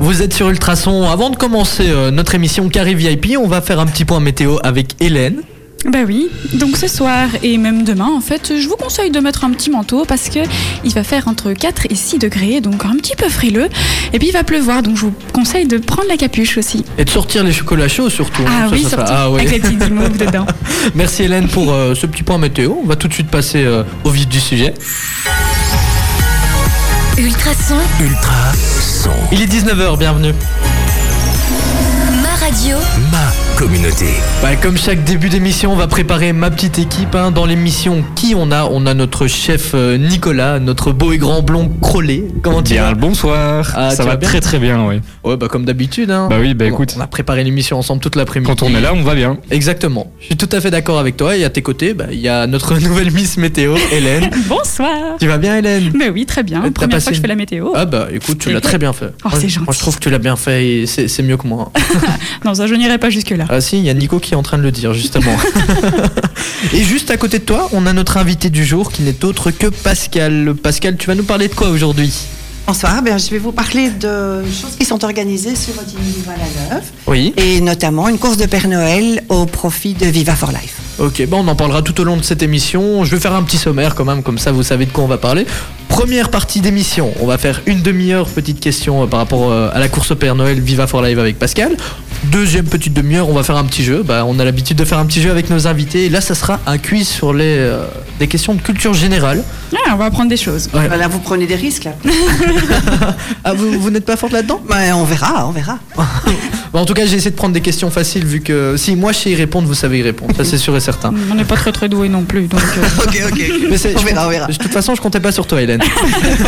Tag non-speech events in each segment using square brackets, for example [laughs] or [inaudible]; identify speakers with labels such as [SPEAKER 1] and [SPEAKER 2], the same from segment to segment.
[SPEAKER 1] Vous êtes sur Ultrason. Avant de commencer euh, notre émission Carré VIP, on va faire un petit point météo avec Hélène.
[SPEAKER 2] Bah oui, donc ce soir et même demain en fait, je vous conseille de mettre un petit manteau parce que il va faire entre 4 et 6 degrés, donc un petit peu frileux, et puis il va pleuvoir, donc je vous conseille de prendre la capuche aussi.
[SPEAKER 1] Et de sortir les chocolats chauds surtout.
[SPEAKER 2] Ah
[SPEAKER 1] hein, ça,
[SPEAKER 2] oui,
[SPEAKER 1] ça fait-
[SPEAKER 2] surtout,
[SPEAKER 1] ah oui.
[SPEAKER 2] avec
[SPEAKER 1] [laughs]
[SPEAKER 2] la petite guimauve dedans.
[SPEAKER 1] Merci Hélène pour euh, ce petit point météo. On va tout de suite passer euh, au vif du sujet.
[SPEAKER 3] Ultrason,
[SPEAKER 4] Ultra son.
[SPEAKER 1] Il est 19h, bienvenue.
[SPEAKER 3] ma radio,
[SPEAKER 4] Ma communauté.
[SPEAKER 1] Bah, comme chaque début d'émission, on va préparer ma petite équipe. hein. Dans l'émission, qui on a On a notre chef euh, Nicolas, notre beau et grand blond Crollet. Comment tu
[SPEAKER 5] Bien
[SPEAKER 1] vas
[SPEAKER 5] le bonsoir.
[SPEAKER 1] Ah, tu
[SPEAKER 5] ça
[SPEAKER 1] vas
[SPEAKER 5] va
[SPEAKER 1] bien
[SPEAKER 5] très très bien, oui.
[SPEAKER 1] Ouais, bah comme d'habitude. hein.
[SPEAKER 5] Bah oui, bah
[SPEAKER 1] On-
[SPEAKER 5] écoute,
[SPEAKER 1] On a préparé l'émission ensemble toute l'après-midi.
[SPEAKER 5] quand on est là, on va bien.
[SPEAKER 1] Exactement. Je suis tout à fait d'accord avec toi. Et à tes côtés, bah, il y a notre [laughs] nouvelle Miss Météo, Hélène.
[SPEAKER 2] Bonsoir.
[SPEAKER 1] tu vas bien, Hélène
[SPEAKER 2] Bah oui, très bien,
[SPEAKER 1] T'as
[SPEAKER 2] première
[SPEAKER 1] passé
[SPEAKER 2] fois que je
[SPEAKER 1] une-
[SPEAKER 2] fais la météo.
[SPEAKER 1] Ah bah écoute, tu l'as très bien fait.
[SPEAKER 2] Oh,
[SPEAKER 1] Moi,
[SPEAKER 2] c'est
[SPEAKER 1] je- Moi,
[SPEAKER 2] gentil.
[SPEAKER 1] je trouve que tu l'as bien fait et c'est c'est mieux que moi.
[SPEAKER 2] Non, ça je n'irai pas jusque-là.
[SPEAKER 1] Ah si, il y a Nico qui est en train de le dire
[SPEAKER 2] [laughs]
[SPEAKER 1] justement. Et juste à côté de toi, on a notre invité du jour qui n'est autre que Pascal. Pascal, tu vas nous parler de quoi aujourd'hui
[SPEAKER 6] Bonsoir, ben, je vais vous parler de choses qui sont organisées sur Otigny-Val à Neuve
[SPEAKER 1] Oui.
[SPEAKER 6] et notamment une course de Père Noël au profit de Viva for Life.
[SPEAKER 1] Ok, bah on en parlera tout au long de cette émission. Je vais faire un petit sommaire quand même, comme ça vous savez de quoi on va parler. Première partie d'émission, on va faire une demi-heure petite question euh, par rapport euh, à la course au Père Noël Viva for Live avec Pascal. Deuxième petite demi-heure, on va faire un petit jeu. Bah, on a l'habitude de faire un petit jeu avec nos invités. Et là, ça sera un quiz sur les euh, des questions de culture générale.
[SPEAKER 2] Ah, on va apprendre des choses.
[SPEAKER 1] Ouais.
[SPEAKER 6] Ben là, vous prenez des risques. [laughs] Là.
[SPEAKER 1] Ah, vous, vous n'êtes pas forte là-dedans
[SPEAKER 6] Ben, on verra, on verra.
[SPEAKER 1] Bah, en tout cas, j'ai essayé de prendre des questions faciles vu que si moi je sais y répondre, vous savez y répondre. Ça, c'est sûr et certain.
[SPEAKER 2] On n'est pas très très doué non plus, donc euh,
[SPEAKER 6] [laughs] ok, ok.
[SPEAKER 1] Mais c'est-
[SPEAKER 6] On
[SPEAKER 1] je
[SPEAKER 6] verra,
[SPEAKER 1] compte-
[SPEAKER 6] on verra.
[SPEAKER 1] De toute façon, je comptais pas sur toi, Hélène. [laughs]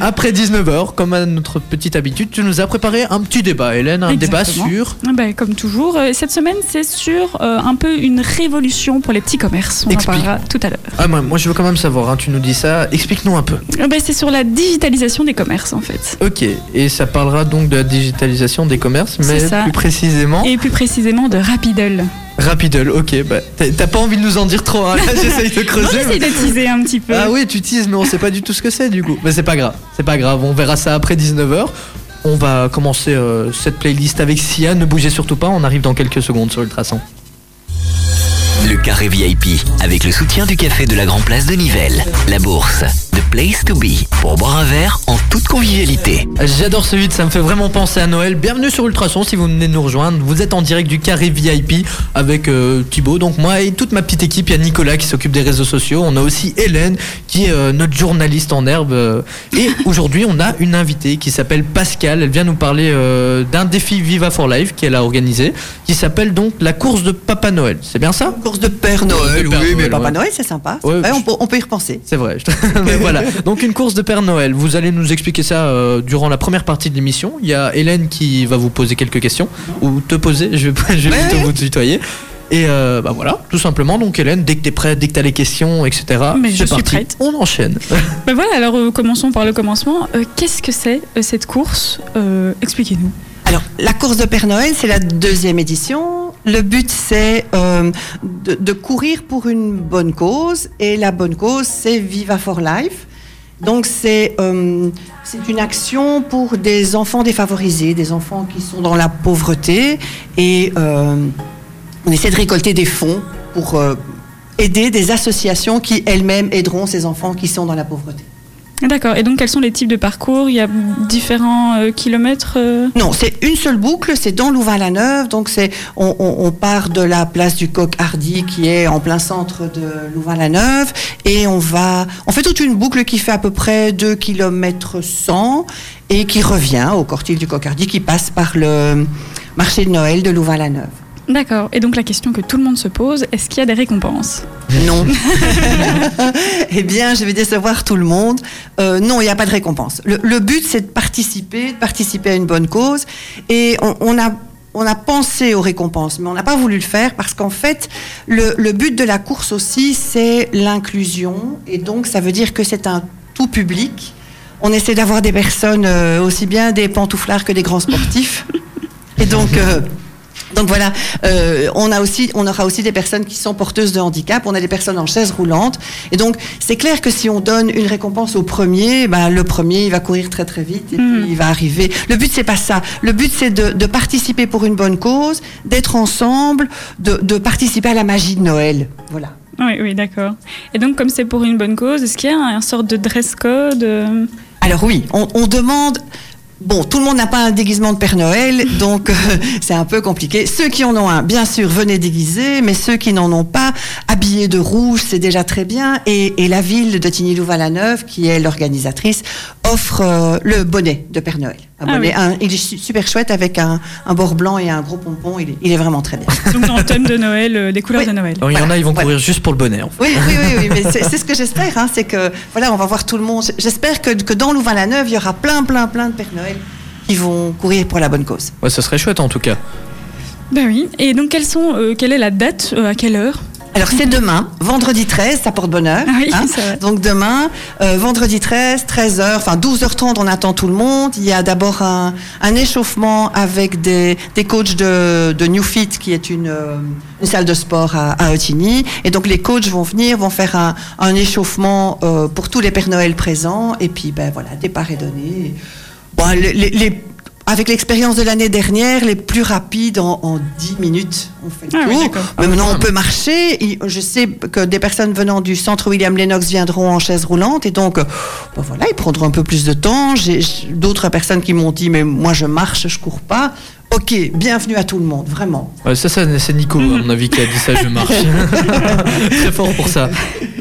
[SPEAKER 1] Après 19h, comme à notre petite habitude, tu nous as préparé un petit débat, Hélène. Un débat
[SPEAKER 2] Exactement.
[SPEAKER 1] sur.
[SPEAKER 2] Ah bah, comme toujours, euh, cette semaine c'est sur euh, un peu une révolution pour les petits commerces. On
[SPEAKER 1] Explique.
[SPEAKER 2] en parlera tout à l'heure.
[SPEAKER 1] Ah, moi, moi, je veux quand même savoir, hein, tu nous dis ça. Explique-nous un peu.
[SPEAKER 2] Ah bah, c'est sur la digitalisation des commerces en fait.
[SPEAKER 1] Ok, et ça parlera donc de la digitalisation des commerces, mais
[SPEAKER 2] C'est ça.
[SPEAKER 1] plus précisément.
[SPEAKER 2] Et plus précisément de Rapidle.
[SPEAKER 1] Rapidle, ok, bah, t'as- t'as pas envie de nous en dire trop, hein, là, j'essaye [laughs] de
[SPEAKER 2] On
[SPEAKER 1] creuser.
[SPEAKER 2] essaie
[SPEAKER 1] mais-
[SPEAKER 2] de teaser un petit peu.
[SPEAKER 1] Ah oui, tu teases, mais on sait pas du tout ce que c'est du coup. Mais c'est pas grave, c'est pas grave, on verra ça après 19h. On va commencer euh, cette playlist avec Sia, ne bougez surtout pas, on arrive dans quelques secondes sur Ultrason.
[SPEAKER 4] Le carré VIP avec le soutien du café de la Grand Place de Nivelles. La bourse. The place to be. Pour boire un verre en toute convivialité.
[SPEAKER 1] J'adore ce hit, ça me fait vraiment penser à Noël. Bienvenue sur Ultrason si vous venez de nous rejoindre. Vous êtes en direct du carré VIP avec euh, Thibaut, donc moi et toute ma petite équipe. Il y a Nicolas qui s'occupe des réseaux sociaux. On a aussi Hélène qui est euh, notre journaliste en herbe. euh. et aujourd'hui, on a une invitée qui s'appelle Pascal. Elle vient nous parler euh, d'un défi Viva for Life qu'elle a organisé qui s'appelle donc la course de Papa Noël. C'est bien ça
[SPEAKER 6] Une course de Père Noël,
[SPEAKER 1] De Père
[SPEAKER 6] oui,
[SPEAKER 1] Noël,
[SPEAKER 6] mais Papa
[SPEAKER 1] ouais.
[SPEAKER 6] Noël, c'est sympa.
[SPEAKER 1] Ouais,
[SPEAKER 6] Ouais,
[SPEAKER 1] je-
[SPEAKER 6] on, peut, on peut y repenser.
[SPEAKER 1] C'est vrai. je- [laughs] Mais voilà. Donc une course de Père Noël. Vous allez nous expliquer ça euh, durant la première partie de l'émission. Il y a Hélène qui va vous poser quelques questions ou te poser. Je vais, je vais plutôt vous tutoyer. Et euh, bah voilà, tout simplement. Donc Hélène, dès que t'es prête, dès que t'as les questions, etc.
[SPEAKER 2] Mais
[SPEAKER 1] c'est
[SPEAKER 2] je suis
[SPEAKER 1] parti.
[SPEAKER 2] prête.
[SPEAKER 1] On enchaîne. [laughs]
[SPEAKER 2] Bah voilà, alors euh, commençons par le commencement. Euh, Qu'est-ce que c'est euh, cette course Euh, Expliquez-nous.
[SPEAKER 6] Alors, la course de Père Noël, c'est la deuxième édition. Le but, c'est euh, de, de courir pour une bonne cause. Et la bonne cause, c'est Viva for Life. Donc, c'est euh, c'est une action pour des enfants défavorisés, des enfants qui sont dans la pauvreté. Et euh, on essaie de récolter des fonds pour euh, aider des associations qui elles-mêmes aideront ces enfants qui sont dans la pauvreté.
[SPEAKER 2] D'accord. Et donc quels sont les types de parcours Il y a différents euh, kilomètres. euh,
[SPEAKER 6] Non, c'est une seule boucle, c'est dans Louvain-la-Neuve. Donc, c'est, on, on- on part de la place du Coq Hardy, qui est en plein centre de Louvain-la-Neuve, et on va, on fait toute une boucle qui fait à peu près 2 km 100 et qui revient au cortile du Coq Hardy, qui passe par le marché de Noël de Louvain-la-Neuve.
[SPEAKER 2] D'accord. Et donc la question que tout le monde se pose est-ce qu'il y a des récompenses
[SPEAKER 6] Non. [laughs] eh bien, je vais décevoir tout le monde. Euh, non, il n'y a pas de récompense. Le, le but, c'est de participer, de participer à une bonne cause. Et on, on a, on a pensé aux récompenses, mais on n'a pas voulu le faire parce qu'en fait, le, le but de la course aussi, c'est l'inclusion. Et donc, ça veut dire que c'est un tout public. On essaie d'avoir des personnes, euh, aussi bien des pantouflards que des grands sportifs. Et donc, euh, Donc voilà, euh, on, a aussi, on aura aussi des personnes qui sont porteuses de handicap, on a des personnes en chaise roulante. Et donc, c'est clair que si on donne une récompense au premier, ben, le premier, il va courir très très vite et puis il va arriver. Le but, c'est pas ça. Le but, c'est de, de participer pour une bonne cause, d'être ensemble, de, de participer à la magie de Noël. Voilà.
[SPEAKER 2] Oui, oui, d'accord. Et donc, comme c'est pour une bonne cause, est-ce qu'il y a un, un sorte de dress code euh,
[SPEAKER 6] Alors oui, on, on demande. Bon, tout le monde n'a pas un déguisement de Père Noël, donc euh, [laughs] c'est un peu compliqué. Ceux qui en ont un, bien sûr, venez déguiser, mais ceux qui n'en ont pas, habillés de rouge, c'est déjà très bien. Et, et la ville de Tigny-Louvain-la-Neuve, qui est l'organisatrice, offre euh, le bonnet de Père Noël. Un
[SPEAKER 2] Ah
[SPEAKER 6] bonnet,
[SPEAKER 2] oui.
[SPEAKER 6] un- il est su- super chouette avec un, un bord blanc et un gros pompon. Il est, il est vraiment très bien.
[SPEAKER 2] Donc, dans le thème de Noël, euh, des couleurs
[SPEAKER 6] Oui.
[SPEAKER 2] de Noël.
[SPEAKER 1] Alors, il y en a, ils vont
[SPEAKER 6] Voilà.
[SPEAKER 1] courir juste pour le bonnet. en fait.
[SPEAKER 6] Oui, oui, oui, oui, mais c'est c'est ce que j'espère. hein, c'est que, voilà, on va voir tout le monde. J'espère que, que dans Louvain-la-Neuve, il y aura plein, plein, plein de Père Noël qui vont courir pour la bonne cause.
[SPEAKER 1] Ouais, ce serait chouette en tout cas.
[SPEAKER 2] Ben oui. Et donc, quelles sont, euh, quelle est la date euh, À quelle heure
[SPEAKER 6] Alors c'est demain, vendredi 13, ça porte bonheur. hein.
[SPEAKER 2] Ah oui, c'est vrai.
[SPEAKER 6] Donc demain, euh, vendredi 13, 13h, enfin 12h30, on attend tout le monde. Il y a d'abord un, un échauffement avec des, des coachs de, de New Fit, qui est une, euh, une salle de sport à, à Otigny. Et donc les coachs vont venir, vont faire un, un échauffement euh, pour tous les Pères Noël présents. Et puis ben voilà, départ est donné. Bon, les- les- les- avec l'expérience de l'année dernière, les plus rapides en, en 10 minutes, on fait le
[SPEAKER 2] Ah oui,
[SPEAKER 6] tour.
[SPEAKER 2] d'accord.
[SPEAKER 6] Mais maintenant, on peut marcher. Et Je sais que des personnes venant du centre William Lennox viendront en chaise roulante. Et donc, euh, ben voilà, ils prendront un peu plus de temps. J'ai j'ai d'autres personnes qui m'ont dit, mais moi, je marche, je cours pas. Ok, bienvenue à tout le monde, vraiment.
[SPEAKER 1] Ouais, ça, ça, c'est Nico, à mon avis, qui a dit ça, je marche. Très fort pour ça.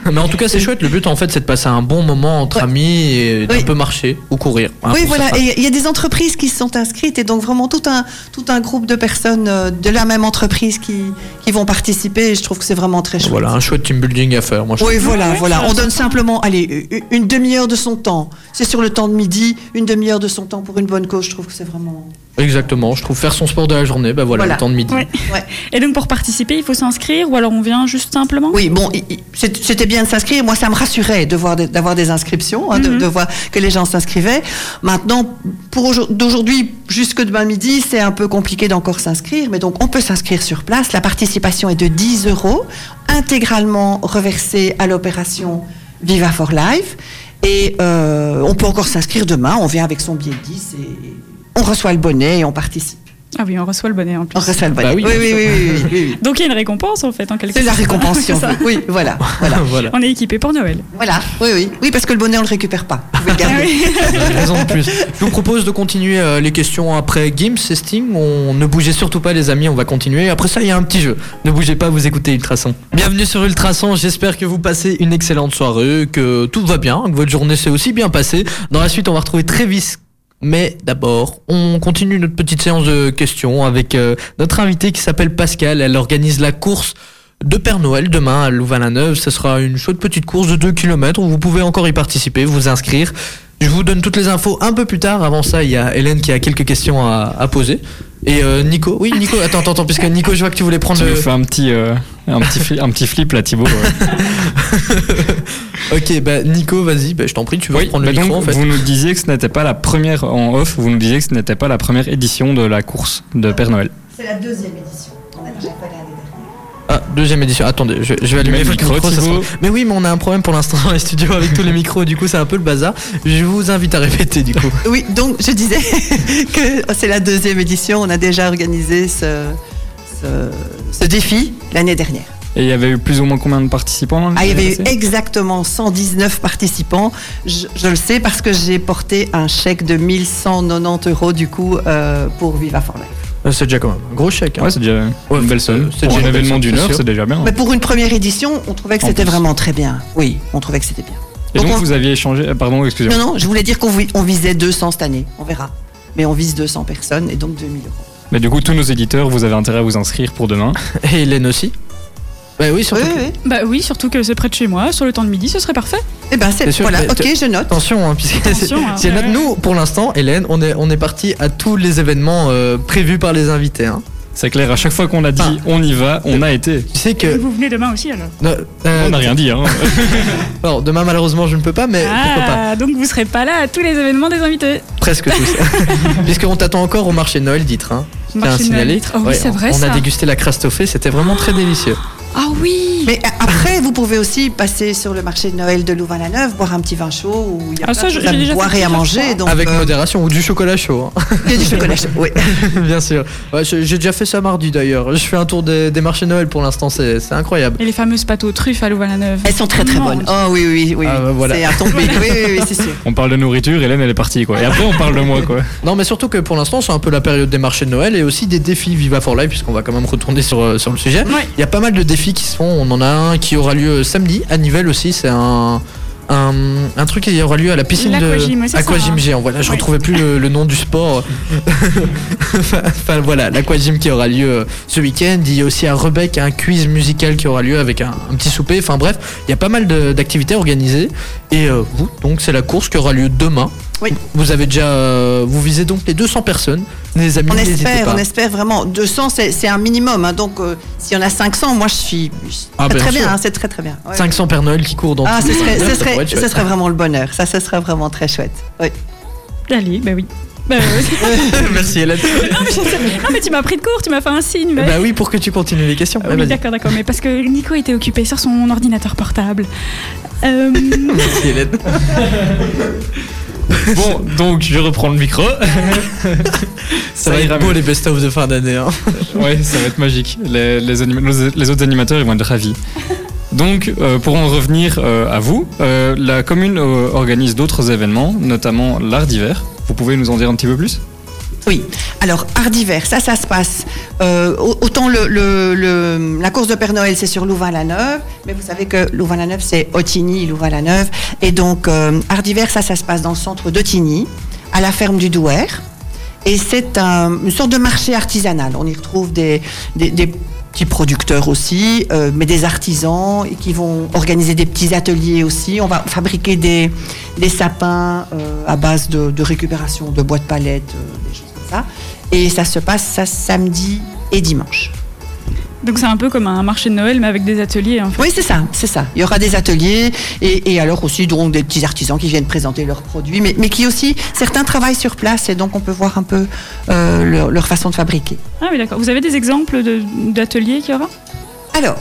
[SPEAKER 1] Mais en tout cas, c'est chouette. Le but, en fait, c'est de passer un bon moment entre
[SPEAKER 6] Ouais.
[SPEAKER 1] amis et d'un
[SPEAKER 6] Oui.
[SPEAKER 1] peu marcher ou courir. hein,
[SPEAKER 6] oui,
[SPEAKER 1] pour
[SPEAKER 6] voilà.
[SPEAKER 1] certains.
[SPEAKER 6] Et il y a des entreprises qui se sont inscrites. Et donc, vraiment, tout un, tout un groupe de personnes euh, de la même entreprise qui, qui vont participer. Et je trouve que c'est vraiment très chouette.
[SPEAKER 1] Voilà, un chouette team building à faire. Moi, je
[SPEAKER 6] Oui,
[SPEAKER 1] trouve.
[SPEAKER 6] voilà,
[SPEAKER 2] ouais,
[SPEAKER 6] voilà.
[SPEAKER 2] ça-
[SPEAKER 6] On donne simplement, allez, u- une demi-heure de son temps. C'est sur le temps de midi, une demi-heure de son temps pour une bonne cause. Je trouve que c'est vraiment.
[SPEAKER 1] Exactement. Je trouve faire son sport de la journée, bah voilà,
[SPEAKER 6] Voilà.
[SPEAKER 1] le temps de midi. [laughs]
[SPEAKER 2] Ouais.
[SPEAKER 6] Ouais.
[SPEAKER 2] Et donc, pour participer, il faut s'inscrire ou alors on vient juste simplement
[SPEAKER 6] Oui, bon, i- i- c'est- c'était bien de s'inscrire. Moi, ça me rassurait de voir des- d'avoir des inscriptions, hein, de-
[SPEAKER 1] Mhm.
[SPEAKER 6] de, voir que les gens s'inscrivaient. Maintenant, pour aujourd- d'aujourd'hui jusque demain midi, c'est un peu compliqué d'encore s'inscrire, mais donc on peut s'inscrire sur place. La participation est de 10 euros, intégralement reversée à l'opération Viva for Life. Et euh, on peut encore s'inscrire demain. On vient avec son billet de 10 et on reçoit le bonnet et on participe.
[SPEAKER 2] Ah oui, on reçoit le bonnet en plus.
[SPEAKER 6] On reçoit le
[SPEAKER 1] Bah
[SPEAKER 6] bonnet.
[SPEAKER 1] oui,
[SPEAKER 6] oui,
[SPEAKER 1] bien
[SPEAKER 6] oui,
[SPEAKER 1] sûr.
[SPEAKER 6] oui, oui, oui, oui,
[SPEAKER 1] [laughs]
[SPEAKER 6] oui.
[SPEAKER 2] Donc, il y a une récompense en fait, en quelque
[SPEAKER 6] C'est la récompense. si
[SPEAKER 2] [laughs]
[SPEAKER 6] on
[SPEAKER 2] C'est ça.
[SPEAKER 6] veut. Oui, voilà, voilà.
[SPEAKER 2] [laughs]
[SPEAKER 1] voilà.
[SPEAKER 2] On est équipé pour Noël.
[SPEAKER 6] Voilà, oui, oui. Oui, parce que le bonnet, on le récupère pas. Vous pouvez le
[SPEAKER 5] [laughs]
[SPEAKER 6] garder.
[SPEAKER 1] raison de plus. Je vous propose de continuer euh, les questions après Gims et Sting. On ne bougez surtout pas, les amis. On va continuer. Après ça, il y a un petit jeu. Ne bougez pas, vous écoutez Ultrason. Bienvenue sur Ultrason. J'espère que vous passez une excellente soirée, que tout va bien, que votre journée s'est aussi bien passée. Dans la suite, on va retrouver Travis. Mais d'abord, on continue notre petite séance de questions avec euh, notre invitée qui s'appelle Pascal. Elle organise la course de Père Noël demain à Louvain-la-Neuve. Ce sera une chouette petite course de 2 km où vous pouvez encore y participer, vous inscrire. Je vous donne toutes les infos un peu plus tard. Avant ça, il y a Hélène qui a quelques questions à, à poser. Et euh, Nico, oui, Nico, attends, attends, attends, puisque Nico, je vois que tu voulais prendre
[SPEAKER 5] Tu nous
[SPEAKER 1] le.
[SPEAKER 5] fais un petit, euh, un petit, fli- un petit flip là,
[SPEAKER 1] [laughs]
[SPEAKER 5] Thibaut. ouais.
[SPEAKER 1] Ok, bah Nico, vas-y, bah, je t'en prie, tu vas
[SPEAKER 5] Oui,
[SPEAKER 1] prendre le
[SPEAKER 5] bah
[SPEAKER 1] micro
[SPEAKER 5] donc,
[SPEAKER 1] en fait.
[SPEAKER 5] Vous nous disiez que ce n'était pas la première en off, vous nous disiez que ce n'était pas la première édition de la course de Père Noël.
[SPEAKER 6] C'est la deuxième édition. On a déjà fait l'année dernière.
[SPEAKER 1] Ah, deuxième édition. Attendez, je, je vais allumer
[SPEAKER 5] Mets le
[SPEAKER 1] votre
[SPEAKER 5] micro,
[SPEAKER 1] micro, ça
[SPEAKER 5] Thibaut.
[SPEAKER 1] sera- Mais oui, mais on a un problème pour l'instant dans les studios avec tous les micros, du coup, c'est un peu le bazar. Je vous invite à répéter du
[SPEAKER 5] [laughs]
[SPEAKER 1] coup.
[SPEAKER 6] Oui, donc je disais [laughs] que c'est la deuxième édition. On a déjà organisé ce, ce, ce défi l'année dernière.
[SPEAKER 5] Et il y avait eu plus ou moins combien de participants
[SPEAKER 6] Ah, il y avait eu
[SPEAKER 5] l'année passée
[SPEAKER 6] exactement 119 participants. Je, je le sais parce que j'ai porté un chèque de 1190 euros du coup euh, pour Viva for Life.
[SPEAKER 1] Euh, C'est déjà quand même un gros chèque. hein.
[SPEAKER 5] Ouais, c'est déjà
[SPEAKER 1] Ouais,
[SPEAKER 5] une belle
[SPEAKER 1] c'est-
[SPEAKER 5] somme.
[SPEAKER 1] c'est
[SPEAKER 5] Pour
[SPEAKER 1] déjà une belle
[SPEAKER 5] un événement
[SPEAKER 1] somme,
[SPEAKER 5] d'une
[SPEAKER 1] c'est
[SPEAKER 5] heure,
[SPEAKER 1] sûr. Bah,
[SPEAKER 5] c'est déjà bien.
[SPEAKER 6] Mais pour une première édition, on trouvait que
[SPEAKER 5] En
[SPEAKER 6] c'était
[SPEAKER 5] plus.
[SPEAKER 6] vraiment très bien. Oui, on trouvait que c'était bien.
[SPEAKER 5] Et donc,
[SPEAKER 6] donc on-
[SPEAKER 5] vous aviez échangé. ah, Pardon, excusez-moi.
[SPEAKER 6] Non, non, je voulais dire qu'on vi- on visait 200 cette année. On verra. Mais on vise 200 personnes et donc 2000 euros.
[SPEAKER 5] Mais du coup, tous nos éditeurs, vous avez intérêt à vous inscrire
[SPEAKER 1] [laughs]
[SPEAKER 5] pour demain.
[SPEAKER 1] Et Hélène aussi. Bah oui, surtout. que-
[SPEAKER 2] Bah oui, surtout que c'est près de chez moi, sur le temps de midi, ce serait parfait.
[SPEAKER 6] Eh ben, c'est
[SPEAKER 1] Bien sûr,
[SPEAKER 6] voilà,
[SPEAKER 1] mais
[SPEAKER 6] ok,
[SPEAKER 1] tu-
[SPEAKER 6] je note.
[SPEAKER 1] Attention, hein, puisque
[SPEAKER 2] Attention,
[SPEAKER 1] c'est-
[SPEAKER 2] hein.
[SPEAKER 1] c'est
[SPEAKER 2] Ouais,
[SPEAKER 1] notre-
[SPEAKER 2] ouais.
[SPEAKER 1] nous pour l'instant, Hélène, on est, on est parti à tous les événements euh, prévus par les invités. hein.
[SPEAKER 5] C'est clair, à chaque fois qu'on a dit
[SPEAKER 1] Ah.
[SPEAKER 5] on y va, on a été.
[SPEAKER 1] Tu sais que.
[SPEAKER 2] Vous venez demain aussi alors
[SPEAKER 1] Non, euh,
[SPEAKER 5] On n'a rien dit. Hein.
[SPEAKER 1] alors, demain, malheureusement, je ne peux pas, mais pourquoi pas
[SPEAKER 2] Ah, donc vous serez pas là à tous les événements des invités.
[SPEAKER 1] Presque
[SPEAKER 2] [laughs]
[SPEAKER 1] tous. Puisqu'on t'attend encore au marché de Noël d'Itre. Hein. Je tiens à
[SPEAKER 2] Marché de Noël
[SPEAKER 1] signaler.
[SPEAKER 2] d'Itre. Oh oui, c'est
[SPEAKER 1] on-
[SPEAKER 2] vrai,
[SPEAKER 1] On
[SPEAKER 2] ça.
[SPEAKER 1] a dégusté la crastoffée, c'était vraiment très délicieux.
[SPEAKER 2] Ah oui
[SPEAKER 6] Mais a- après, vous pouvez aussi passer sur le marché de Noël de Louvain-la-Neuve, boire un petit vin chaud où il y
[SPEAKER 2] Ah,
[SPEAKER 6] a plein
[SPEAKER 2] ça,
[SPEAKER 6] de
[SPEAKER 2] je-
[SPEAKER 6] choses à
[SPEAKER 2] j'ai déjà
[SPEAKER 6] boire
[SPEAKER 2] fait
[SPEAKER 6] et à
[SPEAKER 2] plusieurs
[SPEAKER 6] manger.
[SPEAKER 2] fois.
[SPEAKER 6] Donc,
[SPEAKER 1] Avec
[SPEAKER 6] euh,
[SPEAKER 1] modération ou du chocolat chaud.
[SPEAKER 2] [laughs]
[SPEAKER 1] hein.
[SPEAKER 6] et du chocolat chaud, oui.
[SPEAKER 1] [laughs] Bien sûr. Ouais, je- J'ai déjà fait ça mardi d'ailleurs. Je fais un tour des, des marchés de Noël pour l'instant, c'est c'est incroyable.
[SPEAKER 2] Et les fameuses pâtes aux truffes à Louvain-la-Neuve.
[SPEAKER 6] Elles sont très très
[SPEAKER 2] Mon
[SPEAKER 6] bonnes.
[SPEAKER 2] Dieu.
[SPEAKER 6] Oh oui, oui, oui. oui.
[SPEAKER 1] Ah, bah, voilà.
[SPEAKER 6] C'est à
[SPEAKER 1] [laughs]
[SPEAKER 6] tomber. oui, oui, oui, c'est sûr.
[SPEAKER 5] On parle de nourriture, Hélène elle est partie quoi. Et après on parle de moi quoi.
[SPEAKER 1] Non, mais surtout que pour l'instant, c'est un peu la période des marchés de Noël et aussi des défis Viva for Life, puisqu'on va quand même retourner sur, euh, sur le sujet.
[SPEAKER 2] Ouais.
[SPEAKER 1] Il y a pas mal de défis qui se font. On en a un qui aura lieu samedi à Nivelles aussi. C'est un, un, un truc qui aura lieu à la piscine
[SPEAKER 2] L'aquagym,
[SPEAKER 1] de
[SPEAKER 2] c'est ça, hein.
[SPEAKER 1] géant. Voilà, je
[SPEAKER 2] Ouais.
[SPEAKER 1] retrouvais plus le, le nom du sport.
[SPEAKER 2] [laughs]
[SPEAKER 1] enfin voilà, l'aquagym qui aura lieu ce week-end. Il y a aussi à Rebec un quiz musical qui aura lieu avec un, un petit souper. Enfin bref, il y a pas mal de- d'activités organisées. Et euh, vous, donc c'est la course qui aura lieu demain.
[SPEAKER 6] Oui.
[SPEAKER 1] Vous avez déjà, euh, vous visez donc les 200 personnes. Les amis,
[SPEAKER 6] On
[SPEAKER 1] n'hésitez
[SPEAKER 6] espère,
[SPEAKER 1] pas.
[SPEAKER 6] on espère vraiment. 200, c'est c'est un minimum. hein. donc, euh, s'il y en a 500, moi, je suis. je suis
[SPEAKER 1] Ah,
[SPEAKER 6] très,
[SPEAKER 1] bien
[SPEAKER 6] très bien,
[SPEAKER 1] sûr.
[SPEAKER 6] hein, c'est très très bien. Ouais.
[SPEAKER 1] 500 Père Noël qui courent dans
[SPEAKER 6] Ah,
[SPEAKER 1] tous
[SPEAKER 6] ce
[SPEAKER 1] les sens.
[SPEAKER 6] serait, ce,
[SPEAKER 1] Ça pourrait
[SPEAKER 6] serait,
[SPEAKER 1] être chouette.
[SPEAKER 6] ce
[SPEAKER 1] [laughs]
[SPEAKER 6] serait vraiment le bonheur. Ça, ce serait vraiment très chouette. Oui. Oh.
[SPEAKER 2] Allez, bah oui. Bah, [laughs] oui.
[SPEAKER 1] Merci Hélène.
[SPEAKER 2] Ah, mais j'étais- ah, mais tu m'as pris de court, tu m'as fait un signe. mais-
[SPEAKER 1] Bah oui, pour que tu continues les questions.
[SPEAKER 2] Ah
[SPEAKER 1] Ah,
[SPEAKER 2] oui,
[SPEAKER 1] vas-y.
[SPEAKER 2] d'accord, d'accord, mais parce que Nico était occupé sur son ordinateur portable. Euh,
[SPEAKER 1] Merci Hélène.
[SPEAKER 5] [laughs] Bon, donc je reprends le micro.
[SPEAKER 1] Ça, va être beau les best-of de fin d'année. hein.
[SPEAKER 5] [laughs] Ouais, ça va être magique. Les, les anima- les- les autres animateurs, ils vont être ravis. Donc, euh, pour en revenir euh, à vous, euh, la commune euh, organise d'autres événements, notamment l'art d'hiver. Vous pouvez nous en dire un petit peu plus
[SPEAKER 6] Oui. Alors, art d'hiver, ça, ça se passe. euh, au- autant le, le- le- la course de Père Noël, c'est sur Louvain-la-Neuve, mais vous savez que Louvain-la-Neuve, c'est Otigny, Louvain-la-Neuve. Et donc, euh, art d'hiver, ça, ça se passe dans le centre d'Otigny, à la ferme du Douaire. Et c'est un- une sorte de marché artisanal. On y retrouve des, des- des petits producteurs aussi, euh, mais des artisans et qui vont organiser des petits ateliers aussi. On va fabriquer des, des sapins euh, à base de, de récupération de bois de palette, euh, des choses comme ça. Et ça se passe ça, samedi et dimanche.
[SPEAKER 2] donc c'est un peu comme un marché de Noël, mais avec des ateliers. hein. En fait.
[SPEAKER 6] Oui, c'est ça, c'est ça. Il y aura des ateliers et, et alors aussi donc des petits artisans qui viennent présenter leurs produits, mais, mais qui aussi, certains travaillent sur place et donc on peut voir un peu euh, leur- leur façon de fabriquer.
[SPEAKER 2] Ah oui, d'accord. Vous avez des exemples de- d'ateliers qu'il y aura
[SPEAKER 6] Alors,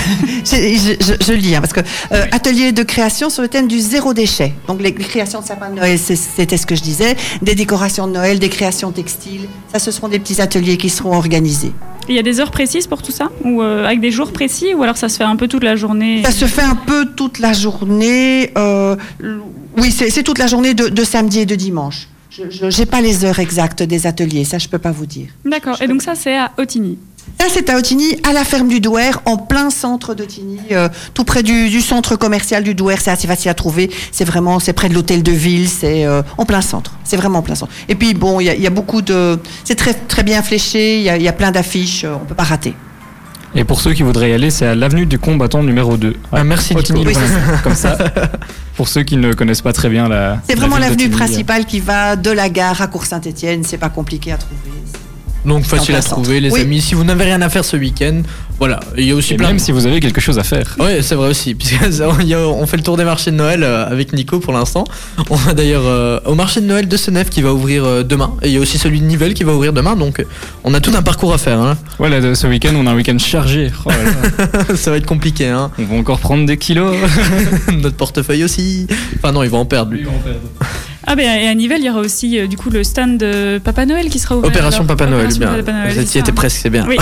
[SPEAKER 6] [laughs] je, je- je- je lis, hein, parce que euh, atelier de création sur le thème du zéro déchet. Donc les, les créations de sapins de Noël, c'est- c'était ce que je disais, des décorations de Noël, des créations textiles. Ça, ce seront des petits ateliers qui seront organisés.
[SPEAKER 2] Il y a des heures précises pour tout ça Ou euh, avec des jours précis Ou alors ça se fait un peu toute la journée
[SPEAKER 6] Ça se fait un peu toute la journée. euh, l- oui, c'est c'est toute la journée de, de samedi et de dimanche. Je n'ai pas les heures exactes des ateliers, ça je peux pas vous dire.
[SPEAKER 2] D'accord, et donc ça c'est à Otigny.
[SPEAKER 6] Là, c'est à Otigny, à la ferme du Douaire, en plein centre d'Otigny, euh, tout près du, du centre commercial du Douaire. C'est assez facile à trouver. C'est vraiment, c'est près de l'hôtel de ville. C'est euh, en plein centre. C'est vraiment en plein centre. Et puis bon, il y a, il y a beaucoup de, c'est très très bien fléché. Il y a, il y a plein d'affiches. euh, on peut pas rater.
[SPEAKER 5] Et pour ceux qui voudraient y aller, c'est à l'avenue du combattant numéro 2.
[SPEAKER 1] Ah, merci Nico.
[SPEAKER 5] Otigny,
[SPEAKER 6] Oui,
[SPEAKER 5] voilà. [laughs] Comme ça, pour ceux qui ne connaissent pas très bien la.
[SPEAKER 6] C'est vraiment
[SPEAKER 5] ville
[SPEAKER 6] l'avenue
[SPEAKER 5] d'Otigny.
[SPEAKER 6] principale qui va de la gare à Cour-Saint-Étienne. C'est pas compliqué à trouver.
[SPEAKER 1] Donc facile à
[SPEAKER 6] Dans ta
[SPEAKER 1] trouver les
[SPEAKER 6] centre. Oui.
[SPEAKER 1] amis. Si vous n'avez rien à faire ce week-end, voilà. Il y a aussi
[SPEAKER 5] Et
[SPEAKER 1] plein.
[SPEAKER 5] même
[SPEAKER 1] de-
[SPEAKER 5] si vous avez quelque chose à faire.
[SPEAKER 1] Ouais, c'est vrai aussi. Puisque [laughs] ça, il y a- on fait le tour des marchés de Noël euh, avec Nico pour l'instant. On va d'ailleurs euh, au marché de Noël de Senef qui va ouvrir euh, demain. Et il y a aussi celui de Nivelles qui va ouvrir demain. Donc euh, on a tout un parcours à faire. hein. [laughs]
[SPEAKER 5] Voilà, de- ce week-end, on a un week-end chargé. Oh là là.
[SPEAKER 1] ça va être compliqué. Hein.
[SPEAKER 5] on va encore prendre
[SPEAKER 1] [laughs]
[SPEAKER 5] des kilos.
[SPEAKER 1] Notre portefeuille aussi. Enfin non, il va en perdre lui.
[SPEAKER 2] Ah ben et à Nivelles il y aura aussi euh, du coup le stand de Papa Noël qui sera ouvert.
[SPEAKER 1] Opération
[SPEAKER 2] alors.
[SPEAKER 1] Papa Noël.
[SPEAKER 2] Opération
[SPEAKER 1] bien.
[SPEAKER 2] Papa Noël,
[SPEAKER 1] Vous
[SPEAKER 2] c'est
[SPEAKER 1] étiez
[SPEAKER 2] ça.
[SPEAKER 1] était presque, c'est bien. [laughs]
[SPEAKER 2] Oui.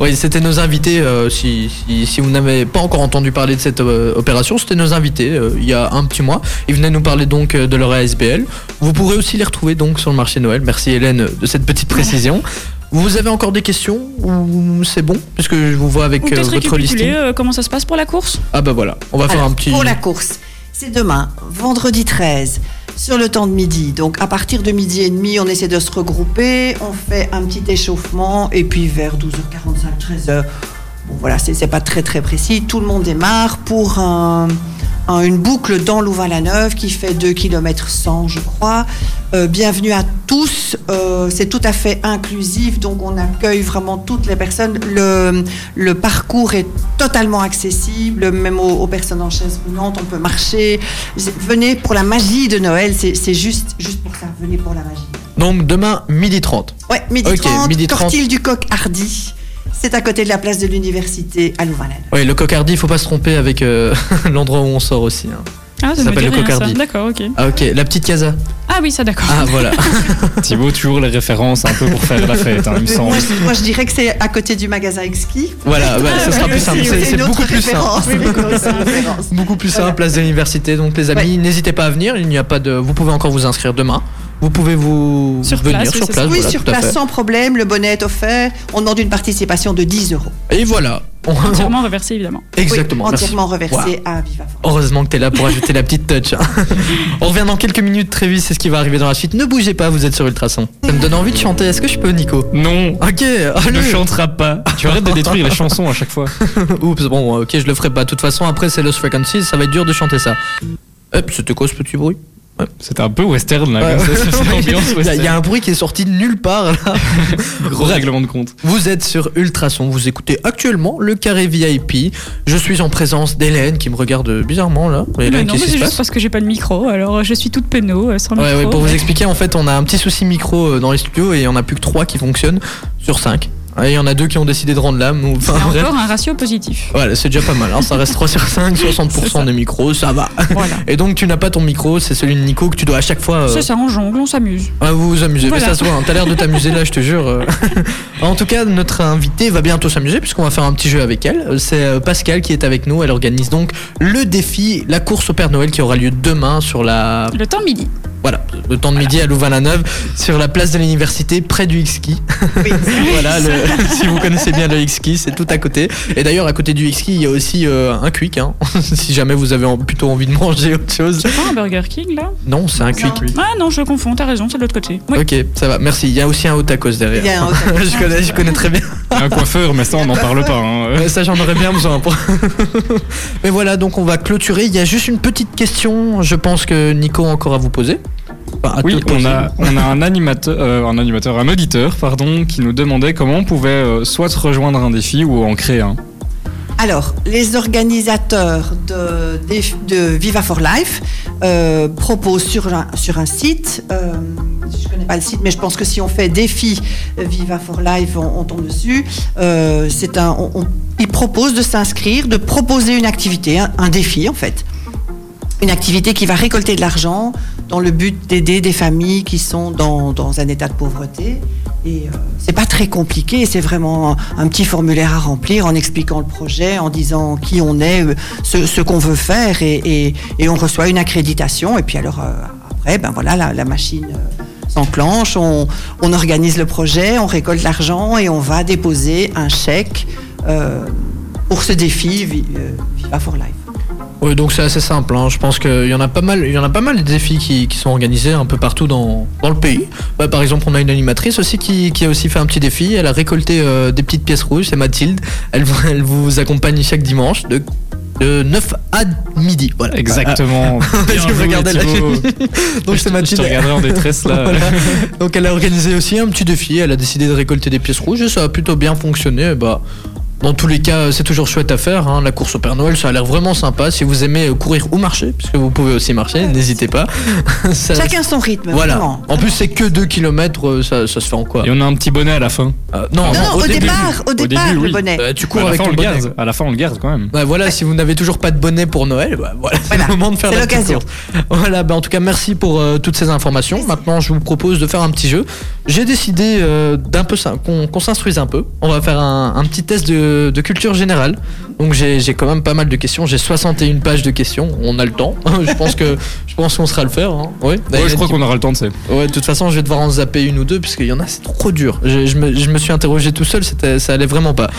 [SPEAKER 1] Oui, c'était nos invités. euh, si, si- si vous n'avez pas encore entendu parler de cette euh, opération, c'était nos invités euh, il y a un petit mois. Ils venaient nous parler donc euh, de leur ASBL. Vous pourrez aussi les retrouver donc sur le marché Noël. Merci Hélène de cette petite précision. Vous avez encore des questions ou c'est bon Puisque je vous vois avec
[SPEAKER 2] Ou
[SPEAKER 1] euh,
[SPEAKER 2] peut-être
[SPEAKER 1] votre
[SPEAKER 2] récapituler
[SPEAKER 1] listing.
[SPEAKER 2] euh, comment ça se passe pour la course
[SPEAKER 1] Ah bah voilà, on va faire
[SPEAKER 6] Alors,
[SPEAKER 1] un petit.
[SPEAKER 6] Pour la course, c'est demain, vendredi 13, sur le temps de midi. Donc à partir de midi et demi, on essaie de se regrouper, on fait un petit échauffement, et puis vers 12h45, 13h, bon voilà, c'est c'est pas très très précis, tout le monde démarre pour un, un- une boucle dans Louvain-la-Neuve qui fait 2 km 100, je crois. Euh, bienvenue à tous. Euh, c'est tout à fait inclusif, donc on accueille vraiment toutes les personnes. Le, le parcours est totalement accessible, même aux, aux personnes en chaise roulante, on peut marcher. Venez pour la magie de Noël, c'est c'est juste, juste pour ça. Venez pour la magie.
[SPEAKER 1] Donc demain, midi 30.
[SPEAKER 6] Ouais, midi
[SPEAKER 1] Ok,
[SPEAKER 6] 30,
[SPEAKER 1] midi 30.
[SPEAKER 6] Cortil du Coq Hardy. C'est à côté de la place de l'université à Louvain-la-Neuve.
[SPEAKER 1] Oui, le cocardi, il faut pas se tromper avec euh, [laughs] l'endroit où on sort aussi. hein.
[SPEAKER 2] Ah,
[SPEAKER 1] Ça
[SPEAKER 2] me
[SPEAKER 1] s'appelle
[SPEAKER 2] dit
[SPEAKER 1] le
[SPEAKER 2] rien, ça.
[SPEAKER 1] cocardi.
[SPEAKER 2] D'accord, ok.
[SPEAKER 1] Ah ok, la petite casa.
[SPEAKER 2] Ah oui, ça d'accord.
[SPEAKER 1] Ah voilà.
[SPEAKER 5] Thibaut, toujours les références un peu pour faire la fête, hein, il me
[SPEAKER 6] Mais Moi
[SPEAKER 5] semble.
[SPEAKER 6] je, moi, je dirais que c'est à côté du magasin Exki.
[SPEAKER 1] voilà, ouais, ça sera plus simple. C'est c'est beaucoup plus simple.
[SPEAKER 6] [laughs]
[SPEAKER 1] Beaucoup plus simple, place de l'université. Donc les amis, n'hésitez pas à venir. Il n'y a pas de. Vous pouvez encore vous inscrire demain. Vous pouvez vous
[SPEAKER 2] Sur
[SPEAKER 1] venir
[SPEAKER 2] place, oui,
[SPEAKER 1] sur
[SPEAKER 2] c'est
[SPEAKER 1] place.
[SPEAKER 6] Oui,
[SPEAKER 1] voilà,
[SPEAKER 6] sur
[SPEAKER 1] tout à
[SPEAKER 6] place,
[SPEAKER 1] fait.
[SPEAKER 6] sans problème, le bonnet est offert. On demande une participation de 10 euros.
[SPEAKER 1] Et voilà. On-
[SPEAKER 2] [laughs] Entièrement reversé, évidemment.
[SPEAKER 1] [laughs] Exactement.
[SPEAKER 6] Oui,
[SPEAKER 1] merci.
[SPEAKER 6] entièrement reversé
[SPEAKER 1] Wow.
[SPEAKER 6] à Viva Forêt.
[SPEAKER 1] Heureusement que t'es là pour ajouter la petite touch. [laughs] hein. On revient dans quelques minutes très vite, c'est ce qui va arriver dans la suite. Ne bougez pas, vous êtes sur Ultrason. Ça me donne envie de chanter, est-ce que je peux Nico
[SPEAKER 5] Non,
[SPEAKER 1] Ok,
[SPEAKER 5] tu ne
[SPEAKER 1] allez
[SPEAKER 5] chanteras pas. Tu arrêtes de détruire les chansons à chaque fois.
[SPEAKER 1] Oups, bon, euh, ok, je le ferai pas. De toute façon, après, c'est Lost Frequencies, ça va être dur de chanter ça. Hop, c'était quoi ce petit bruit
[SPEAKER 5] C'était un peu western, là.
[SPEAKER 1] Ouais.
[SPEAKER 5] Ah, comme ça, c'est [laughs] l'ambiance
[SPEAKER 1] [laughs] Il y a- il y, a
[SPEAKER 5] western.
[SPEAKER 1] un bruit qui est sorti de nulle part là.
[SPEAKER 5] Gros
[SPEAKER 1] Bref.
[SPEAKER 5] règlement de compte.
[SPEAKER 1] Vous êtes sur Ultrason, vous écoutez actuellement le carré VIP. Je suis en présence d'Hélène qui me regarde bizarrement là.
[SPEAKER 2] Mais
[SPEAKER 1] Hélène,
[SPEAKER 2] non,
[SPEAKER 1] qu'est-ce
[SPEAKER 2] mais
[SPEAKER 1] qui
[SPEAKER 2] c'est
[SPEAKER 1] se
[SPEAKER 2] juste
[SPEAKER 1] passe
[SPEAKER 2] parce que j'ai pas de micro, alors euh, je suis toute penaud euh, sans
[SPEAKER 1] Ouais,
[SPEAKER 2] micro.
[SPEAKER 1] ouais, pour vous expliquer, en fait, on a un petit souci micro euh, dans les studios et on a plus que 3 qui fonctionnent sur 5. Et il y en a deux qui ont décidé de rendre l'âme. ou- Enfin,
[SPEAKER 2] C'est
[SPEAKER 1] bref.
[SPEAKER 2] encore un ratio
[SPEAKER 1] [laughs]
[SPEAKER 2] positif.
[SPEAKER 1] Voilà, c'est déjà pas mal. hein. Ça reste 3 sur 5, 60% des micros, ça va.
[SPEAKER 2] Voilà.
[SPEAKER 1] Et donc, tu n'as pas ton micro, c'est celui de Nico que tu dois à chaque fois. euh,
[SPEAKER 2] C'est ça, on jongle, on s'amuse.
[SPEAKER 1] Ah, vous vous amusez,
[SPEAKER 2] Voilà.
[SPEAKER 1] mais ça se voit, hein. t'as l'air de t'amuser là, je te jure. euh. [laughs] en tout cas, notre invitée va bientôt s'amuser puisqu'on va faire un petit jeu avec elle. Euh, C'est euh, Pascal qui est avec nous, elle organise donc le défi, la course au Père Noël qui aura lieu demain sur la...
[SPEAKER 2] Le temps midi.
[SPEAKER 1] Voilà, le temps de midi à Louvain-la-Neuve, sur la place de l'université, près du X-Ski.
[SPEAKER 6] Oui. [laughs]
[SPEAKER 1] voilà, le- [laughs] si vous connaissez bien le X-Ski, c'est tout à côté. Et d'ailleurs, à côté du X-Ski, il y a aussi euh, un quick, hein. [laughs] si jamais vous avez en- plutôt envie de manger autre chose.
[SPEAKER 2] C'est pas un Burger King là
[SPEAKER 1] Non, c'est un quick.
[SPEAKER 2] Ah non, je confonds, t'as raison, c'est de l'autre côté. Oui.
[SPEAKER 1] Ok, ça va, merci. Il y a aussi un haut tacos derrière.
[SPEAKER 6] Il y a un haut tacos.
[SPEAKER 1] [laughs] je, connais, je connais très bien.
[SPEAKER 5] Un coiffeur, mais ça, on n'en parle pas. hein.
[SPEAKER 1] Ouais, ça, j'en aurais bien besoin. pour- [laughs] Mais voilà, donc on va clôturer. Il y a juste une petite question, je pense que Nico a encore à vous poser. Enfin, à te
[SPEAKER 5] Oui, on
[SPEAKER 1] poser.
[SPEAKER 5] a, on a un, animateur, euh, un animateur, un auditeur, pardon, qui nous demandait comment on pouvait euh, soit rejoindre un défi ou en créer un.
[SPEAKER 6] Alors, les organisateurs de, des- de Viva for Life euh, proposent sur un, sur un site, euh, je ne connais pas le site, mais je pense que si on fait défi euh, Viva for Life, on, on tombe dessus. Euh, c'est un, on- on- ils proposent de s'inscrire, de proposer une activité, un- un défi en fait une activité qui va récolter de l'argent dans le but d'aider des familles qui sont dans, dans un état de pauvreté. Et euh, c'est pas très compliqué, c'est vraiment un petit formulaire à remplir en expliquant le projet, en disant qui on est, euh, ce, ce qu'on veut faire, et, et- et on reçoit une accréditation. Et puis alors euh, après, ben voilà, la, la machine euh, s'enclenche, on, on organise le projet, on récolte l'argent et on va déposer un chèque euh, pour ce défi Vi- euh, Viva for Life.
[SPEAKER 1] Ouais, donc c'est assez simple. hein. Je pense qu'il y en a pas mal, il y en a pas mal de défis qui, qui sont organisés un peu partout dans, dans le pays. Bah, par exemple, on a une animatrice aussi qui, qui a aussi fait un petit défi. Elle a récolté euh, des petites pièces rouges. C'est Mathilde. Elle, vous- elle vous accompagne chaque dimanche de, de 9 à midi. Voilà. [laughs]
[SPEAKER 5] Exactement.
[SPEAKER 1] Parce que
[SPEAKER 5] Ah, Bien
[SPEAKER 1] je
[SPEAKER 5] joué,
[SPEAKER 1] regardais la-
[SPEAKER 5] Thibaut.
[SPEAKER 1] Ah, donc
[SPEAKER 5] Je te-
[SPEAKER 1] c'est
[SPEAKER 5] Je
[SPEAKER 1] Mathilde.
[SPEAKER 5] te regarderai en détresse
[SPEAKER 1] [laughs]
[SPEAKER 5] là. [laughs]
[SPEAKER 1] Voilà. Donc elle a organisé aussi un petit défi, elle a décidé de récolter des pièces rouges et ça a plutôt bien fonctionné. Et Bah, dans tous les cas, c'est toujours chouette à faire. hein. La course au Père Noël, ça a l'air vraiment sympa. Si vous aimez euh, courir ou marcher, puisque vous pouvez aussi marcher, n'hésitez pas. [laughs] Ça-
[SPEAKER 6] Chacun son rythme,
[SPEAKER 1] Euh, Voilà.
[SPEAKER 6] vraiment.
[SPEAKER 1] En plus, c'est que 2 km, ça, ça se fait en quoi
[SPEAKER 5] Et on a un petit bonnet à la fin.
[SPEAKER 1] Euh, Non,
[SPEAKER 6] Ah Non, non, au, départ, au
[SPEAKER 5] Au début,
[SPEAKER 6] départ,
[SPEAKER 5] oui.
[SPEAKER 6] le bonnet.
[SPEAKER 1] Euh, tu
[SPEAKER 5] À
[SPEAKER 1] cours
[SPEAKER 5] la
[SPEAKER 1] avec
[SPEAKER 5] fin, on
[SPEAKER 1] ton
[SPEAKER 5] le
[SPEAKER 1] bonnet.
[SPEAKER 5] garde. À la fin, on le garde quand même.
[SPEAKER 1] Bah voilà, si vous n'avez toujours pas de bonnet pour Noël, bah voilà, [laughs] c'est
[SPEAKER 6] Voilà,
[SPEAKER 1] le moment de faire
[SPEAKER 6] c'est
[SPEAKER 1] la petite
[SPEAKER 6] l'occasion.
[SPEAKER 1] course. Voilà, bah en tout cas, merci pour euh, toutes ces informations. Maintenant, je vous propose de faire un petit jeu. J'ai décidé euh, d'un peu ça, qu'on qu'on s'instruise un peu. On va faire un, un petit test de, de culture générale. Donc j'ai j'ai quand même pas mal de questions. J'ai 61 pages de questions. On a le temps. [laughs] je pense que je pense qu'on sera le faire. hein. Oui.
[SPEAKER 5] Ouais, je crois qu'on aura le temps de ça.
[SPEAKER 1] Ouais, de toute façon, je vais devoir en zapper une ou deux, parce qu'il y en a, c'est trop dur. Je, je me, je me suis interrogé tout seul, c'était- ça allait vraiment pas.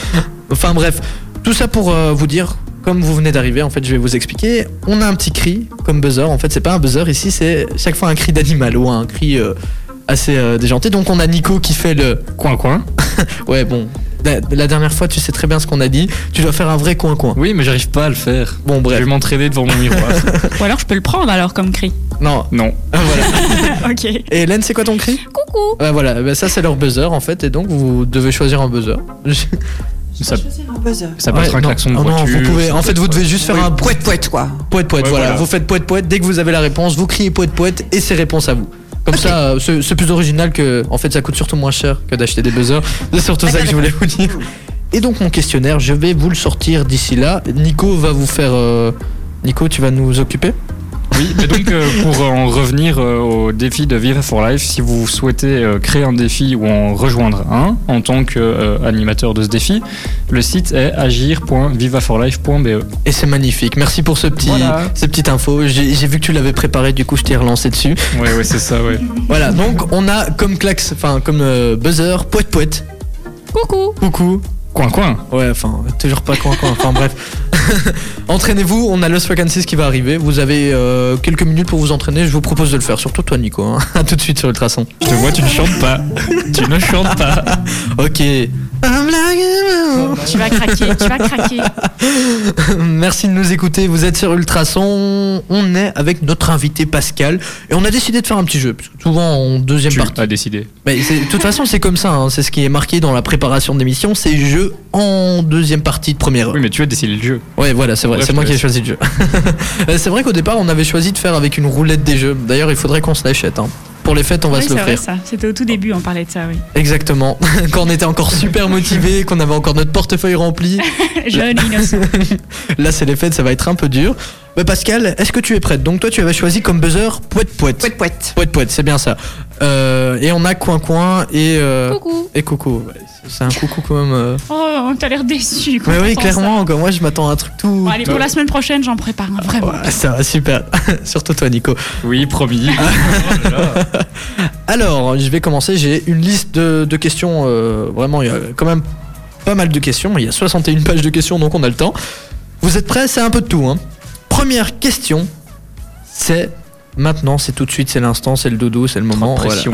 [SPEAKER 1] Enfin bref, tout ça pour euh, vous dire, comme vous venez d'arriver, en fait, je vais vous expliquer. On a un petit cri, comme buzzer. En fait, c'est pas un buzzer ici, c'est chaque fois un cri d'animal ou un cri euh, assez euh, déjanté. Donc on a Nico qui fait le.
[SPEAKER 5] Coin, coin.
[SPEAKER 1] Ouais, bon. la, la dernière fois, tu sais très bien ce qu'on a dit. Tu dois faire un vrai coin-coin.
[SPEAKER 5] Oui, mais j'arrive pas à le faire.
[SPEAKER 1] Bon,
[SPEAKER 5] Je
[SPEAKER 1] bref.
[SPEAKER 5] vais m'entraîner devant mon miroir.
[SPEAKER 2] Ou alors je peux le prendre alors comme cri.
[SPEAKER 1] Non.
[SPEAKER 5] [laughs] non.
[SPEAKER 1] Ah, voilà.
[SPEAKER 2] ok.
[SPEAKER 1] Et Hélène, c'est quoi ton cri
[SPEAKER 2] Coucou.
[SPEAKER 1] Ouais, Voilà, bah, ça c'est leur buzzer en fait, et donc vous devez choisir un buzzer.
[SPEAKER 5] Ça,
[SPEAKER 6] Un buzzer.
[SPEAKER 5] ça peut être
[SPEAKER 1] Ouais,
[SPEAKER 5] un
[SPEAKER 1] non.
[SPEAKER 5] klaxon de
[SPEAKER 1] Oh non,
[SPEAKER 5] voiture.
[SPEAKER 1] vous pouvez, en
[SPEAKER 5] ça
[SPEAKER 1] fait,
[SPEAKER 5] peut
[SPEAKER 1] vous
[SPEAKER 5] être-
[SPEAKER 1] devez juste faire
[SPEAKER 6] Oui,
[SPEAKER 1] un
[SPEAKER 6] pouet pouet quoi.
[SPEAKER 1] poète poète.
[SPEAKER 5] Ouais,
[SPEAKER 1] voilà.
[SPEAKER 5] voilà.
[SPEAKER 1] vous faites poète poète. Dès que vous avez la réponse, vous criez poète poète et c'est réponse à vous. Comme ça, euh, c'est c'est plus original que. En fait, ça coûte surtout moins cher que d'acheter des buzzers. C'est surtout ça que je voulais vous dire. Et donc mon questionnaire, je vais vous le sortir d'ici là. Nico va vous faire. euh, Nico, tu vas nous occuper
[SPEAKER 5] Oui, mais donc euh, pour en revenir euh, au défi de Viva for Life, si vous souhaitez euh, créer un défi ou en rejoindre un en tant qu'animateur de ce défi, le site est agir.vivaforlife.be.
[SPEAKER 1] Et c'est magnifique. Merci pour ce petit,
[SPEAKER 5] Voilà.
[SPEAKER 1] ces petites infos. J'ai j'ai vu que tu l'avais préparé, du coup je t'ai relancé dessus.
[SPEAKER 5] Ouais, ouais, c'est ça, ouais.
[SPEAKER 1] Voilà, donc on a comme clax, enfin comme euh, buzzer, poète poète,
[SPEAKER 2] Coucou.
[SPEAKER 1] coucou.
[SPEAKER 5] Coin, coin.
[SPEAKER 1] Ouais, enfin, toujours pas quoi, quoi. Enfin bref. [laughs] Entraînez-vous, on a le Swag and Six qui va arriver. Vous avez euh, quelques minutes pour vous entraîner. Je vous propose de le faire, surtout toi, Nico. hein. [laughs] À tout de suite sur Ultrason.
[SPEAKER 5] Je te vois, tu ne chantes pas. tu ne chantes pas.
[SPEAKER 1] Ok.
[SPEAKER 2] Tu vas craquer, tu vas craquer.
[SPEAKER 1] [laughs] Merci de nous écouter. Vous êtes sur Ultrason. On est avec notre invité Pascal. Et on a décidé de faire un petit jeu. Parce que souvent, en deuxième
[SPEAKER 5] Tu
[SPEAKER 1] partie.
[SPEAKER 5] as décidé.
[SPEAKER 1] Mais c'est- de toute façon, c'est comme ça. hein. C'est ce qui est marqué dans la préparation de l'émission. C'est jeu en deuxième partie de première heure.
[SPEAKER 5] Oui, mais tu as décidé le jeu.
[SPEAKER 1] Ouais, voilà, c'est vrai.
[SPEAKER 5] Bref,
[SPEAKER 1] C'est moi
[SPEAKER 5] je
[SPEAKER 1] qui ai
[SPEAKER 5] laisse.
[SPEAKER 1] choisi le jeu. [laughs] Euh, c'est vrai qu'au départ, on avait choisi de faire avec une roulette des jeux. D'ailleurs, il faudrait qu'on se l'achète. hein. Pour les fêtes, on va
[SPEAKER 2] oui,
[SPEAKER 1] se
[SPEAKER 2] c'est vrai
[SPEAKER 1] l'offrir.
[SPEAKER 2] ça. C'était au tout début, on parlait de ça,
[SPEAKER 1] [laughs]
[SPEAKER 2] oui.
[SPEAKER 1] Exactement. Quand on était encore super motivés, qu'on avait encore notre portefeuille rempli.
[SPEAKER 2] Jeune et innocent.
[SPEAKER 1] Là, c'est les fêtes, ça va être un peu dur. Mais Pascal, est-ce que tu es prête Donc toi, tu avais choisi comme buzzer poète poète.
[SPEAKER 6] Pouet pouet.
[SPEAKER 1] Poète poète, c'est bien ça. Euh, et on a coin coin et euh,
[SPEAKER 2] Coucou.
[SPEAKER 1] et coucou. Ouais, c'est un coucou quand même. euh.
[SPEAKER 2] Oh, t'as l'air déçu. quand
[SPEAKER 1] Mais oui,
[SPEAKER 2] t'entends ça.
[SPEAKER 1] clairement. encore Moi, je m'attends à un truc tout.
[SPEAKER 2] Bon, allez, pour la semaine prochaine, j'en prépare un, vraiment.
[SPEAKER 1] Ouais, ça va super. [laughs] Surtout toi, Nico.
[SPEAKER 5] Oui, promis.
[SPEAKER 1] Ah, Alors, je vais commencer. J'ai une liste de, de questions. euh, vraiment, il y a quand même pas mal de questions. Il y a 61 pages de questions, donc on a le temps. Vous êtes prêts C'est un peu de tout. hein. Première question, c'est maintenant, c'est tout de suite, c'est l'instant, c'est le dodo, c'est le moment. voilà.
[SPEAKER 5] Pression.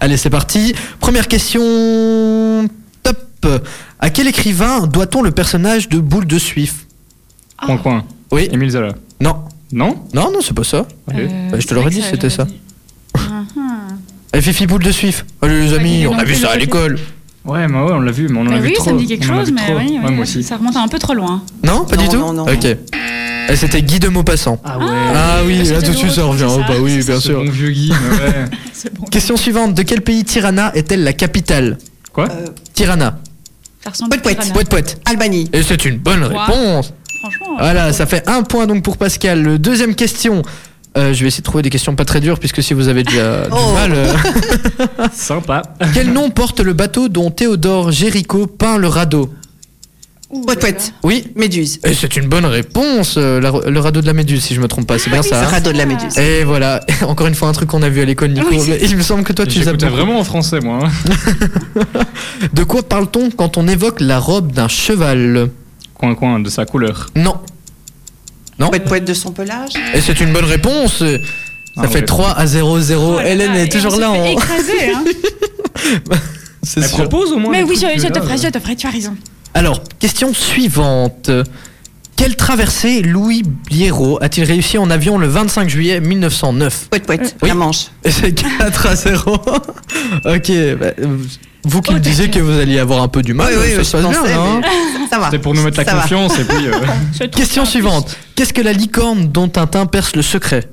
[SPEAKER 1] Allez, c'est parti. Première question. Top. À quel écrivain doit-on le personnage de Boule de Suif
[SPEAKER 5] Coin, coin.
[SPEAKER 1] Oui.
[SPEAKER 5] Émile Zola.
[SPEAKER 1] Non.
[SPEAKER 5] Non
[SPEAKER 1] Non, non, c'est pas ça.
[SPEAKER 5] Allez.
[SPEAKER 2] Euh,
[SPEAKER 1] Bah, je te l'aurais dit, c'était ça.
[SPEAKER 2] Ah, On
[SPEAKER 1] Eh, Fifi Boule de Suif. Allez, les amis,
[SPEAKER 2] Ouais,
[SPEAKER 1] on a vu ça à l'école.
[SPEAKER 5] Ouais, mais ouais, on l'a vu, mais on en a vu
[SPEAKER 2] Bah oui,
[SPEAKER 5] trop.
[SPEAKER 2] ça me dit quelque
[SPEAKER 5] On en a
[SPEAKER 2] chose,
[SPEAKER 5] vu
[SPEAKER 2] mais
[SPEAKER 5] trop.
[SPEAKER 2] oui, oui,
[SPEAKER 5] Ouais, moi
[SPEAKER 2] oui,
[SPEAKER 5] aussi.
[SPEAKER 2] ça remonte un peu
[SPEAKER 1] [laughs]
[SPEAKER 2] trop loin.
[SPEAKER 1] Non, pas
[SPEAKER 6] Non,
[SPEAKER 1] du tout
[SPEAKER 6] non, non,
[SPEAKER 1] Ok. Et C'était Guy de Maupassant.
[SPEAKER 5] Ah
[SPEAKER 1] Ah oui,
[SPEAKER 2] parce que
[SPEAKER 1] là tout de
[SPEAKER 2] de
[SPEAKER 1] suite ça
[SPEAKER 2] retour,
[SPEAKER 1] revient.
[SPEAKER 2] c'est
[SPEAKER 1] Oh,
[SPEAKER 2] ça,
[SPEAKER 1] bah oui,
[SPEAKER 2] c'est
[SPEAKER 1] bien
[SPEAKER 5] Ce
[SPEAKER 1] sûr.
[SPEAKER 5] bon vieux [laughs] Guy, mais ouais.
[SPEAKER 2] C'est bon.
[SPEAKER 1] Question suivante de quel pays Tirana est-elle la capitale Euh,
[SPEAKER 5] Quoi
[SPEAKER 1] Tirana.
[SPEAKER 2] Ça ressemble
[SPEAKER 6] Poète, poète,
[SPEAKER 2] à
[SPEAKER 1] Poète poète.
[SPEAKER 6] Albanie.
[SPEAKER 1] Et c'est une bonne
[SPEAKER 2] Wow.
[SPEAKER 1] réponse.
[SPEAKER 2] Franchement, euh,
[SPEAKER 1] Voilà, ça fait un point donc pour Pascal. Le Deuxième question. Euh, je vais essayer de trouver des questions pas très dures puisque si vous avez déjà du
[SPEAKER 6] Oh.
[SPEAKER 1] mal.
[SPEAKER 6] [laughs]
[SPEAKER 1] euh,
[SPEAKER 5] Sympa.
[SPEAKER 1] Quel nom porte le bateau dont Théodore Géricault peint le radeau
[SPEAKER 6] Pouet pouet.
[SPEAKER 1] Oui.
[SPEAKER 6] Méduse.
[SPEAKER 1] Et c'est une bonne réponse. euh, la- le radeau de la Méduse, si je me trompe pas, c'est bien
[SPEAKER 6] Le
[SPEAKER 1] ça. hein
[SPEAKER 6] radeau de la
[SPEAKER 2] Ah,
[SPEAKER 6] méduse.
[SPEAKER 1] Et voilà, [laughs] encore une fois un truc qu'on a vu à l'école, Nico.
[SPEAKER 2] Oui, c'est-
[SPEAKER 1] Mais Il me semble que toi tu les as
[SPEAKER 5] J'écoutais
[SPEAKER 1] beaucoup.
[SPEAKER 5] vraiment en français, moi. hein.
[SPEAKER 1] De quoi parle-t-on quand on évoque la robe d'un cheval
[SPEAKER 5] Coin, coin, de sa couleur.
[SPEAKER 1] Non.
[SPEAKER 6] Pouet pouet de son pelage.
[SPEAKER 1] Et c'est une bonne réponse. Ça
[SPEAKER 5] Ah
[SPEAKER 1] fait
[SPEAKER 5] ouais.
[SPEAKER 1] 3 à 0, 0.
[SPEAKER 2] voilà,
[SPEAKER 1] Oh, Hélène
[SPEAKER 2] Oh et
[SPEAKER 1] est
[SPEAKER 2] on
[SPEAKER 1] toujours
[SPEAKER 2] s'est
[SPEAKER 1] là.
[SPEAKER 2] fait
[SPEAKER 1] en-
[SPEAKER 2] écraser,
[SPEAKER 1] [laughs]
[SPEAKER 2] hein.
[SPEAKER 1] C'est
[SPEAKER 5] Elle
[SPEAKER 1] sûr.
[SPEAKER 5] propose au moins.
[SPEAKER 2] Mais
[SPEAKER 5] des
[SPEAKER 2] oui,
[SPEAKER 5] trucs
[SPEAKER 2] je, je
[SPEAKER 5] plus
[SPEAKER 2] te
[SPEAKER 5] là.
[SPEAKER 2] ferai,
[SPEAKER 1] euh,
[SPEAKER 2] je te ferai, tu as raison.
[SPEAKER 1] Alors, question suivante. Quelle traversée Louis Biérot a-t-il réussi en avion le 25 juillet 1909
[SPEAKER 6] Pouet pouet.
[SPEAKER 1] Oui.
[SPEAKER 6] La manche.
[SPEAKER 1] Et c'est 4 à 0. [laughs] ok, bah, euh, vous qui me disiez que vous alliez avoir un peu du mal,
[SPEAKER 6] Oui, oui,
[SPEAKER 1] Ah, ça
[SPEAKER 6] oui,
[SPEAKER 1] se
[SPEAKER 6] je
[SPEAKER 1] passe bien.
[SPEAKER 6] pensais,
[SPEAKER 1] hein.
[SPEAKER 6] mais Ça va.
[SPEAKER 5] C'était pour nous mettre la
[SPEAKER 6] Ça va.
[SPEAKER 5] confiance et puis. euh,
[SPEAKER 2] [laughs] Je te
[SPEAKER 1] Question
[SPEAKER 2] ferai.
[SPEAKER 1] suivante. Qu'est-ce que la licorne dont Tintin perce le secret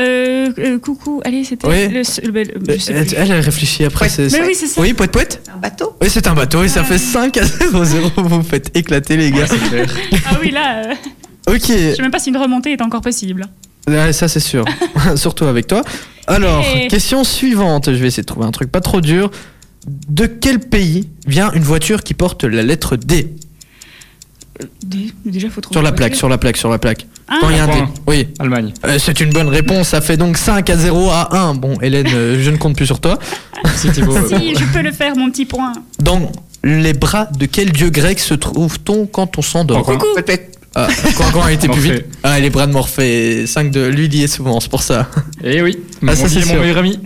[SPEAKER 2] Euh, euh, coucou, allez, c'était
[SPEAKER 1] Oui. Euh,
[SPEAKER 2] le, le- le- le- je sais
[SPEAKER 1] Elle,
[SPEAKER 2] plus.
[SPEAKER 1] elle réfléchit après.
[SPEAKER 6] Ouais.
[SPEAKER 1] c'est-
[SPEAKER 2] Mais oui, c'est ça.
[SPEAKER 1] Oui, poète poète
[SPEAKER 6] Un bateau.
[SPEAKER 1] Oui, c'est un bateau et ça fait 5 à 0, 0. [laughs] Vous faites éclater, les gars.
[SPEAKER 5] c'est clair.
[SPEAKER 2] Ah oui, là, euh,
[SPEAKER 1] Ok,
[SPEAKER 2] je sais même pas si une remontée est encore possible.
[SPEAKER 1] Ouais, ça c'est sûr. [laughs] Surtout avec toi. Alors,
[SPEAKER 2] Hey.
[SPEAKER 1] question suivante. Je vais essayer de trouver un truc pas trop dur. De quel pays vient une voiture qui porte la lettre D
[SPEAKER 2] Dé- Déjà, faut trouver.
[SPEAKER 1] Sur la
[SPEAKER 2] une
[SPEAKER 1] plaque,
[SPEAKER 2] voiture.
[SPEAKER 1] sur la plaque, sur la plaque.
[SPEAKER 2] Ah,
[SPEAKER 1] Quand il y a un D.
[SPEAKER 5] point.
[SPEAKER 1] Oui,
[SPEAKER 5] Allemagne.
[SPEAKER 1] Euh, c'est une bonne réponse. Ça fait donc 5 à 0 à 1. Bon, Hélène, euh, je ne compte plus sur toi.
[SPEAKER 5] Si Thibaut. euh,
[SPEAKER 2] Ah, si, je peux le faire, mon petit point.
[SPEAKER 1] Dans les bras de quel dieu grec se trouve-t-on quand on s'endort
[SPEAKER 5] Encore.
[SPEAKER 2] Coucou.
[SPEAKER 6] Pouet pouet.
[SPEAKER 1] Ah, quand, quand a été plus
[SPEAKER 5] Morphée.
[SPEAKER 1] vite Ah, les bras de Morphée, 5 de lui, il y est souvent, c'est pour ça.
[SPEAKER 5] Eh oui,
[SPEAKER 1] Ah,
[SPEAKER 5] mon,
[SPEAKER 1] ça, c'est
[SPEAKER 5] vieil- mon
[SPEAKER 1] sûr.
[SPEAKER 5] meilleur ami.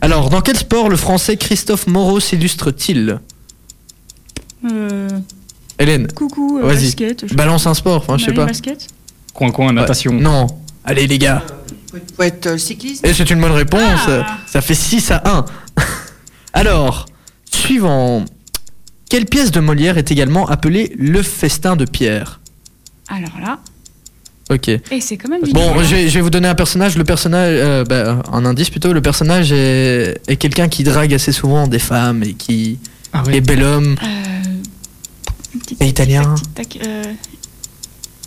[SPEAKER 1] Alors, dans quel sport le français Christophe Moreau s'illustre-t-il
[SPEAKER 2] Euh,
[SPEAKER 1] Hélène,
[SPEAKER 2] coucou, euh,
[SPEAKER 1] Vas-y.
[SPEAKER 2] basket. je- Bah,
[SPEAKER 1] balance un sport, enfin, je sais
[SPEAKER 2] Ballet,
[SPEAKER 1] pas.
[SPEAKER 2] basket
[SPEAKER 5] Coin coin, natation.
[SPEAKER 1] Ouais. Non. Allez les gars,
[SPEAKER 6] Peut être euh, cycliste.
[SPEAKER 1] et c'est une bonne réponse.
[SPEAKER 2] Ah.
[SPEAKER 1] Ça fait 6 à 1. [laughs] Alors, suivant. Quelle pièce de Molière est également appelée Le festin de Pierre
[SPEAKER 2] Alors là,
[SPEAKER 1] Ok.
[SPEAKER 2] et c'est quand même du
[SPEAKER 1] Bon,
[SPEAKER 2] dur.
[SPEAKER 1] je vais, je vais vous donner un personnage. Le personnage, euh, bah, un indice plutôt. Le personnage est, est quelqu'un qui drague assez souvent des femmes et qui
[SPEAKER 5] Ah
[SPEAKER 1] est bel homme.
[SPEAKER 2] Euh, une petite-
[SPEAKER 1] Et italien.
[SPEAKER 2] tac, tac, tac, euh,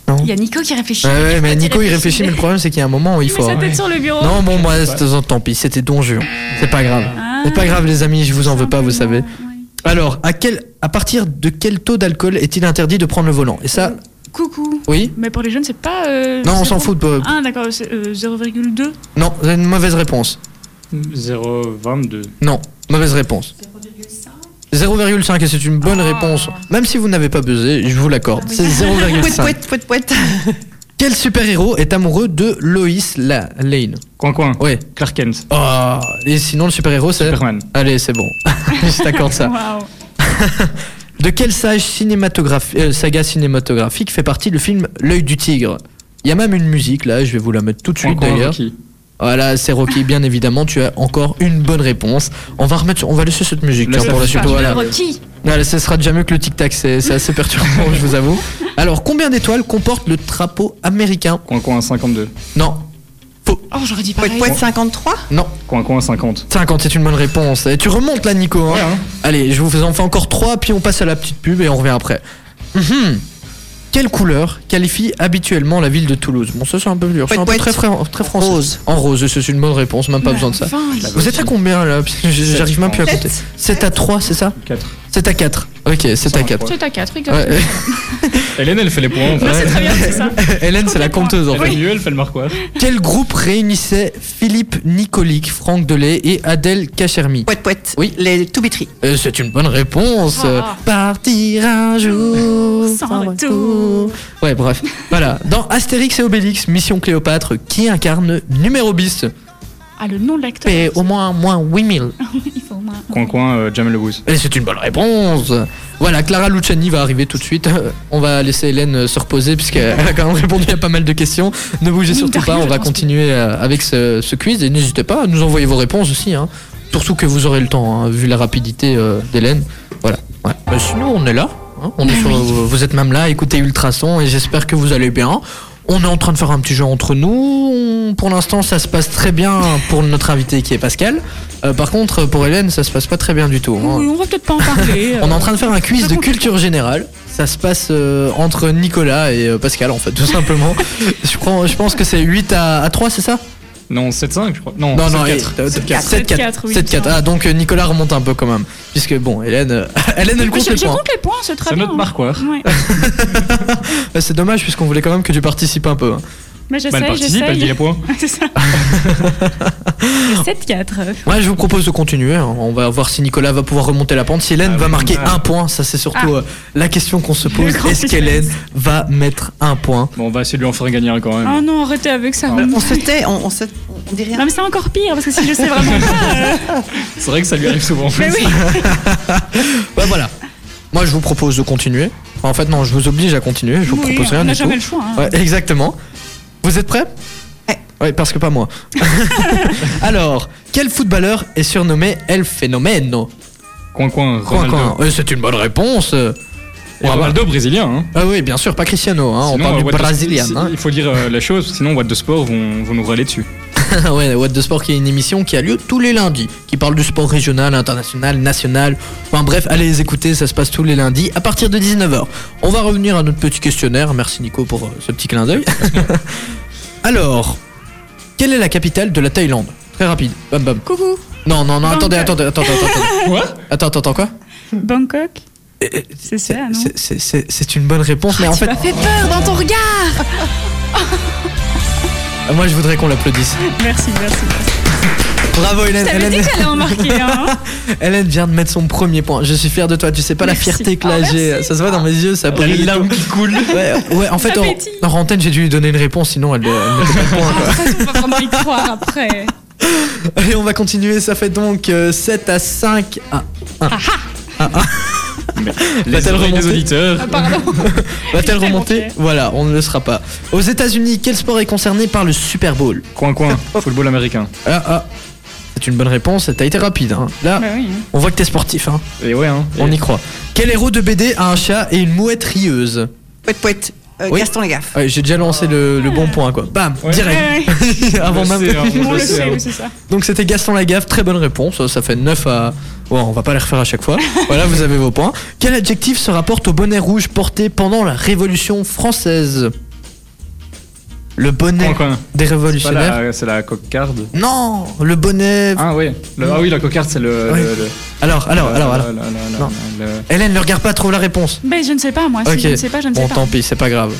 [SPEAKER 1] Non.
[SPEAKER 2] Il y a Nico qui réfléchit.
[SPEAKER 1] Ouais, ouais, mais
[SPEAKER 2] [laughs] Nico,
[SPEAKER 1] Nico il réfléchit, mais le
[SPEAKER 2] mais
[SPEAKER 1] problème c'est qu'il y a un moment où il
[SPEAKER 2] il met
[SPEAKER 1] faut. hein.
[SPEAKER 2] sa
[SPEAKER 5] Ouais.
[SPEAKER 2] tête sur le bureau.
[SPEAKER 1] Non, bon, moi,
[SPEAKER 5] Ouais.
[SPEAKER 1] c'est- tant pis, c'était Don Juan. C'est pas grave.
[SPEAKER 2] Ah,
[SPEAKER 1] C'est pas grave, les amis, je vous en veux pas, vous savez.
[SPEAKER 2] simplement, ouais.
[SPEAKER 1] Alors, à, quel, à partir de quel taux d'alcool est-il interdit de prendre le volant Et ça,
[SPEAKER 2] Euh, Coucou.
[SPEAKER 1] oui
[SPEAKER 2] Mais pour les jeunes, c'est pas. euh,
[SPEAKER 1] Non, on s'en
[SPEAKER 2] zéro-
[SPEAKER 1] fout. de-
[SPEAKER 2] Ah, d'accord, c'est, euh, 0,2.
[SPEAKER 1] Non, c'est une mauvaise réponse.
[SPEAKER 5] 0,22.
[SPEAKER 1] Non, mauvaise réponse. 0,5 et c'est une bonne réponse. Même si vous n'avez pas buzzé, je vous l'accorde. C'est
[SPEAKER 6] Pouet,
[SPEAKER 1] 0,5.
[SPEAKER 6] [laughs] pouet, pouet, pouet.
[SPEAKER 1] Quel super-héros est amoureux de Lois La Lane
[SPEAKER 5] Coin coin,
[SPEAKER 1] Ouais.
[SPEAKER 5] Clark Kent,
[SPEAKER 1] Oh, et sinon le super-héros c'est...
[SPEAKER 5] Superman.
[SPEAKER 1] Allez, c'est bon. [laughs] je t'accorde ça.
[SPEAKER 2] Waouh.
[SPEAKER 1] De quelle sage cinématographi- euh, saga cinématographique fait partie le film L'œil du tigre Il y a même une musique là, je vais vous la mettre tout de
[SPEAKER 5] Coin
[SPEAKER 1] suite
[SPEAKER 5] coin,
[SPEAKER 1] d'ailleurs.
[SPEAKER 5] Rocky.
[SPEAKER 1] Voilà, c'est Rocky, bien évidemment, tu as encore une bonne réponse. On va remettre, on va laisser cette musique
[SPEAKER 5] Laisse
[SPEAKER 1] tiens, pour
[SPEAKER 5] la
[SPEAKER 1] la
[SPEAKER 5] faire.
[SPEAKER 1] suite. Voilà.
[SPEAKER 2] Rocky.
[SPEAKER 1] Voilà, ce sera déjà mieux que le tic-tac, c'est c'est assez perturbant, je vous avoue. Alors, combien d'étoiles comporte le drapeau américain
[SPEAKER 5] Coin coin, 52.
[SPEAKER 1] Non,
[SPEAKER 2] Oh, j'aurais dit
[SPEAKER 6] Pouet,
[SPEAKER 2] pareil.
[SPEAKER 6] pouet, 53.
[SPEAKER 1] non,
[SPEAKER 5] Coin coin, 50.
[SPEAKER 1] 50, c'est une bonne réponse. Et tu remontes là, Nico. hein.
[SPEAKER 5] Ouais, hein.
[SPEAKER 1] Allez, je vous en fais encore 3, puis on passe à la petite pub et on revient après. Mhm. Quelle couleur qualifie habituellement la ville de Toulouse Bon, ça c'est un peu dur, c'est un peu
[SPEAKER 6] Pouet,
[SPEAKER 1] très, fra- très français.
[SPEAKER 6] Rose.
[SPEAKER 1] En rose, c'est une bonne réponse, même pas besoin de ça.
[SPEAKER 2] Enfin, il-
[SPEAKER 1] Vous êtes à combien là Parce que j- J'arrive même plus à
[SPEAKER 6] Sept.
[SPEAKER 1] compter. 7 à 3, c'est ça
[SPEAKER 5] 4.
[SPEAKER 1] 7 à 4. Ok, 7 à 4.
[SPEAKER 2] C'est à 4, exactement.
[SPEAKER 1] Ouais. [laughs]
[SPEAKER 5] Hélène, elle fait les points. en fait.
[SPEAKER 2] Ouais, c'est très bien, c'est ça.
[SPEAKER 1] Hélène, c'est la compteuse en
[SPEAKER 5] Elle fait
[SPEAKER 1] fait.
[SPEAKER 5] mieux, elle fait le marquois.
[SPEAKER 1] Quel groupe réunissait Philippe Nicolic, Franck Delay et Adèle Cachermi
[SPEAKER 6] Pouet, pouet.
[SPEAKER 1] Oui.
[SPEAKER 6] Les toubitries.
[SPEAKER 1] Euh, C'est une bonne réponse.
[SPEAKER 2] Ah.
[SPEAKER 1] Euh, Partir un jour
[SPEAKER 2] Sans retour.
[SPEAKER 1] Ouais, bref. Voilà. Dans Astérix et Obélix, Mission Cléopâtre, qui incarne numéro bis
[SPEAKER 2] Ah, le nom de l'acteur.
[SPEAKER 1] Paie au moins moins 8000.
[SPEAKER 2] Il faut au moins.
[SPEAKER 5] Coin coin, euh, Jamel Lebous.
[SPEAKER 1] Et c'est une bonne réponse. Voilà, Clara Luciani va arriver tout de suite. [laughs] On va laisser Hélène euh, se reposer [laughs] puisqu'elle a quand même répondu à pas mal de questions. Ne bougez
[SPEAKER 2] Mine de
[SPEAKER 1] surtout
[SPEAKER 2] rien,
[SPEAKER 1] pas, on
[SPEAKER 2] bah, je
[SPEAKER 1] va
[SPEAKER 2] transpire.
[SPEAKER 1] continuer euh, avec ce, ce quiz et n'hésitez pas à nous envoyer vos réponses aussi. hein. Surtout que vous aurez le temps, hein, vu la rapidité euh, d'Hélène. Voilà. Ouais. Mais sinon, on est là. hein. On est sur- vous êtes même là, écoutez Ultrason et j'espère que vous allez bien. On est en train de faire un petit jeu entre nous. On- Pour l'instant, ça se passe très bien pour notre invité qui est Pascal. Euh, par contre, pour Hélène, ça se passe pas très bien du tout. hein.
[SPEAKER 2] Oui, on va peut-être
[SPEAKER 1] [laughs]
[SPEAKER 2] pas en parler. euh.
[SPEAKER 1] On est en train de faire un quiz de culture générale. Ça se passe euh, entre Nicolas et euh, Pascal, en fait, tout
[SPEAKER 5] [laughs]
[SPEAKER 1] simplement. je, prends, je pense que c'est 8 à, à 3, c'est ça
[SPEAKER 5] Non, 7-5, je crois. Non,
[SPEAKER 1] Non, non,
[SPEAKER 5] 7-4.
[SPEAKER 1] et- euh,
[SPEAKER 5] 7-4.
[SPEAKER 1] 7-4.
[SPEAKER 2] 7-4, oui,
[SPEAKER 1] 7-4. Ah, donc euh, Nicolas remonte un peu quand même. Puisque, bon, Hélène, euh, [laughs] Hélène elle
[SPEAKER 2] Je,
[SPEAKER 1] compte les
[SPEAKER 2] je
[SPEAKER 1] points.
[SPEAKER 2] compte les points, c'est très
[SPEAKER 5] C'est
[SPEAKER 2] bien.
[SPEAKER 5] notre marquoir.
[SPEAKER 2] Ouais.
[SPEAKER 1] Euh, C'est dommage, puisqu'on voulait quand même que tu participes un peu. hein.
[SPEAKER 2] Mais
[SPEAKER 5] Bah, elle
[SPEAKER 2] j'essaye,
[SPEAKER 5] participe, elle dit les
[SPEAKER 2] j'essaye.
[SPEAKER 5] points.
[SPEAKER 2] [laughs] C'est ça.
[SPEAKER 1] [laughs]
[SPEAKER 2] 7-4.
[SPEAKER 1] Ouais, je vous propose de continuer. hein. On va voir si Nicolas va pouvoir remonter la pente. Si Hélène
[SPEAKER 5] Ah
[SPEAKER 1] va
[SPEAKER 5] oui,
[SPEAKER 1] marquer
[SPEAKER 5] ah.
[SPEAKER 1] un point, ça c'est surtout euh, la question qu'on se pose.
[SPEAKER 2] grand
[SPEAKER 1] Est-ce
[SPEAKER 2] suspense.
[SPEAKER 1] qu'Hélène va mettre un point
[SPEAKER 5] Bon, on va essayer de lui en faire gagner un quand même.
[SPEAKER 2] Oh non, arrêtez avec ça.
[SPEAKER 5] Ah,
[SPEAKER 2] Non,
[SPEAKER 6] On se tait, on, on se, on dit rien.
[SPEAKER 2] mais c'est encore pire parce que si je sais
[SPEAKER 1] [laughs]
[SPEAKER 2] vraiment pas. euh,
[SPEAKER 5] C'est vrai que ça lui arrive souvent en
[SPEAKER 2] Mais
[SPEAKER 5] plus.
[SPEAKER 2] oui.
[SPEAKER 1] Bah voilà. Moi, je vous propose de continuer. Enfin, en fait, non, je vous oblige à continuer. Je vous
[SPEAKER 2] Oui,
[SPEAKER 1] propose rien
[SPEAKER 2] on n'a
[SPEAKER 1] du tout.
[SPEAKER 2] jamais le choix. hein.
[SPEAKER 1] Ouais, exactement. Vous êtes prêts
[SPEAKER 6] Ouais.
[SPEAKER 1] Ouais, parce que pas moi. Alors, quel footballeur est surnommé El Fenomeno
[SPEAKER 5] Coin coin,
[SPEAKER 1] Coin,
[SPEAKER 5] Ronaldo.
[SPEAKER 1] coin. Euh, C'est une bonne réponse. Euh,
[SPEAKER 5] Et Ronaldo brésilien. Hein.
[SPEAKER 1] Ah oui, bien sûr, pas Cristiano. hein, on
[SPEAKER 5] Sinon,
[SPEAKER 1] parle
[SPEAKER 5] euh,
[SPEAKER 1] du
[SPEAKER 5] What the-
[SPEAKER 1] brésilien.
[SPEAKER 5] si-
[SPEAKER 1] hein.
[SPEAKER 5] Il faut dire euh, la chose, sinon What the Sport vont, vont nous râler dessus.
[SPEAKER 1] Ah ouais, What the Sport qui est une émission qui a lieu tous les lundis, qui parle du sport régional, international, national. Enfin bref, allez les écouter, ça se passe tous les lundis à partir de 19h. On va revenir à notre petit questionnaire. Merci Nico pour euh, ce petit clin
[SPEAKER 2] [laughs]
[SPEAKER 1] d'œil. Alors, quelle est la capitale de la Thaïlande Très rapide. Bam bam.
[SPEAKER 2] Coucou.
[SPEAKER 1] Non, non, non, attendez,
[SPEAKER 2] Bangkok.
[SPEAKER 1] attendez, attendez, attendez.
[SPEAKER 5] Quoi
[SPEAKER 1] Attends, attends, attends, quoi
[SPEAKER 2] Bangkok.
[SPEAKER 1] Eh, eh,
[SPEAKER 2] C'est ça, non Ah,
[SPEAKER 1] c'est- c'est- C'est c'est une bonne réponse, mais en
[SPEAKER 2] Tu
[SPEAKER 1] fait,
[SPEAKER 2] m'as fait peur dans ton regard.
[SPEAKER 1] moi je voudrais qu'on
[SPEAKER 2] [laughs]
[SPEAKER 1] l'applaudisse.
[SPEAKER 2] Merci, merci.
[SPEAKER 1] Bravo Hélène,
[SPEAKER 2] Ça veut
[SPEAKER 1] Hélène.
[SPEAKER 2] dit que j'allais en marquer [laughs] un. hein.
[SPEAKER 1] Hélène vient de mettre son premier point. Je suis fier de toi. Tu sais pas
[SPEAKER 2] Merci.
[SPEAKER 1] la fierté que là
[SPEAKER 2] Oh,
[SPEAKER 1] j'ai. euh,
[SPEAKER 2] merci.
[SPEAKER 1] Ça se voit dans mes yeux, ça brille. et tout.
[SPEAKER 5] qui coule.
[SPEAKER 1] Ouais, ouais, en fait,
[SPEAKER 2] Ça
[SPEAKER 1] en,
[SPEAKER 2] pétille.
[SPEAKER 1] en antenne, j'ai dû lui donner une réponse, sinon elle, euh, elle mettait pas le point.
[SPEAKER 2] Ah, ça, on va vraiment y croire après.
[SPEAKER 1] Allez, on va continuer. Ça fait donc euh, 7 à 5 à 1.
[SPEAKER 5] Les
[SPEAKER 1] Va-t-elle
[SPEAKER 5] oreilles des
[SPEAKER 1] remonter
[SPEAKER 5] auditeurs.
[SPEAKER 2] Pardon.
[SPEAKER 1] Va-t-elle
[SPEAKER 2] J'étais
[SPEAKER 1] remonter
[SPEAKER 2] confiée.
[SPEAKER 1] Voilà, on ne le sera pas. Aux États-Unis, quel sport est concerné par le Super Bowl
[SPEAKER 5] Coin coin, football américain.
[SPEAKER 1] Ah ah, c'est une bonne réponse. T'as été rapide. hein. Là,
[SPEAKER 2] Bah oui.
[SPEAKER 1] on voit que t'es sportif. hein.
[SPEAKER 5] Et ouais, hein.
[SPEAKER 1] On y croit. Quel héros de BD a un chat et une mouette rieuse
[SPEAKER 6] Poète, poète. Euh,
[SPEAKER 1] Oui.
[SPEAKER 6] Gaston Lagaffe.
[SPEAKER 1] Ouais, J'ai déjà lancé le, le bon point, quoi. Bam,
[SPEAKER 5] Ouais.
[SPEAKER 1] direct.
[SPEAKER 2] Ah. Ouais, ouais.
[SPEAKER 1] [laughs] Avant
[SPEAKER 5] le
[SPEAKER 1] même.
[SPEAKER 5] sait, hein.
[SPEAKER 2] On
[SPEAKER 5] Je
[SPEAKER 2] le
[SPEAKER 5] sais,
[SPEAKER 2] sait,
[SPEAKER 5] hein.
[SPEAKER 2] oui, c'est ça.
[SPEAKER 1] Donc c'était Gaston Lagaffe, très bonne réponse, ça fait 9 à... Bon, on va pas les refaire à chaque
[SPEAKER 5] [laughs]
[SPEAKER 1] fois. Voilà, vous avez vos points. Quel adjectif se rapporte au bonnet rouge porté pendant la Révolution française Le bonnet
[SPEAKER 5] Coin coin.
[SPEAKER 1] des
[SPEAKER 5] C'est pas
[SPEAKER 1] révolutionnaires
[SPEAKER 5] la- C'est la cocarde.
[SPEAKER 1] Non, le bonnet...
[SPEAKER 5] Ah oui, le- ah oui, la cocarde, c'est le.
[SPEAKER 1] Ouais.
[SPEAKER 5] le- le-
[SPEAKER 1] Alors, alors,
[SPEAKER 5] le-
[SPEAKER 1] alors, alors.
[SPEAKER 5] le- le- le-
[SPEAKER 1] Non.
[SPEAKER 5] le-
[SPEAKER 1] Hélène, ne regarde pas trop la réponse.
[SPEAKER 2] Ben, je ne sais pas, moi. Si
[SPEAKER 1] Ok.
[SPEAKER 2] je ne sais pas, je ne sais
[SPEAKER 1] Bon,
[SPEAKER 2] pas.
[SPEAKER 1] tant pis, c'est pas grave.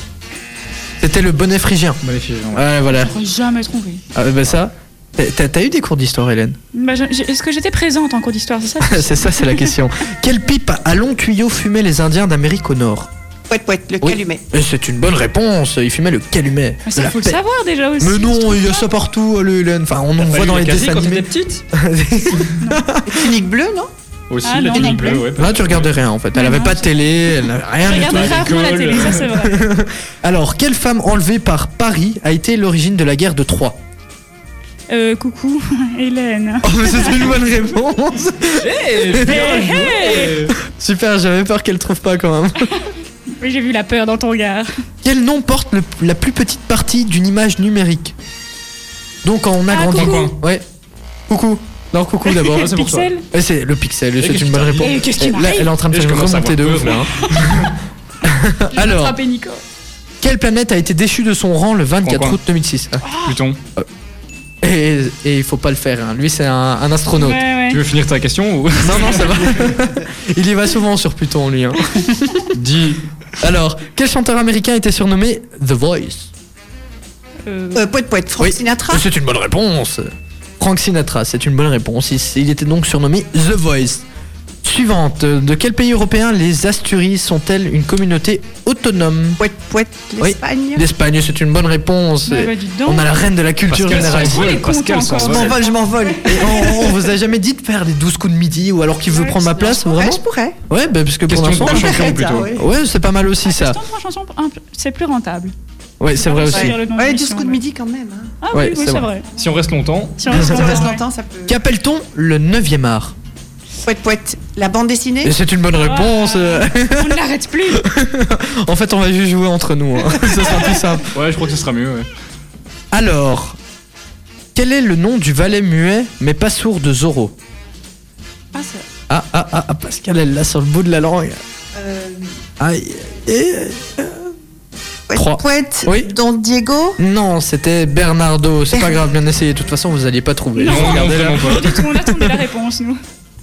[SPEAKER 1] C'était le bonnet phrygien.
[SPEAKER 5] Bon, les filles, on va-
[SPEAKER 1] Ouais, voilà.
[SPEAKER 2] J'aurais jamais trouvé.
[SPEAKER 1] Ah, bah ça... t'as- T'as t'as eu des cours d'histoire, Hélène [laughs]
[SPEAKER 2] Bah, je- je- Est-ce que j'étais présente en cours d'histoire, c'est ça Bah,
[SPEAKER 1] C'est ça, c'est la
[SPEAKER 5] [laughs]
[SPEAKER 1] question. Quelle pipe à long tuyau fumaient les Indiens d'Amérique au Nord
[SPEAKER 6] Poète, poète, le
[SPEAKER 1] Oui.
[SPEAKER 6] calumet.
[SPEAKER 1] Et c'est une bonne réponse, il fumait le calumet.
[SPEAKER 2] Mais
[SPEAKER 1] De
[SPEAKER 2] ça,
[SPEAKER 1] la
[SPEAKER 2] faut le
[SPEAKER 1] paix.
[SPEAKER 2] savoir déjà aussi.
[SPEAKER 1] Mais
[SPEAKER 2] je
[SPEAKER 1] non,
[SPEAKER 2] trouve
[SPEAKER 1] il y a
[SPEAKER 2] pas.
[SPEAKER 1] ça partout, allez, Hélène. Enfin, on en
[SPEAKER 5] T'as
[SPEAKER 1] voit
[SPEAKER 5] pas
[SPEAKER 1] dans
[SPEAKER 5] eu
[SPEAKER 1] les
[SPEAKER 5] la
[SPEAKER 1] dessins
[SPEAKER 5] carie quand
[SPEAKER 1] animés.
[SPEAKER 5] t'étais petite
[SPEAKER 6] Tunique bleue, non
[SPEAKER 5] Aussi,
[SPEAKER 2] Ah,
[SPEAKER 5] la
[SPEAKER 2] non,
[SPEAKER 5] tunique
[SPEAKER 2] non plus.
[SPEAKER 5] bleue, ouais.
[SPEAKER 1] Là, tu regardais rien en fait. Elle
[SPEAKER 2] Mais
[SPEAKER 1] avait
[SPEAKER 2] non,
[SPEAKER 1] pas de
[SPEAKER 2] je-
[SPEAKER 1] télé, elle avait rien
[SPEAKER 2] Je
[SPEAKER 1] du
[SPEAKER 2] regarde
[SPEAKER 1] tout.
[SPEAKER 2] rarement la télé, ça c'est vrai.
[SPEAKER 1] Alors, quelle femme enlevée par Paris a été l'origine de la guerre de Troie
[SPEAKER 2] Euh, coucou, [laughs] Hélène.
[SPEAKER 1] Oh, mais c'est une [laughs] bonne réponse
[SPEAKER 2] Hey, hey
[SPEAKER 1] Super, j'avais peur qu'elle trouve pas quand même.
[SPEAKER 2] Oui, J'ai vu la peur dans ton regard.
[SPEAKER 1] Quel nom porte le- la plus petite partie d'une image numérique Donc, quand on a
[SPEAKER 2] Ah,
[SPEAKER 1] grandi.
[SPEAKER 5] coucou.
[SPEAKER 1] Ouais. Coucou. Non, coucou d'abord.
[SPEAKER 5] Ouais, c'est pour toi.
[SPEAKER 2] Pixel
[SPEAKER 1] Et C'est le pixel, c'est
[SPEAKER 5] qu'est-ce
[SPEAKER 1] une
[SPEAKER 5] qui
[SPEAKER 1] bonne
[SPEAKER 5] t'arrive
[SPEAKER 1] réponse.
[SPEAKER 2] Et qu'est-ce qui
[SPEAKER 1] Et Là,
[SPEAKER 2] m'arrive
[SPEAKER 1] elle est en train de
[SPEAKER 5] Et je
[SPEAKER 1] faire une
[SPEAKER 5] commence à avoir
[SPEAKER 1] remontée de
[SPEAKER 5] peur,
[SPEAKER 1] ouf.
[SPEAKER 5] là, hein.
[SPEAKER 2] Je vais
[SPEAKER 1] Alors.
[SPEAKER 2] attraper Nico.
[SPEAKER 1] Quelle planète a été déchue de son rang le 24
[SPEAKER 5] Pourquoi
[SPEAKER 1] août 2006
[SPEAKER 5] hein.
[SPEAKER 2] Oh,
[SPEAKER 5] Pluton,
[SPEAKER 1] Et et Ah. Eh, il faut pas le faire, hein. lui c'est un, un astronaute.
[SPEAKER 2] Ouais,
[SPEAKER 5] tu
[SPEAKER 2] ouais.
[SPEAKER 5] veux finir ta question
[SPEAKER 1] Non,
[SPEAKER 5] ou [laughs]
[SPEAKER 1] non, ça va. il y va souvent sur Pluton, lui. hein.
[SPEAKER 5] Dis.
[SPEAKER 1] Alors, quel chanteur américain était surnommé The Voice
[SPEAKER 2] Euh,
[SPEAKER 6] Euh, Poète, poète, Frank
[SPEAKER 1] Oui.
[SPEAKER 6] Sinatra.
[SPEAKER 1] C'est une bonne réponse Frank Sinatra, c'est une bonne réponse. Il, il était donc surnommé The Voice. Suivante, de quel pays européen les Asturies sont-elles une communauté autonome
[SPEAKER 6] Poète, poète,
[SPEAKER 1] Oui.
[SPEAKER 6] l'Espagne. Ah,
[SPEAKER 1] L'Espagne, c'est une bonne réponse.
[SPEAKER 2] bah, bah, dis donc.
[SPEAKER 1] On a la reine de la culture
[SPEAKER 5] Pascal
[SPEAKER 1] générale.
[SPEAKER 2] Il est hein.
[SPEAKER 5] s'envole,
[SPEAKER 2] content
[SPEAKER 5] Pascal
[SPEAKER 2] encore.
[SPEAKER 6] Je
[SPEAKER 5] s'envole.
[SPEAKER 6] m'envole, je m'envole.
[SPEAKER 1] Et on, on vous a jamais dit de faire des 12 coups de midi ou alors qu'il veut
[SPEAKER 2] Ouais,
[SPEAKER 1] prendre ma place,
[SPEAKER 6] Ouais,
[SPEAKER 1] vraiment
[SPEAKER 6] je pourrais.
[SPEAKER 1] Ouais, bah, parce que pour
[SPEAKER 5] Question
[SPEAKER 1] l'instant.
[SPEAKER 5] de
[SPEAKER 6] J'arrête,
[SPEAKER 5] champion
[SPEAKER 6] ça,
[SPEAKER 5] plutôt.
[SPEAKER 6] hein, ouais.
[SPEAKER 1] Ouais, c'est pas mal aussi
[SPEAKER 2] Ah,
[SPEAKER 1] ça.
[SPEAKER 2] question, trois chansons, un, C'est plus rentable.
[SPEAKER 1] Ouais, c'est vrai aussi.
[SPEAKER 2] dire le nom de
[SPEAKER 6] Ouais,
[SPEAKER 2] l'émission,
[SPEAKER 6] 12 coups de
[SPEAKER 2] ouais.
[SPEAKER 6] midi quand même. hein.
[SPEAKER 2] Ah
[SPEAKER 1] Ouais,
[SPEAKER 2] oui,
[SPEAKER 1] c'est
[SPEAKER 2] oui, c'est
[SPEAKER 1] vrai.
[SPEAKER 2] vrai.
[SPEAKER 5] Si on reste longtemps,
[SPEAKER 2] Si
[SPEAKER 1] [laughs]
[SPEAKER 2] on reste
[SPEAKER 6] Ça reste
[SPEAKER 2] longtemps, ouais.
[SPEAKER 6] longtemps, ça peut.
[SPEAKER 1] Qu'appelle-t-on le 9e art
[SPEAKER 6] Poète, poète, la bande dessinée.
[SPEAKER 1] Et C'est une bonne
[SPEAKER 2] Ah.
[SPEAKER 1] réponse. euh.
[SPEAKER 2] On ne l'arrête
[SPEAKER 1] [laughs]
[SPEAKER 2] plus.
[SPEAKER 1] en fait, on va juste jouer entre nous. hein. [laughs] ça sera plus simple.
[SPEAKER 5] ouais, je crois que ce sera mieux. ouais.
[SPEAKER 1] Alors, quel est le nom du valet muet mais pas sourd de Zorro
[SPEAKER 2] Ah, c'est-
[SPEAKER 1] ah, ah, ah, ah, Pascal, elle l'a sur le bout de la langue.
[SPEAKER 6] Euh,
[SPEAKER 1] Aïe. Et...
[SPEAKER 6] poète,
[SPEAKER 1] Trois.
[SPEAKER 6] poète,
[SPEAKER 1] Oui.
[SPEAKER 6] Don Diego.
[SPEAKER 1] Non, c'était Bernardo. C'est pas grave, bien essayé. De toute façon, vous alliez pas trouver.
[SPEAKER 5] Non, non,
[SPEAKER 1] Regardez là.
[SPEAKER 5] vraiment pas.
[SPEAKER 2] Du tout, on a trouvé la réponse, nous.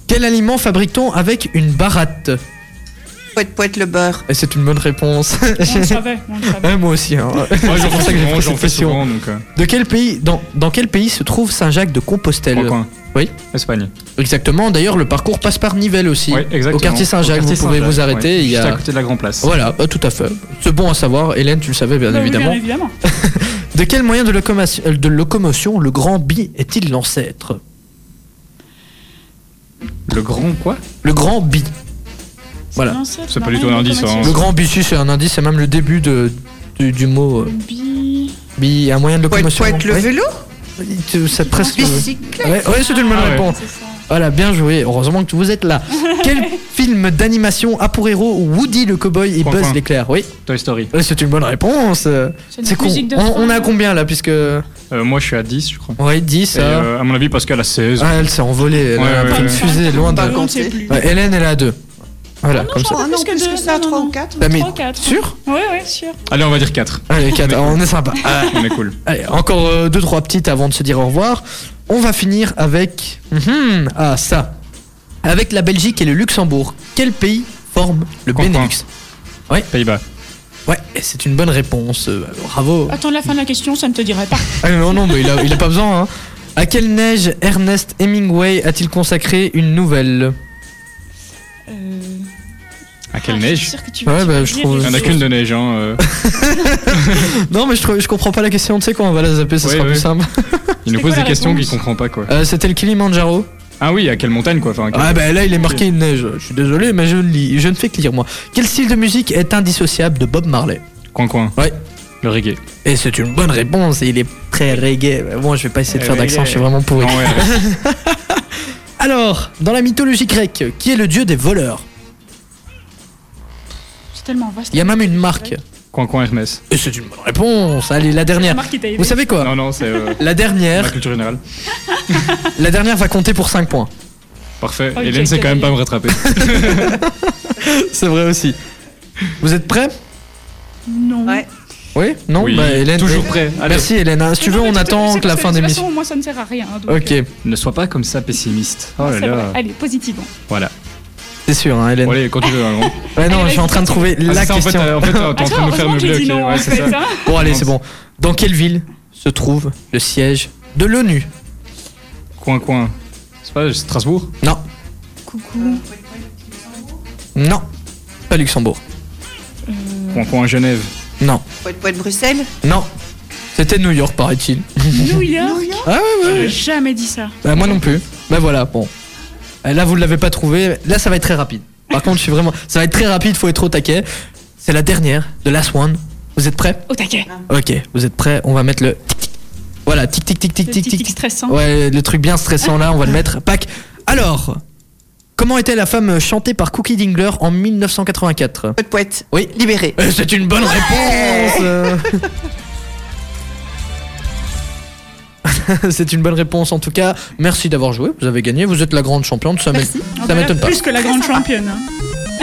[SPEAKER 1] Quel aliment fabrique-t-on avec une baratte
[SPEAKER 6] Poète, poète, le beurre.
[SPEAKER 1] Et c'est une bonne [laughs] réponse.
[SPEAKER 2] On le savait, on le savait.
[SPEAKER 1] Ouais, moi aussi. hein.
[SPEAKER 5] Ouais,
[SPEAKER 1] C'est
[SPEAKER 5] j'en
[SPEAKER 1] pour ça que j'ai
[SPEAKER 5] fais
[SPEAKER 1] pris
[SPEAKER 5] souvent, j'en
[SPEAKER 1] cette
[SPEAKER 5] fais
[SPEAKER 1] question.
[SPEAKER 5] souvent, donc. euh,
[SPEAKER 1] De quel pays, dans, dans quel pays se trouve Saint-Jacques de Compostelle
[SPEAKER 5] Coin coin.
[SPEAKER 1] Oui.
[SPEAKER 5] Espagne.
[SPEAKER 1] Exactement. D'ailleurs, le parcours passe par Nivelles aussi.
[SPEAKER 5] Ouais, exactement.
[SPEAKER 1] Au quartier Saint-Jacques, vous
[SPEAKER 5] quartier
[SPEAKER 1] pouvez vous
[SPEAKER 5] Saint-Jacques,
[SPEAKER 1] arrêter.
[SPEAKER 5] ouais,
[SPEAKER 1] il y
[SPEAKER 5] Juste à
[SPEAKER 1] a...
[SPEAKER 5] côté de la Grand Place.
[SPEAKER 1] Voilà, bah, tout à fait. C'est bon à savoir. Hélène, tu le savais bien
[SPEAKER 2] Bah oui,
[SPEAKER 1] évidemment.
[SPEAKER 2] Bien évidemment.
[SPEAKER 1] De quel moyen de, locomotion- euh, de locomotion le grand bi est-il l'ancêtre
[SPEAKER 5] Le grand quoi
[SPEAKER 1] Le grand bi. Voilà.
[SPEAKER 2] un ancêtre,
[SPEAKER 5] C'est pas
[SPEAKER 2] non,
[SPEAKER 5] du tout un
[SPEAKER 2] une
[SPEAKER 5] indice, hein.
[SPEAKER 2] locomotive.
[SPEAKER 1] Le grand bi, si, c'est un indice, c'est même le début de, du, du mot euh,
[SPEAKER 2] Bi-
[SPEAKER 1] bi, un moyen de
[SPEAKER 6] Poète,
[SPEAKER 1] locomotion.
[SPEAKER 6] poète, le
[SPEAKER 1] Ouais,
[SPEAKER 6] vélo.
[SPEAKER 1] c'est- c'est presque.
[SPEAKER 6] Bicyclette.
[SPEAKER 1] Ouais, ouais, c'est une bonne
[SPEAKER 5] Ah ouais.
[SPEAKER 1] réponse.
[SPEAKER 2] C'est ça.
[SPEAKER 1] Voilà, bien joué. Heureusement que vous êtes là. Quel film d'animation a pour héros Woody le cowboy et
[SPEAKER 5] Point,
[SPEAKER 1] Buzz
[SPEAKER 5] point.
[SPEAKER 1] l'éclair Oui,
[SPEAKER 5] Toy Story.
[SPEAKER 1] Ouais, c'est une bonne réponse.
[SPEAKER 2] une
[SPEAKER 1] C'est con.
[SPEAKER 2] musique de
[SPEAKER 1] On,
[SPEAKER 2] fin.
[SPEAKER 1] on est à combien là Puisque.
[SPEAKER 5] Euh, moi, je suis à 10, je crois.
[SPEAKER 1] Ouais, 10.
[SPEAKER 5] Et,
[SPEAKER 1] euh,
[SPEAKER 5] euh, à mon avis, Pascal a 16.
[SPEAKER 1] ah, elle s'est envolée. Elle
[SPEAKER 5] Ouais,
[SPEAKER 1] a
[SPEAKER 5] ouais,
[SPEAKER 1] pris une
[SPEAKER 5] ouais.
[SPEAKER 1] fusée loin de.
[SPEAKER 6] Pas
[SPEAKER 2] On ne sait
[SPEAKER 6] compté.
[SPEAKER 2] plus.
[SPEAKER 1] Ouais, Hélène, elle est à 2. Voilà, comme ça.
[SPEAKER 2] j'en-
[SPEAKER 6] Ah
[SPEAKER 2] Plus
[SPEAKER 6] non,
[SPEAKER 2] que
[SPEAKER 6] plus
[SPEAKER 2] deux.
[SPEAKER 6] que ça,
[SPEAKER 2] Non, non,
[SPEAKER 6] 3 ou
[SPEAKER 2] non.
[SPEAKER 6] 4.
[SPEAKER 1] Bah, mais-
[SPEAKER 2] 3, 4.
[SPEAKER 1] Sûr
[SPEAKER 2] Ouais, ouais, sûr.
[SPEAKER 5] Allez, on va dire 4.
[SPEAKER 1] Allez, 4. on est sympa. Ah,
[SPEAKER 5] On est cool.
[SPEAKER 1] Allez, encore 2-3 petites avant de se dire au revoir. On va finir avec. Mhm, ah, ça. Avec la Belgique et le Luxembourg, quel pays forme le
[SPEAKER 5] Coin, coin.
[SPEAKER 1] Benelux
[SPEAKER 5] Pays-Bas.
[SPEAKER 1] Ouais, c'est une bonne réponse. euh, Bravo.
[SPEAKER 2] Attends la fin de la question, ça ne te dirait pas.
[SPEAKER 1] Ah non, non, mais il a, il a pas besoin. Hein. À quelle neige Ernest Hemingway a-t-il consacré une nouvelle
[SPEAKER 2] Euh,
[SPEAKER 5] À quelle
[SPEAKER 2] ah, Je suis
[SPEAKER 5] neige
[SPEAKER 2] sûre que tu
[SPEAKER 1] Ouais,
[SPEAKER 2] vas
[SPEAKER 1] bah,
[SPEAKER 2] dire
[SPEAKER 1] je trouve-
[SPEAKER 5] Il
[SPEAKER 2] des
[SPEAKER 5] n'y en a
[SPEAKER 2] choses.
[SPEAKER 5] qu'une de neige, hein.
[SPEAKER 2] [laughs]
[SPEAKER 5] euh.
[SPEAKER 1] Non, mais je, trouve- je comprends pas la question. Tu sais quoi, on va la zapper, ça
[SPEAKER 5] Ouais,
[SPEAKER 1] sera
[SPEAKER 5] ouais.
[SPEAKER 1] plus simple.
[SPEAKER 5] Il
[SPEAKER 2] C'était
[SPEAKER 5] nous
[SPEAKER 2] quoi
[SPEAKER 5] pose
[SPEAKER 2] la
[SPEAKER 5] des questions
[SPEAKER 2] réponse
[SPEAKER 5] qu'il comprend pas, quoi.
[SPEAKER 1] Euh, C'était le Kilimanjaro.
[SPEAKER 5] Ah oui, à quelle montagne quoi enfin, à quelle-
[SPEAKER 1] Ah bah là il est marqué une neige. Je suis désolé mais je ne lis, je ne fais que lire moi. Quel style de musique est indissociable de Bob Marley
[SPEAKER 5] Coin coin.
[SPEAKER 1] bah. Ouais.
[SPEAKER 5] Le reggae.
[SPEAKER 1] Et c'est une bonne réponse et il est très reggae. Bon je vais pas essayer de
[SPEAKER 5] Eh,
[SPEAKER 1] faire
[SPEAKER 5] reggae.
[SPEAKER 1] d'accent, je suis vraiment pourri. [laughs]
[SPEAKER 5] Non, ouais, ouais.
[SPEAKER 1] Alors, dans la mythologie grecque, qui est le dieu des voleurs
[SPEAKER 2] C'est tellement vaste.
[SPEAKER 1] Il y a même une marque.
[SPEAKER 5] coin coin Hermès.
[SPEAKER 1] Et c'est une bonne réponse. Allez, la
[SPEAKER 2] La
[SPEAKER 1] dernière.
[SPEAKER 2] marque qui t'a aidé.
[SPEAKER 1] Vous savez quoi
[SPEAKER 5] Non, non, c'est euh,
[SPEAKER 1] La dernière,
[SPEAKER 5] ma culture générale.
[SPEAKER 1] la dernière va compter pour 5
[SPEAKER 5] [laughs]
[SPEAKER 1] points.
[SPEAKER 5] Parfait.
[SPEAKER 2] Ok,
[SPEAKER 5] Hélène sait quand même pas
[SPEAKER 2] [laughs]
[SPEAKER 5] me rattraper.
[SPEAKER 1] C'est vrai aussi. Vous êtes prêts
[SPEAKER 2] Non.
[SPEAKER 6] Ouais.
[SPEAKER 1] Oui Non
[SPEAKER 5] Oui,
[SPEAKER 1] Bah, Hélène,
[SPEAKER 5] toujours
[SPEAKER 1] eh,
[SPEAKER 5] prêt. Allez,
[SPEAKER 1] Merci Hélène. hein. Si tu veux, on attend que la fin
[SPEAKER 2] des De toute
[SPEAKER 1] d'émission.
[SPEAKER 2] façon, moi, ça ne sert à rien. donc,
[SPEAKER 1] Ok,
[SPEAKER 2] euh,
[SPEAKER 5] ne sois pas comme ça pessimiste. Oh là
[SPEAKER 2] Ah, c'est vrai.
[SPEAKER 5] là.
[SPEAKER 2] Allez, positivement.
[SPEAKER 5] Voilà.
[SPEAKER 1] c'est sûr, hein, Hélène.
[SPEAKER 5] Bon, allez, continue. Hein, gros.
[SPEAKER 1] Ouais, non,
[SPEAKER 2] Allez,
[SPEAKER 1] je suis en train de trouver
[SPEAKER 5] Ah,
[SPEAKER 1] la
[SPEAKER 5] c'est ça, en fait,
[SPEAKER 1] question.
[SPEAKER 5] t'as- en fait, t'es en
[SPEAKER 2] Ah,
[SPEAKER 5] train de me faire
[SPEAKER 2] heureusement que
[SPEAKER 5] meubler.
[SPEAKER 2] j'ai dit
[SPEAKER 5] ok,
[SPEAKER 2] non,
[SPEAKER 5] ouais,
[SPEAKER 2] en
[SPEAKER 5] c'est
[SPEAKER 2] fait.
[SPEAKER 5] ça. [laughs]
[SPEAKER 2] hein.
[SPEAKER 1] Bon, allez, c'est bon. Dans quelle ville se trouve le siège de l'ONU
[SPEAKER 5] Coin coin. C'est pas Strasbourg
[SPEAKER 1] Non,
[SPEAKER 2] Coucou.
[SPEAKER 1] non, pas Luxembourg.
[SPEAKER 5] Coin coin Genève.
[SPEAKER 1] Non,
[SPEAKER 6] Poète, poète Bruxelles.
[SPEAKER 1] non. C'était New York, paraît-il.
[SPEAKER 2] New York.
[SPEAKER 1] Ah ouais, ouais.
[SPEAKER 2] J'ai jamais dit ça.
[SPEAKER 1] [laughs] Bah, moi non plus. Bah voilà, bon. Euh, Là, vous ne l'avez pas trouvé. Là, ça va être très rapide. Par contre, je suis vraiment. Ça va être très rapide, faut être au taquet. C'est la dernière, de Last One. Vous êtes prêts
[SPEAKER 2] Au taquet.
[SPEAKER 1] Ok, vous êtes prêts On va mettre le. tic, tic. Voilà, tic tic tic tic
[SPEAKER 2] Le
[SPEAKER 1] tic
[SPEAKER 2] petit
[SPEAKER 1] tic. Oh,
[SPEAKER 2] tic stressant.
[SPEAKER 1] Ouais, le truc bien stressant là, on va le mettre. Pac. Alors, comment était la femme chantée par Cookie Dingler en 1984
[SPEAKER 6] Poète, poète.
[SPEAKER 1] Oui.
[SPEAKER 6] Libéré.
[SPEAKER 1] Euh, C'est une bonne réponse euh. [laughs] C'est une bonne réponse en tout cas. Merci d'avoir joué, vous avez gagné, vous êtes la grande championne, ça m'é-
[SPEAKER 6] Merci.
[SPEAKER 2] Ah,
[SPEAKER 1] ça
[SPEAKER 2] bah là,
[SPEAKER 1] m'étonne pas.
[SPEAKER 2] Plus que la grande championne. hein.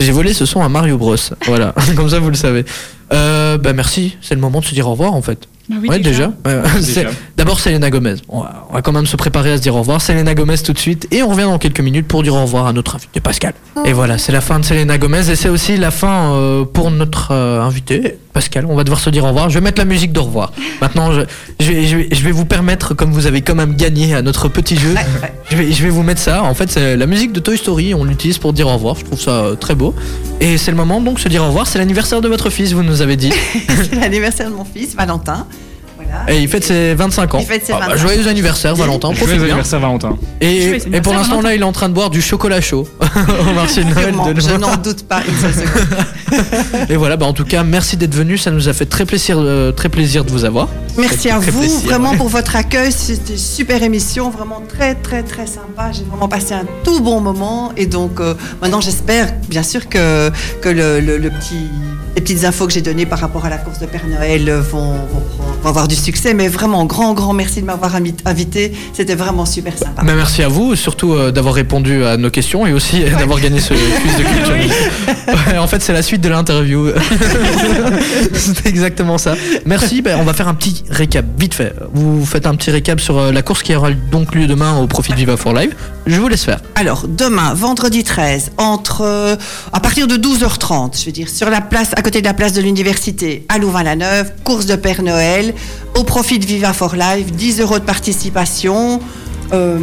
[SPEAKER 1] J'ai volé ce son à Mario Bros. Voilà, [laughs] comme ça vous le savez. Euh, bah merci, c'est le moment de se dire au revoir en fait.
[SPEAKER 2] Bah oui,
[SPEAKER 1] ouais, déjà. Ouais, c'est-
[SPEAKER 5] Déjà.
[SPEAKER 1] D'abord, Selena Gomez. On va, on va quand même se préparer à se dire au revoir. Selena Gomez tout de suite. Et on revient dans quelques minutes pour dire au revoir à notre invité Pascal. Et voilà, c'est la fin de Selena Gomez. Et c'est aussi la fin euh, pour notre euh, invité Pascal. On va devoir se dire au revoir. Je vais mettre la musique d'au revoir. Maintenant, je, je vais, je vais- je vais vous permettre, comme vous avez quand même gagné à notre petit jeu, je, vais, je vais vous mettre ça. En fait, c'est la musique de Toy Story. On l'utilise pour dire au revoir. Je trouve ça euh, très beau. Et c'est le moment donc de se dire au revoir. C'est l'anniversaire de votre fils, vous nous avez dit.
[SPEAKER 6] [laughs] C'est l'anniversaire de mon fils, Valentin. Voilà.
[SPEAKER 1] Et il fête ses 25 ans.
[SPEAKER 6] Il fête ses
[SPEAKER 1] Ah bah,
[SPEAKER 6] 25.
[SPEAKER 1] joyeux anniversaire, Valentin.
[SPEAKER 5] Joyeux
[SPEAKER 1] Profite bien.
[SPEAKER 5] anniversaire Valentin.
[SPEAKER 1] Et,
[SPEAKER 2] Joyeux
[SPEAKER 1] et pour
[SPEAKER 2] anniversaire,
[SPEAKER 1] l'instant,
[SPEAKER 2] Valentin.
[SPEAKER 1] là, il est en train de boire du chocolat chaud [laughs] au marché de Noël
[SPEAKER 6] Sûrement,
[SPEAKER 1] de
[SPEAKER 6] je
[SPEAKER 1] Noël.
[SPEAKER 6] n'en doute pas une seule seconde.
[SPEAKER 1] Et voilà, bah, en tout cas, merci d'être venu. Ça nous a fait très plaisir, euh, très plaisir de vous avoir.
[SPEAKER 6] Merci à
[SPEAKER 1] Très
[SPEAKER 6] vous
[SPEAKER 1] plaisir,
[SPEAKER 6] vraiment pour votre accueil. C'était une super émission, vraiment très très très sympa. J'ai vraiment passé un tout bon moment et donc euh, maintenant j'espère bien sûr que, que le, le- le petit, les petites infos que j'ai données par rapport à la course de Père Noël euh, vont, vont prendre- vont avoir du succès. Mais vraiment grand grand merci de m'avoir ami- invité. C'était vraiment super sympa.
[SPEAKER 1] Mais merci à vous, surtout euh, d'avoir répondu à nos questions et aussi euh, d'avoir gagné ce quiz de culture. Ouais, en fait, c'est la suite de
[SPEAKER 6] [laughs]
[SPEAKER 1] l'interview. C'était exactement ça. Merci. bah, on va faire un petit récap vite fait. Vous faites un petit récap sur euh, la course qui aura donc lieu demain au profit de Viva for Live. Je vous laisse faire.
[SPEAKER 6] Alors, demain, vendredi 13, entre, euh, à partir de 12h30, je veux dire, sur la place, à côté de la place de l'université, à Louvain-la-Neuve, course de Père Noël, au profit de Viva for Life, 10 euros de participation. Euh,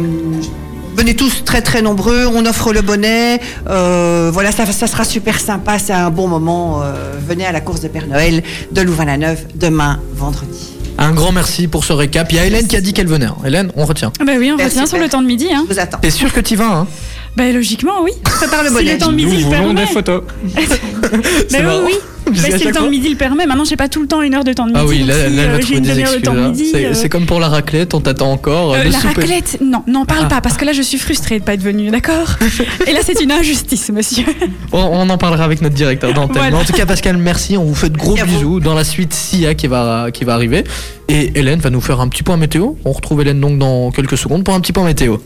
[SPEAKER 6] venez tous très très nombreux, on offre le bonnet. euh, voilà, ça, ça sera super sympa, c'est un bon moment. euh, venez à la course de Père Noël de Louvain-la-Neuve demain, vendredi.
[SPEAKER 1] Un grand merci pour ce récap. Il y a Hélène qui a dit qu'elle venait. hein. Hélène, on retient.
[SPEAKER 2] Ah Bah oui, on
[SPEAKER 6] Merci,
[SPEAKER 2] revient sur
[SPEAKER 6] Claire.
[SPEAKER 2] le temps de midi.
[SPEAKER 6] [laughs]
[SPEAKER 2] Hein.
[SPEAKER 6] Je vous attends.
[SPEAKER 1] T'es sûr que t'y vas hein
[SPEAKER 2] Bah
[SPEAKER 1] [laughs]
[SPEAKER 2] logiquement, oui.
[SPEAKER 6] Prépare le
[SPEAKER 2] Si
[SPEAKER 6] bonnet.
[SPEAKER 2] le temps de
[SPEAKER 5] Nous
[SPEAKER 2] midi le
[SPEAKER 5] voulons
[SPEAKER 2] permet.
[SPEAKER 5] des photos.
[SPEAKER 2] Bah oui,
[SPEAKER 1] marrant.
[SPEAKER 2] oui.
[SPEAKER 1] [laughs] Parce
[SPEAKER 2] Bah,
[SPEAKER 1] qu'à
[SPEAKER 2] si
[SPEAKER 1] chaque
[SPEAKER 2] le temps
[SPEAKER 1] fois-
[SPEAKER 2] de midi le permet. Maintenant, j'ai pas tout le temps une heure de temps de midi.
[SPEAKER 1] Ah oui,
[SPEAKER 2] donc
[SPEAKER 1] là,
[SPEAKER 2] si,
[SPEAKER 1] là, elle
[SPEAKER 2] euh,
[SPEAKER 1] va
[SPEAKER 2] j'ai
[SPEAKER 1] trouver
[SPEAKER 2] une
[SPEAKER 1] des
[SPEAKER 2] demi-heure de
[SPEAKER 1] excuses.
[SPEAKER 2] temps de
[SPEAKER 1] hein.
[SPEAKER 2] midi.
[SPEAKER 1] C'est
[SPEAKER 2] euh,
[SPEAKER 1] c'est comme pour la raclette, on t'attend encore. euh,
[SPEAKER 2] euh,
[SPEAKER 1] le
[SPEAKER 2] la
[SPEAKER 1] souper.
[SPEAKER 2] raclette, non, n'en parle
[SPEAKER 1] Ah.
[SPEAKER 2] pas parce que là je suis frustrée de pas être
[SPEAKER 1] [laughs]
[SPEAKER 2] venue, d'accord Et là c'est une injustice, monsieur.
[SPEAKER 1] On, on en parlera avec notre directeur d'antenne.
[SPEAKER 2] Voilà.
[SPEAKER 1] Mais En tout cas, Pascal, merci. On vous fait de gros
[SPEAKER 6] Merci à
[SPEAKER 1] bisous. Dans la suite, Sia qui va, qui va arriver. Et Hélène va nous faire un petit point météo. On retrouve Hélène donc dans quelques secondes pour un petit point météo.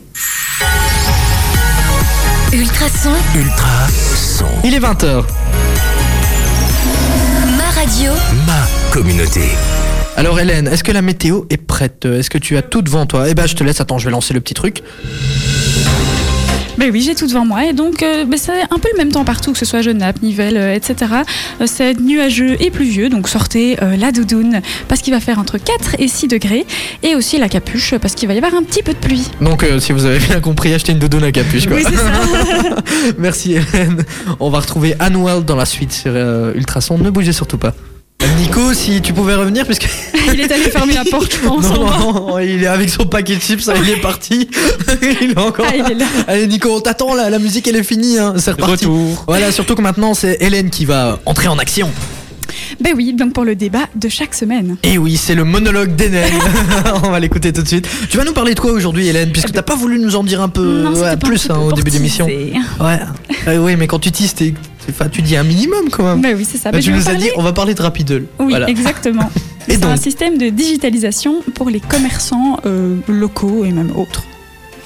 [SPEAKER 3] Ultrason,
[SPEAKER 4] Ultra son.
[SPEAKER 1] Il est 20h.
[SPEAKER 3] ma radio,
[SPEAKER 4] Ma communauté.
[SPEAKER 1] Alors Hélène, est-ce que la météo est prête Est-ce que tu as tout devant toi Eh ben, je te laisse. Attends, je vais lancer le petit truc.
[SPEAKER 2] Ben oui, j'ai tout devant moi et donc euh, ben, c'est un peu le même temps partout, que ce soit Genappe, Nivelles, euh, etc. Euh, c'est nuageux et pluvieux, donc sortez euh, la doudoune parce qu'il va faire entre 4 et 6 degrés et aussi la capuche parce qu'il va y avoir un petit peu de pluie.
[SPEAKER 1] Donc, euh, si vous avez bien compris, achetez une doudoune à capuche. Quoi.
[SPEAKER 2] Oui, c'est ça.
[SPEAKER 1] [laughs] Merci Hélène. On va retrouver Annual dans la suite sur euh, Ultrason. Ne bougez surtout pas. Nico, si tu pouvais revenir, parce que
[SPEAKER 2] [laughs] Il est allé fermer la porte, je pense.
[SPEAKER 1] non,
[SPEAKER 2] en bas.
[SPEAKER 1] non, non, il est avec son paquet de chips, hein, il est parti. [laughs] il est encore.
[SPEAKER 2] Ah, il est là.
[SPEAKER 1] Allez Nico, on t'attend là, la musique elle est finie, hein, c'est reparti.
[SPEAKER 5] Retour.
[SPEAKER 1] Voilà, surtout que maintenant c'est Hélène qui va entrer en action.
[SPEAKER 2] Ben oui, donc pour le débat de chaque semaine.
[SPEAKER 1] Et Eh oui, c'est le monologue d'Hélène. [laughs] on va l'écouter tout de suite. Tu vas nous parler de quoi aujourd'hui Hélène Puisque t'as pas voulu nous en dire un peu
[SPEAKER 2] Non, c'était
[SPEAKER 1] ouais,
[SPEAKER 2] pas un
[SPEAKER 1] plus
[SPEAKER 2] petit
[SPEAKER 1] hein,
[SPEAKER 2] peu
[SPEAKER 1] au
[SPEAKER 2] pour
[SPEAKER 1] début de l'émission.
[SPEAKER 2] teaser.
[SPEAKER 1] Ouais. Ouais, oui, mais quand tu tises, t'es- t'es- enfin, tu dis un minimum quand même.
[SPEAKER 2] Ben oui, c'est ça.
[SPEAKER 1] Là,
[SPEAKER 2] Ben,
[SPEAKER 1] Bah, tu
[SPEAKER 2] je vais
[SPEAKER 1] nous as
[SPEAKER 2] parler-
[SPEAKER 1] dit, on va parler de Rapidle.
[SPEAKER 2] Oui,
[SPEAKER 1] voilà.
[SPEAKER 2] exactement.
[SPEAKER 1] [laughs] Et
[SPEAKER 2] C'est
[SPEAKER 1] donc
[SPEAKER 2] un système de digitalisation pour les commerçants euh, locaux et même autres.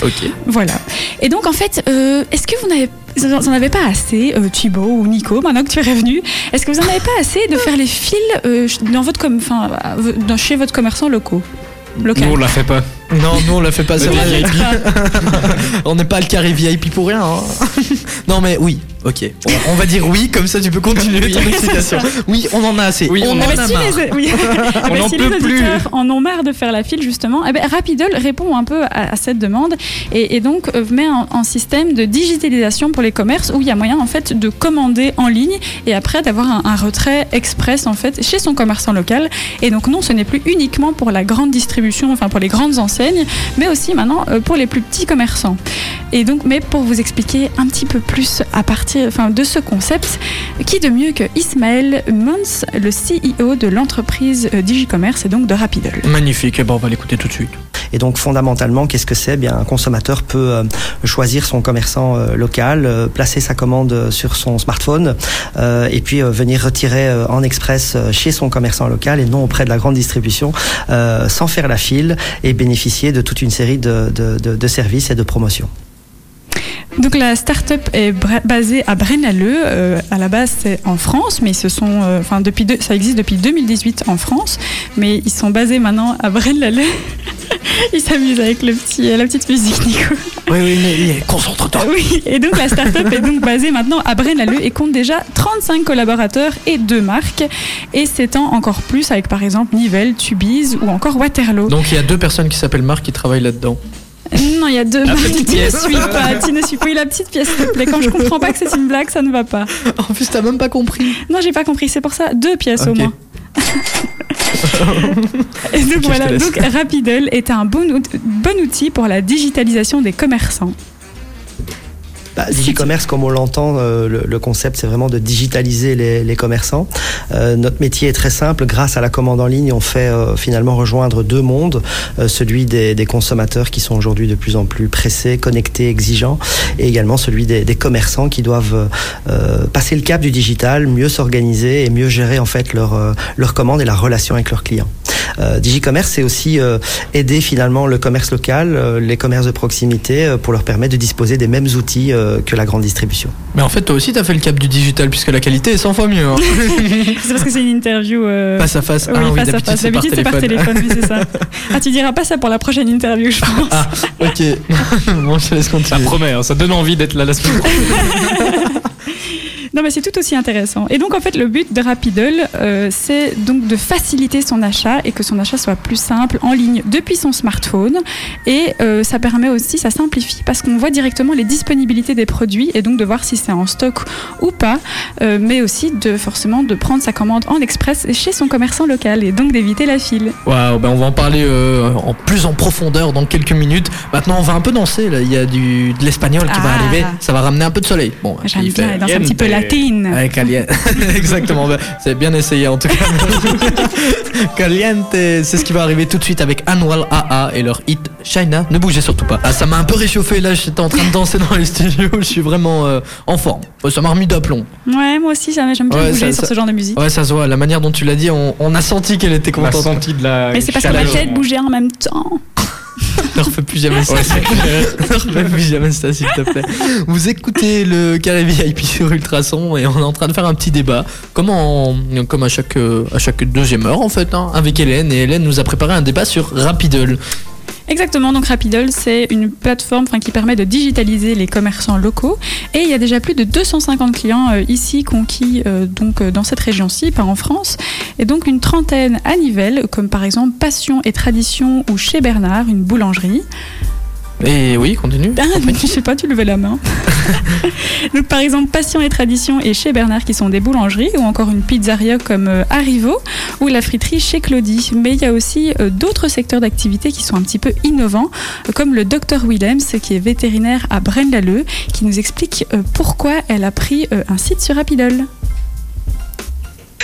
[SPEAKER 1] Ok.
[SPEAKER 2] Voilà. Et donc, en fait, euh, est-ce que vous n'avez vous en avez pas assez, euh, Thibaut ou Nico, maintenant que tu es revenu, est-ce que vous n'en avez pas assez de faire les fils euh, dans votre com- enfin, euh, dans- chez votre commerçant locaux
[SPEAKER 5] Nous,
[SPEAKER 2] local
[SPEAKER 5] on la fait pas.
[SPEAKER 1] Non, nous on la [laughs] fait pas. c'est
[SPEAKER 5] Le
[SPEAKER 1] vrai.
[SPEAKER 5] VIP.
[SPEAKER 1] on n'est pas le carré VIP pour rien. hein. [laughs] non mais oui, ok. On, on va dire oui, comme ça tu peux
[SPEAKER 2] [laughs]
[SPEAKER 1] continuer ton excitation. Oui, on en a assez.
[SPEAKER 5] Oui,
[SPEAKER 1] on,
[SPEAKER 5] on
[SPEAKER 1] en
[SPEAKER 5] en
[SPEAKER 2] Ah
[SPEAKER 1] a
[SPEAKER 2] bah si
[SPEAKER 1] marre.
[SPEAKER 2] les, oui. [laughs] Ah bah
[SPEAKER 5] [laughs] On n'en
[SPEAKER 2] si
[SPEAKER 5] peut
[SPEAKER 2] les
[SPEAKER 5] plus.
[SPEAKER 2] auditeurs en ont marre de faire la file justement, eh ben, Rapidol répond un peu à, à cette demande et, et donc euh, met un, un système de digitalisation pour les commerces où il y a moyen en fait de commander en ligne et après d'avoir un, un retrait express en fait chez son commerçant local. Et donc non, ce n'est plus uniquement pour la grande distribution, enfin pour les grandes enseignes, mais aussi maintenant euh, pour les plus petits commerçants. Et donc, mais pour vous expliquer un petit peu plus à partir enfin, de ce concept, qui de mieux que Ismaël Mons, le CEO de l'entreprise euh, Digicommerce et donc de Rapidol.
[SPEAKER 1] Magnifique. Eh ben, on va l'écouter tout de suite.
[SPEAKER 7] Et donc fondamentalement, qu'est-ce que c'est Eh Bien, un consommateur peut euh, choisir son commerçant euh, local, euh, placer sa commande euh, sur son smartphone, euh, et puis euh, venir retirer euh, en express euh, chez son commerçant local et non auprès de la grande distribution, euh, sans faire la file et bénéficier de toute une série de- de- de- de services et de promotions.
[SPEAKER 2] Donc la start-up est bra- basée à Braine-l'Alleud. Euh, à la base, c'est en France, mais ce sont, euh, enfin, depuis deux- ça existe depuis 2018 en France, mais ils sont basés maintenant à Braine-l'Alleud. [laughs] Ils s'amusent avec le petit, euh, la petite musique, Nico. [laughs] Ah
[SPEAKER 1] Oui, oui, mais concentre-toi.
[SPEAKER 2] Oui, et donc la start-up est donc basée maintenant à Braine-l'Alleud et compte déjà 35 collaborateurs et deux marques et s'étend encore plus avec par exemple Nivelle, Tubize ou encore Waterloo.
[SPEAKER 1] Donc il y a deux personnes qui s'appellent Marc qui travaillent
[SPEAKER 2] [laughs]
[SPEAKER 1] là-dedans.
[SPEAKER 2] Non, il y a deux [laughs] marques.
[SPEAKER 1] petite
[SPEAKER 2] Tu ne
[SPEAKER 1] pièce.
[SPEAKER 2] suis pas, tu ne suis pas. Oui, la petite pièce, s'il te plaît. Quand je comprends pas que c'est une blague, ça ne va pas.
[SPEAKER 1] En plus, t'as même pas compris.
[SPEAKER 2] Non, j'ai pas compris. C'est pour ça, deux pièces au
[SPEAKER 1] Ok. [laughs]
[SPEAKER 2] moins. Et donc
[SPEAKER 1] te
[SPEAKER 2] voilà,
[SPEAKER 1] laisse.
[SPEAKER 2] donc Rapidel est un bon, out- bon outil pour la digitalisation des commerçants.
[SPEAKER 7] Bah, Digicommerce, comme on l'entend, euh, le, le concept, c'est vraiment de digitaliser les, les commerçants. Euh, notre métier est très simple. Grâce à la commande en ligne, on fait euh, finalement rejoindre deux mondes. Euh, celui des, des consommateurs qui sont aujourd'hui de plus en plus pressés, connectés, exigeants, et également celui des, des commerçants qui doivent euh, passer le cap du digital, mieux s'organiser et mieux gérer en fait leur, euh, leur commande et la relation avec leurs clients. Euh, Digicommerce, c'est aussi euh, aider finalement le commerce local, euh, les commerces de proximité, euh, pour leur permettre de disposer des mêmes outils euh, que la grande distribution.
[SPEAKER 1] Mais en fait, toi aussi, t'as fait le cap du digital puisque la qualité est 100 fois
[SPEAKER 2] [laughs]
[SPEAKER 1] mieux. hein.
[SPEAKER 2] C'est parce que c'est une interview. euh,
[SPEAKER 1] Face à face.
[SPEAKER 2] Oui,
[SPEAKER 1] ah, oui,
[SPEAKER 2] face à
[SPEAKER 1] d'habitude,
[SPEAKER 2] face. D'habitude, c'est par téléphone, oui, c'est ça.
[SPEAKER 1] [laughs]
[SPEAKER 2] Ah, tu diras pas ça pour la prochaine interview, je pense.
[SPEAKER 1] Ah, ok.
[SPEAKER 2] [laughs]
[SPEAKER 1] bon, je te laisse
[SPEAKER 5] Ça
[SPEAKER 1] continuer.
[SPEAKER 5] promet, hein, ça donne envie d'être là la semaine prochaine.
[SPEAKER 2] Non, mais c'est tout aussi intéressant. Et donc, en fait, le but de Rapidol, euh, c'est donc de faciliter son achat et que son achat soit plus simple en ligne depuis son smartphone. Et euh, ça permet aussi, ça simplifie parce qu'on voit directement les disponibilités des produits et donc de voir si c'est en stock ou pas, euh, mais aussi de forcément de prendre sa commande en express chez son commerçant local et donc d'éviter la file.
[SPEAKER 1] Waouh, ben on va en parler euh, en plus en profondeur dans quelques minutes. Maintenant, on va un peu danser. Là. Il y a du, de l'espagnol qui va
[SPEAKER 2] Ah.
[SPEAKER 1] arriver. Ça va ramener un peu de soleil. Bon, ben,
[SPEAKER 2] J'aime
[SPEAKER 1] il fait-
[SPEAKER 2] bien, dans un petit peu latine.
[SPEAKER 1] Ouais, caliente. [laughs] Exactement, bah, c'est bien essayé en tout cas. caliente, c'est ce qui va arriver tout de suite avec Anwal AA et leur hit China. Ne bougez surtout pas. Ah, ça m'a un peu réchauffé là, j'étais en train de danser dans les studios, je suis vraiment euh, en forme. Ouais, Ça m'a remis d'aplomb.
[SPEAKER 2] Ouais, moi aussi, j'aime j'aime bien
[SPEAKER 1] Ouais,
[SPEAKER 2] bouger
[SPEAKER 1] ça-
[SPEAKER 2] sur
[SPEAKER 1] ça-
[SPEAKER 2] ce genre de musique.
[SPEAKER 1] Ouais, ça se voit, la manière dont tu l'as dit, on, on a senti qu'elle était
[SPEAKER 5] On a
[SPEAKER 1] contente.
[SPEAKER 5] senti de la.
[SPEAKER 2] Mais c'est parce que ma
[SPEAKER 5] chaleur.
[SPEAKER 2] tête bougeait en même temps.
[SPEAKER 1] ne refais plus jamais ça.
[SPEAKER 5] Ouais, c'est clair.
[SPEAKER 1] [laughs] ne refais plus jamais ça, s'il te plaît. Vous écoutez le Carré VIP sur Ultrason et on est en train de faire un petit débat. Comme, en- comme à, chaque, euh, à chaque deuxième heure, en fait, hein, avec Hélène. Et Hélène nous a préparé un débat sur Rapidle.
[SPEAKER 2] Exactement, donc Rapidol, c'est une plateforme enfin, qui permet de digitaliser les commerçants locaux. Et il y a déjà plus de 250 clients euh, ici conquis euh, donc, euh, dans cette région-ci, pas en France. Et donc une trentaine à Nivelles, comme par exemple Passion et Tradition ou Chez Bernard, une boulangerie.
[SPEAKER 1] Et oui, continue.
[SPEAKER 2] Ah, je sais pas, tu levais la main. [laughs] Donc, par exemple, Passion et Tradition et chez Bernard qui sont des boulangeries, ou encore une pizzeria comme euh, Arrivo, ou la friterie chez Claudie. Mais il y a aussi euh, d'autres secteurs d'activité qui sont un petit peu innovants, euh, comme le Dr Willems, qui est vétérinaire à Braine-l'Alleud, qui nous explique euh, pourquoi elle a pris euh, un site sur Apidol.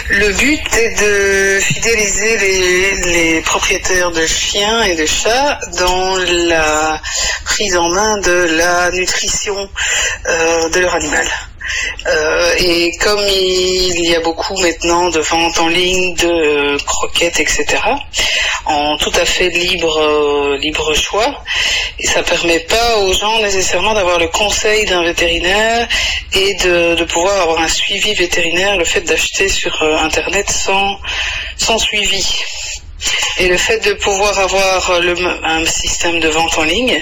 [SPEAKER 8] Le but est de fidéliser les, les propriétaires de chiens et de chats dans la prise en main de la nutrition euh, de leur animal. Euh, et comme il y a beaucoup maintenant de ventes en ligne, de croquettes, etc., en tout à fait libre, euh, libre choix, et ça permet pas aux gens nécessairement d'avoir le conseil d'un vétérinaire et de, de pouvoir avoir un suivi vétérinaire, le fait d'acheter sur euh, Internet sans, sans suivi. Et le fait de pouvoir avoir euh, le, m- un système de vente en ligne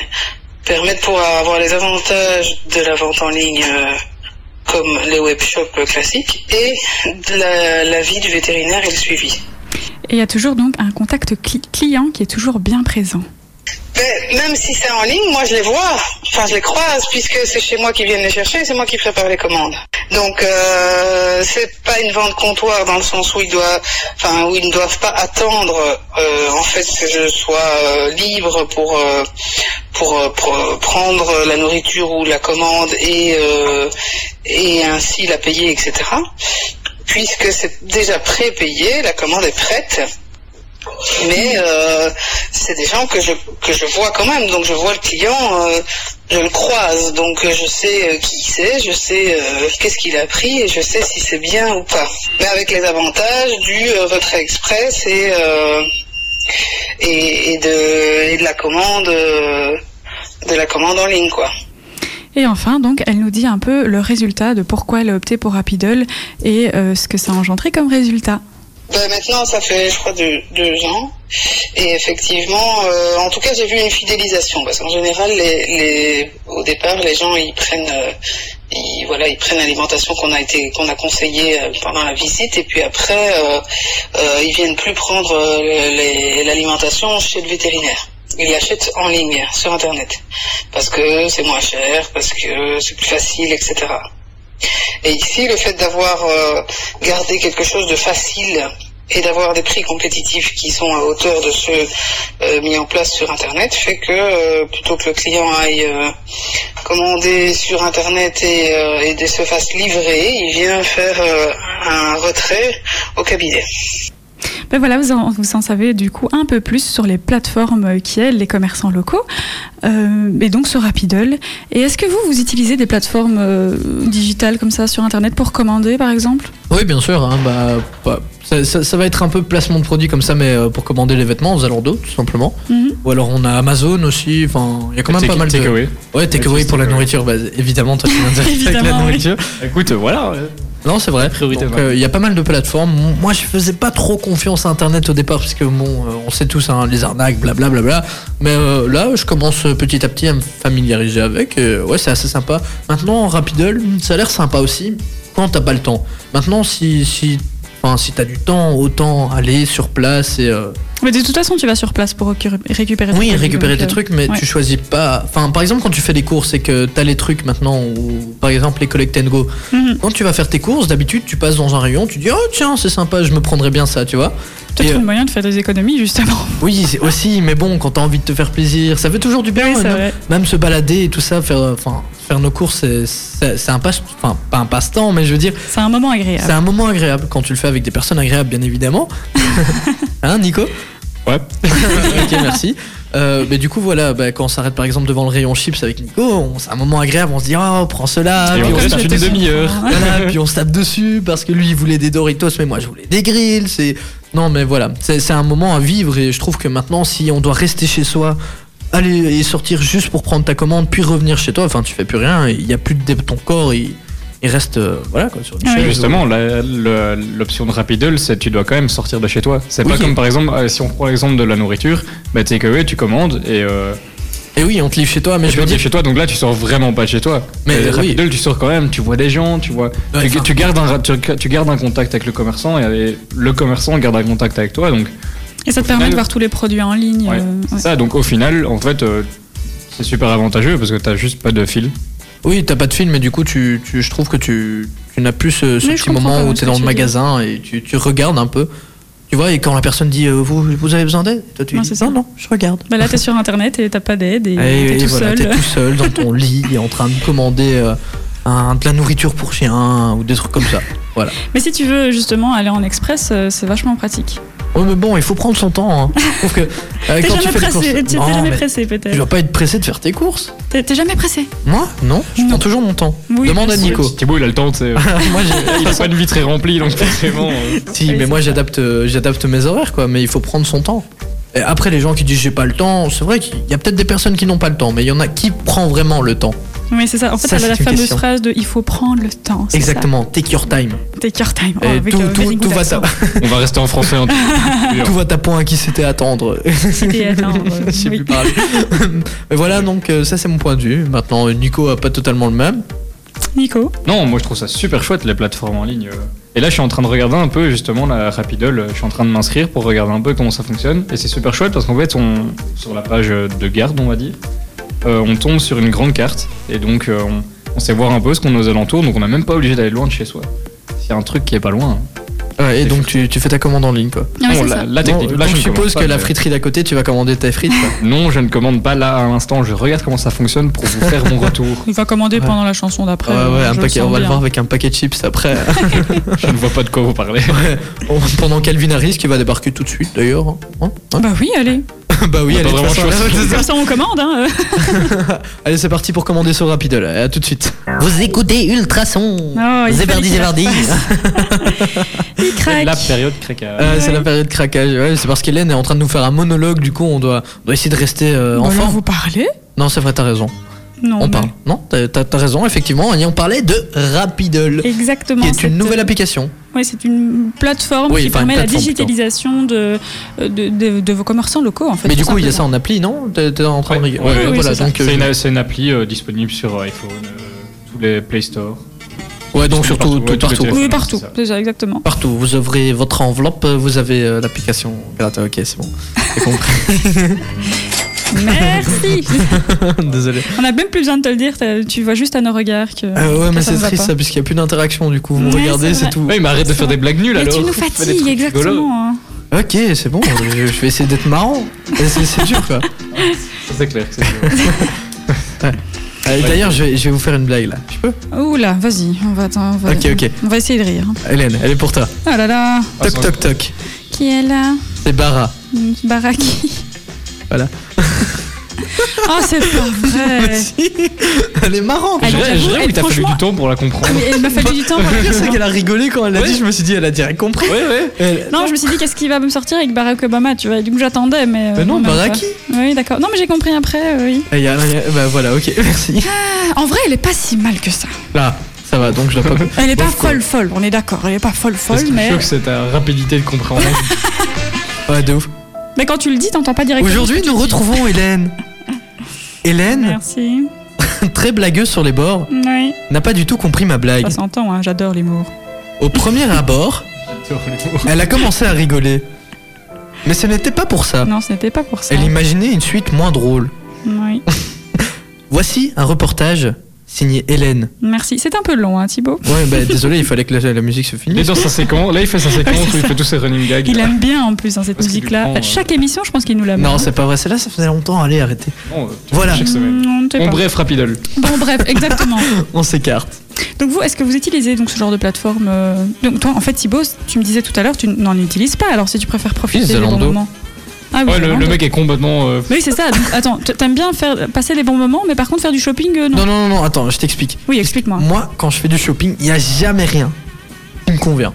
[SPEAKER 8] permet de pouvoir avoir les avantages de la vente en ligne euh, comme les webshops euh, classiques et de la, la vie du vétérinaire et le suivi.
[SPEAKER 2] Et il y a toujours donc un contact cli- client qui est toujours bien présent.
[SPEAKER 8] Ben, même si c'est en ligne, moi je les vois, enfin je les croise, puisque c'est chez moi qui viennent les chercher, c'est moi qui prépare les commandes. Donc euh, c'est pas une vente comptoir dans le sens où ils doivent, enfin où ils ne doivent pas attendre euh, en fait que je sois euh, libre pour euh, pour, euh, pr- prendre la nourriture ou la commande et euh, et ainsi la payer, etc. Puisque c'est déjà prépayé, la commande est prête. Mais euh, c'est des gens que je, que je vois quand même. Donc je vois le client, euh, je le croise. Donc euh, je sais euh, qui c'est, je sais euh, qu'est-ce qu'il a pris et je sais si c'est bien ou pas. Mais avec les avantages du euh, retrait express et, euh, et, et de, et de la commande. euh, de la commande en ligne quoi.
[SPEAKER 2] Et enfin, donc, elle nous dit un peu le résultat de pourquoi elle a opté pour Apidol et euh, ce que ça a engendré comme résultat.
[SPEAKER 8] Ben, maintenant, ça fait, je crois, deux, deux ans. Et effectivement, euh, en tout cas, j'ai vu une fidélisation. Parce qu'en général, les, les, au départ, les gens, ils prennent, euh, ils, voilà, ils prennent l'alimentation qu'on a été, qu'on a conseillée euh, pendant la visite. Et puis après, euh, euh, ils viennent plus prendre euh, les- l'alimentation chez le vétérinaire. Ils l'achètent en ligne, sur Internet. Parce que c'est moins cher, parce que c'est plus facile, etc. Et ici, le fait d'avoir euh, gardé quelque chose de facile et d'avoir des prix compétitifs qui sont à hauteur de ceux euh, mis en place sur Internet fait que euh, plutôt que le client aille euh, commander sur Internet et, euh, et de se fasse livrer, il vient faire euh, un retrait au cabinet.
[SPEAKER 2] Ben voilà, vous en, vous en savez du coup un peu plus sur les plateformes euh, qui aident les commerçants locaux, euh, et donc sur Rapidol. Et est-ce que vous, vous utilisez des plateformes euh, digitales comme ça sur Internet pour commander par exemple
[SPEAKER 1] Oui, bien sûr. hein, bah, bah, ça, ça- ça va être un peu placement de produit comme ça, mais euh, pour commander les vêtements aux alentours, tout simplement.
[SPEAKER 2] Mhm.
[SPEAKER 1] Ou alors on a Amazon aussi. Enfin, il y a quand même
[SPEAKER 5] Take-
[SPEAKER 1] pas mal de.
[SPEAKER 5] takeaway.
[SPEAKER 1] Ouais, takeaway
[SPEAKER 5] Juste
[SPEAKER 1] pour la
[SPEAKER 5] takeaway.
[SPEAKER 1] nourriture. Bah, évidemment, toi tu viens de
[SPEAKER 2] [laughs]
[SPEAKER 1] dire avec la
[SPEAKER 2] Évidemment, oui.
[SPEAKER 1] nourriture.
[SPEAKER 5] Écoute, voilà.
[SPEAKER 1] Non, c'est vrai. euh, Il
[SPEAKER 5] Priorité au marché.
[SPEAKER 1] y a pas mal de plateformes. Moi, je faisais pas trop confiance à Internet au départ, parce que bon, euh, on sait tous hein, les arnaques, blablabla. Mais euh, là, je commence euh, petit à petit à me familiariser avec. et, euh, ouais, c'est assez sympa. Maintenant, Rapidle, hmm, ça a l'air sympa aussi quand t'as pas le temps. Maintenant, si si enfin, si t'as du temps, autant aller sur place et euh,
[SPEAKER 2] Mais de toute façon, tu vas sur place pour recu- récupérer tes
[SPEAKER 1] oui,
[SPEAKER 2] produits,
[SPEAKER 1] récupérer
[SPEAKER 2] donc,
[SPEAKER 1] tes
[SPEAKER 2] euh,
[SPEAKER 1] trucs, mais
[SPEAKER 2] ouais.
[SPEAKER 1] tu choisis pas. Enfin, par exemple, quand tu fais des courses et que t'as les trucs maintenant, ou par exemple les collect and go,
[SPEAKER 2] Mhm.
[SPEAKER 1] quand tu vas faire tes courses, d'habitude, tu passes dans un rayon, tu dis oh tiens, c'est sympa, je me prendrais bien ça, tu vois.
[SPEAKER 2] Tu
[SPEAKER 1] Et,
[SPEAKER 2] trouves
[SPEAKER 1] euh,
[SPEAKER 2] moyen de faire des économies justement.
[SPEAKER 1] oui, c'est aussi, mais bon, quand t'as envie de te faire plaisir, ça fait toujours du bien.
[SPEAKER 2] Oui, c'est
[SPEAKER 1] même,
[SPEAKER 2] vrai.
[SPEAKER 1] même se balader et tout ça, faire, euh, enfin, faire nos courses, c'est- c'est c'est un passe, enfin, pas un passe-temps, mais je veux dire,
[SPEAKER 2] C'est un moment agréable.
[SPEAKER 1] c'est un moment agréable quand tu le fais avec des personnes agréables, bien
[SPEAKER 2] [laughs]
[SPEAKER 1] évidemment. hein, Nico [laughs]
[SPEAKER 5] Ouais.
[SPEAKER 1] ok, merci. Euh, mais du coup, voilà, bah, quand on s'arrête par exemple devant le rayon chips avec Nico, on- c'est un moment agréable, on se dit oh, prends cela,
[SPEAKER 2] Ah,
[SPEAKER 5] Et
[SPEAKER 1] puis
[SPEAKER 5] on
[SPEAKER 1] on se
[SPEAKER 5] reste une demi-heure. [laughs]
[SPEAKER 1] voilà, puis on se tape dessus parce que lui il voulait des Doritos, mais moi je voulais des grilles. C'est non, mais voilà, c'est c'est un moment à vivre et je trouve que maintenant, si on doit rester chez soi, aller et sortir juste pour prendre ta commande, puis revenir chez toi, enfin tu fais plus rien, il y a plus de ton corps, il, il reste euh, voilà quoi sur une
[SPEAKER 2] Ah oui.
[SPEAKER 1] chaise.
[SPEAKER 5] Justement, la- le- l'option de Rapidle, c'est tu dois quand même sortir de chez toi. C'est pas
[SPEAKER 1] Oui.
[SPEAKER 5] comme par exemple, euh, si on prend l'exemple de la nourriture, bah takeaway, tu commandes et, euh,
[SPEAKER 1] Et oui, on te livre chez toi, mais
[SPEAKER 5] et
[SPEAKER 1] je
[SPEAKER 5] tu
[SPEAKER 1] veux
[SPEAKER 5] rentres
[SPEAKER 1] dire,
[SPEAKER 5] chez toi. Donc là, tu sors vraiment pas de chez toi.
[SPEAKER 1] Mais
[SPEAKER 5] Et
[SPEAKER 1] oui.
[SPEAKER 5] Rapidle, tu sors quand même, tu vois des gens, tu vois.
[SPEAKER 1] Ouais,
[SPEAKER 5] tu,
[SPEAKER 1] enfin-
[SPEAKER 5] tu gardes un, ra- tu, tu gardes un contact avec le commerçant et, et le commerçant garde un contact avec toi. Donc
[SPEAKER 2] Et ça te permet
[SPEAKER 5] final-
[SPEAKER 2] de voir tous les produits en ligne.
[SPEAKER 5] Ouais,
[SPEAKER 2] euh,
[SPEAKER 5] c'est
[SPEAKER 2] ouais.
[SPEAKER 5] ça. Donc au final, en fait, euh, c'est super avantageux parce que t'as juste pas de fil.
[SPEAKER 1] Oui, t'as pas de film, mais du coup, tu, tu- je trouve que tu, tu n'as plus ce, ce
[SPEAKER 2] Oui, je
[SPEAKER 1] petit
[SPEAKER 2] comprends
[SPEAKER 1] moment
[SPEAKER 2] quand
[SPEAKER 1] où
[SPEAKER 2] même
[SPEAKER 1] t'es
[SPEAKER 2] ce
[SPEAKER 1] dans
[SPEAKER 2] que
[SPEAKER 1] le
[SPEAKER 2] tu veux dire.
[SPEAKER 1] magasin et tu, tu regardes un peu. Tu vois, et quand la personne dit euh, vous, vous avez besoin d'aide, toi tu
[SPEAKER 2] Non,
[SPEAKER 1] dis
[SPEAKER 2] c'est ça.
[SPEAKER 1] non, non, je regarde.
[SPEAKER 2] Bah là, t'es sur internet et t'as pas d'aide et
[SPEAKER 1] Et,
[SPEAKER 2] t'es
[SPEAKER 1] et
[SPEAKER 2] tout
[SPEAKER 1] Eh voilà,
[SPEAKER 2] seul.
[SPEAKER 1] t'es tout seul dans
[SPEAKER 2] [laughs]
[SPEAKER 1] ton lit en train de commander euh, un, de la nourriture pour chien ou des trucs comme ça. Voilà.
[SPEAKER 2] Mais si tu veux justement aller en express, euh, c'est vachement pratique.
[SPEAKER 1] Ouais, mais bon, il faut prendre son temps. hein. Je trouve que euh,
[SPEAKER 2] [laughs] T'es
[SPEAKER 1] quand tu
[SPEAKER 2] jamais
[SPEAKER 1] fais des
[SPEAKER 2] pressé,
[SPEAKER 1] courses-
[SPEAKER 2] t'es
[SPEAKER 1] Non,
[SPEAKER 2] jamais
[SPEAKER 1] mais
[SPEAKER 2] pressé
[SPEAKER 1] tu
[SPEAKER 2] peut-être.
[SPEAKER 1] dois pas être pressé de faire tes courses.
[SPEAKER 2] T'es t'es jamais pressé.
[SPEAKER 1] Moi Non, je
[SPEAKER 2] Non.
[SPEAKER 1] prends toujours mon temps.
[SPEAKER 2] Oui,
[SPEAKER 1] Demande
[SPEAKER 2] bien
[SPEAKER 1] à
[SPEAKER 2] sûr. [laughs]
[SPEAKER 1] Nico. [laughs]
[SPEAKER 5] Thibaut, il a le temps, tu sais.
[SPEAKER 1] Moi, j'ai-
[SPEAKER 5] Il a pas une vie très remplie, donc forcément. euh,
[SPEAKER 1] Si, mais moi j'adapte, euh, j'adapte mes horaires, quoi. Mais il faut prendre son temps. Et après, les gens qui disent j'ai pas le temps, c'est vrai qu'il y a peut-être des personnes qui n'ont pas le temps, mais il y en a qui prend vraiment le temps.
[SPEAKER 2] Oui, c'est ça. En fait,
[SPEAKER 1] Ça,
[SPEAKER 2] elle a la
[SPEAKER 1] c'est une
[SPEAKER 2] fameuse
[SPEAKER 1] question.
[SPEAKER 2] phrase de il faut prendre le temps. c'est
[SPEAKER 1] Exactement, take your time.
[SPEAKER 2] ça. Take your time. Oh,
[SPEAKER 1] Et
[SPEAKER 2] avec
[SPEAKER 1] tout,
[SPEAKER 2] un
[SPEAKER 1] tout,
[SPEAKER 2] very
[SPEAKER 1] tout
[SPEAKER 2] good
[SPEAKER 1] va
[SPEAKER 2] accent.
[SPEAKER 1] à,
[SPEAKER 5] On va rester en français. hein.
[SPEAKER 1] [laughs] tout va à point qui s'était attendre.
[SPEAKER 2] C'était attendre,
[SPEAKER 1] [laughs] Je sais
[SPEAKER 2] euh, oui.
[SPEAKER 1] plus
[SPEAKER 2] [laughs]
[SPEAKER 1] parler. mais voilà, donc euh, ça c'est mon point de vue. Maintenant, Nico a pas totalement le même.
[SPEAKER 2] Nico.
[SPEAKER 5] Non, moi je trouve ça super chouette les plateformes en ligne. euh. Et là, je suis en train de regarder un peu justement la Rapidol. euh, Je suis en train de m'inscrire pour regarder un peu comment ça fonctionne. Et c'est super chouette parce qu'en fait, on, sur la page euh, de garde, on va dire, euh, on tombe sur une grande carte. Et donc, euh, on, on sait voir un peu ce qu'on a aux alentours. Donc, on n'est même pas obligé d'aller loin de chez soi. S'il y a un truc qui est pas loin. hein.
[SPEAKER 1] Ouais, et
[SPEAKER 5] C'est
[SPEAKER 1] donc tu, tu fais ta commande en ligne, quoi.
[SPEAKER 2] Ah oui,
[SPEAKER 5] Bon,
[SPEAKER 2] c'est
[SPEAKER 5] la,
[SPEAKER 2] ça.
[SPEAKER 5] la
[SPEAKER 1] Bon,
[SPEAKER 5] technique. là,
[SPEAKER 1] euh, donc,
[SPEAKER 5] je
[SPEAKER 1] je
[SPEAKER 5] ne commande
[SPEAKER 1] suppose
[SPEAKER 5] pas,
[SPEAKER 1] que la
[SPEAKER 5] mais-
[SPEAKER 1] friterie d'à côté, tu vas commander tes
[SPEAKER 2] [laughs]
[SPEAKER 1] frites. quoi.
[SPEAKER 5] Non, je ne commande pas là à l'instant. Je regarde comment ça fonctionne pour vous faire mon retour.
[SPEAKER 2] Il va commander
[SPEAKER 1] Ouais.
[SPEAKER 2] pendant la chanson d'après.
[SPEAKER 1] ouais, ouais,
[SPEAKER 2] euh,
[SPEAKER 1] un
[SPEAKER 2] je le
[SPEAKER 1] paquet,
[SPEAKER 2] sens
[SPEAKER 1] on va le
[SPEAKER 2] bien.
[SPEAKER 1] voir avec un paquet de chips
[SPEAKER 2] [laughs]
[SPEAKER 1] après.
[SPEAKER 5] Je ne vois pas de quoi vous parlez.
[SPEAKER 1] On- Pendant Calvin Harris qui va débarquer tout de suite d'ailleurs. hein. Hein Hein
[SPEAKER 2] Bah oui, allez.
[SPEAKER 1] [laughs] bah oui,
[SPEAKER 5] On a
[SPEAKER 1] allez,
[SPEAKER 5] pas
[SPEAKER 1] de toute
[SPEAKER 5] vraiment
[SPEAKER 1] façon,
[SPEAKER 5] choisi.
[SPEAKER 1] [laughs] c'est ça.
[SPEAKER 2] Comme ça, on commande. Hein.
[SPEAKER 1] allez, c'est parti pour commander sur Rapidol. À tout de suite.
[SPEAKER 4] Vous écoutez Ultrason.
[SPEAKER 2] Oh, il fallait qu'il
[SPEAKER 4] Zéberdi.
[SPEAKER 2] Il craque.
[SPEAKER 5] La période créca.
[SPEAKER 1] Euh, C'est la période craquage. Ouais, c'est parce qu'Hélène est en train de nous faire un monologue. Du coup, on doit, on doit essayer de rester euh,
[SPEAKER 2] Bon,
[SPEAKER 1] en
[SPEAKER 2] alors,
[SPEAKER 1] forme.
[SPEAKER 2] vous parlez
[SPEAKER 1] Non, c'est vrai, t'as raison.
[SPEAKER 2] Non.
[SPEAKER 1] on
[SPEAKER 2] mais-
[SPEAKER 1] parle. Non, t'as- t'as t'as raison, effectivement. Et on parlait de Rapidol,
[SPEAKER 2] Exactement.
[SPEAKER 1] qui est
[SPEAKER 2] cette-
[SPEAKER 1] une nouvelle application.
[SPEAKER 2] Oui, c'est une plateforme
[SPEAKER 1] Oui,
[SPEAKER 2] qui
[SPEAKER 1] enfin, une
[SPEAKER 2] permet la
[SPEAKER 1] plateforme,
[SPEAKER 2] digitalisation de, de, de- de vos commerçants locaux, en fait.
[SPEAKER 1] Mais
[SPEAKER 2] tout
[SPEAKER 1] du coup, il y a ça en
[SPEAKER 2] simplement.
[SPEAKER 1] appli, non T'es t'es en train de
[SPEAKER 5] Ouais,
[SPEAKER 1] regarder.
[SPEAKER 5] ouais,
[SPEAKER 1] Ouais,
[SPEAKER 5] oui,
[SPEAKER 1] voilà,
[SPEAKER 2] c'est ça.
[SPEAKER 1] donc, euh,
[SPEAKER 5] C'est une, c'est une appli euh, disponible sur iPhone, euh, tous les Play Store.
[SPEAKER 1] ouais, donc
[SPEAKER 5] c'est
[SPEAKER 1] surtout
[SPEAKER 5] partout,
[SPEAKER 1] tout
[SPEAKER 5] ouais, tous les
[SPEAKER 1] partout.
[SPEAKER 5] téléphones.
[SPEAKER 2] Oui,
[SPEAKER 5] Ouais,
[SPEAKER 2] partout.
[SPEAKER 5] c'est ça.
[SPEAKER 2] C'est ça, exactement.
[SPEAKER 1] Partout, vous ouvrez votre enveloppe, euh, vous avez euh, l'application. Gratte, ok, c'est bon.
[SPEAKER 5] [laughs]
[SPEAKER 1] J'ai compris.
[SPEAKER 2] Merci
[SPEAKER 1] Désolé.
[SPEAKER 2] [laughs] On n'a même plus besoin de te le dire, t'as- tu vois juste à nos regards que.
[SPEAKER 1] Euh, ouais,
[SPEAKER 2] que
[SPEAKER 1] mais
[SPEAKER 2] ça
[SPEAKER 1] c'est
[SPEAKER 2] ne va
[SPEAKER 1] triste
[SPEAKER 2] pas.
[SPEAKER 1] ça, puisqu'il n'y a plus d'interaction du coup. Vous
[SPEAKER 2] Ouais,
[SPEAKER 1] regardez,
[SPEAKER 2] c'est
[SPEAKER 1] c'est
[SPEAKER 2] vrai.
[SPEAKER 1] tout.
[SPEAKER 5] Ouais, mais arrête de faire des blagues nulles
[SPEAKER 2] Mais
[SPEAKER 5] alors.
[SPEAKER 1] [laughs]
[SPEAKER 5] [laughs]
[SPEAKER 2] tu nous
[SPEAKER 5] Fais
[SPEAKER 2] fatigues,
[SPEAKER 5] des trucs rigolos.
[SPEAKER 2] exactement. hein.
[SPEAKER 1] Ok, c'est bon, je, je vais essayer d'être marrant. Et C'est c'est dur
[SPEAKER 5] [laughs]
[SPEAKER 1] quoi.
[SPEAKER 5] C'est clair. c'est clair.
[SPEAKER 1] Euh, D'ailleurs, je, vais- je vais vous faire une blague là. Je peux
[SPEAKER 2] Oula, hein. vas-y, on va, attends, on va,
[SPEAKER 1] Ok, ok.
[SPEAKER 2] on va essayer de rire.
[SPEAKER 1] Hélène, elle est pour toi.
[SPEAKER 2] Oh là là,
[SPEAKER 5] Ah,
[SPEAKER 1] Toc
[SPEAKER 5] c'est
[SPEAKER 1] toc toc.
[SPEAKER 2] qui est là
[SPEAKER 1] C'est Bara.
[SPEAKER 2] Baraki.
[SPEAKER 1] Voilà.
[SPEAKER 2] [laughs] Oh, c'est pas
[SPEAKER 1] [laughs]
[SPEAKER 2] vrai.
[SPEAKER 1] Elle est marrante.
[SPEAKER 2] Ah,
[SPEAKER 5] Je dirais- je
[SPEAKER 2] j'avoue,
[SPEAKER 5] dirais
[SPEAKER 2] et
[SPEAKER 5] qu'il t'a fallu
[SPEAKER 2] franchement-
[SPEAKER 5] du temps pour la comprendre.
[SPEAKER 2] Mais il m'a fallu du temps. pour
[SPEAKER 1] [laughs]
[SPEAKER 2] hein.
[SPEAKER 1] Le pire, c'est
[SPEAKER 2] comprendre.
[SPEAKER 1] qu'elle a rigolé quand elle l'a
[SPEAKER 5] Ouais.
[SPEAKER 1] dit. Je me suis dit, elle a direct compris.
[SPEAKER 5] Ouais, ouais.
[SPEAKER 1] Elle-
[SPEAKER 2] Non, je me suis dit, qu'est-ce qui va me sortir avec Barack Obama, tu vois. et Du coup, j'attendais, mais. euh,
[SPEAKER 1] Mais non,
[SPEAKER 2] même pas.
[SPEAKER 1] Baraki.
[SPEAKER 2] Oui, d'accord. Non, mais j'ai compris après, euh, oui.
[SPEAKER 1] Et il y a- il y a- Bah voilà, ok, [laughs] merci.
[SPEAKER 2] Ah, En vrai, elle est pas si mal que ça.
[SPEAKER 1] Là, ça va, donc je dois pas.
[SPEAKER 2] Elle est pas
[SPEAKER 1] Bof, quoi.
[SPEAKER 2] folle, folle, on est d'accord. Elle est pas folle,
[SPEAKER 5] C'est
[SPEAKER 2] folle,
[SPEAKER 5] ce qui me
[SPEAKER 2] mais.
[SPEAKER 5] choque, c'est ta euh, rapidité de compréhension.
[SPEAKER 1] [laughs] Ouais, de ouf.
[SPEAKER 2] Mais quand tu le dis, t'entends pas directement.
[SPEAKER 1] Aujourd'hui, nous retrouvons [laughs] Hélène. Hélène,
[SPEAKER 2] Merci.
[SPEAKER 1] très blagueuse sur les bords,
[SPEAKER 2] Oui,
[SPEAKER 1] n'a pas du tout compris ma blague.
[SPEAKER 2] ça s'entend, hein, j'adore l'humour.
[SPEAKER 1] Au premier abord,
[SPEAKER 5] Sur les mots.
[SPEAKER 1] Elle a commencé à rigoler. Mais ce n'était pas pour ça.
[SPEAKER 2] Non, ce n'était pas pour ça.
[SPEAKER 1] Elle imaginait une suite moins drôle.
[SPEAKER 2] Oui.
[SPEAKER 1] Voici un reportage signé Hélène.
[SPEAKER 2] Merci. C'est un peu long, hein, Thibaut.
[SPEAKER 1] Ouais, bah désolé, il fallait que la, la musique se
[SPEAKER 5] Il est
[SPEAKER 1] finisse.
[SPEAKER 5] dans sa séquence. Là, il fait sa séquence où il fait tous ses running gags.
[SPEAKER 2] Il aime bien en plus hein, cette
[SPEAKER 5] Parce qu'il
[SPEAKER 2] musique-là.
[SPEAKER 5] prend,
[SPEAKER 2] Enfin,
[SPEAKER 5] euh,
[SPEAKER 2] Chaque émission, je pense qu'il nous la met.
[SPEAKER 1] Non, c'est pas vrai, celle-là ça faisait longtemps, allez arrêtez.
[SPEAKER 5] Bon, euh,
[SPEAKER 1] Voilà.
[SPEAKER 5] Chaque semaine.
[SPEAKER 2] Mm, on ne sait
[SPEAKER 5] Bon,
[SPEAKER 2] pas.
[SPEAKER 5] bref, Rapidol.
[SPEAKER 2] Bon, bref, exactement.
[SPEAKER 1] On s'écarte.
[SPEAKER 2] Donc vous, est-ce que vous utilisez donc ce genre de plateforme euh, Donc toi, en fait, Thibaut, tu me disais tout à l'heure, tu n'en utilises pas. Alors si tu préfères profiter
[SPEAKER 1] Oui,
[SPEAKER 2] des bons
[SPEAKER 1] Zalando.
[SPEAKER 2] moments. Ah oui.
[SPEAKER 5] Ouais, le,
[SPEAKER 2] Zalando.
[SPEAKER 5] le mec est complètement. euh,
[SPEAKER 2] Mais oui, c'est ça. Donc, attends, t- t'aimes bien faire passer des bons moments, mais par contre faire du shopping, euh, non.
[SPEAKER 1] Non, non, non, non, attends, je t'explique.
[SPEAKER 2] Oui, explique-moi.
[SPEAKER 1] Moi, quand je fais du shopping, il n'y a jamais rien qui me convient.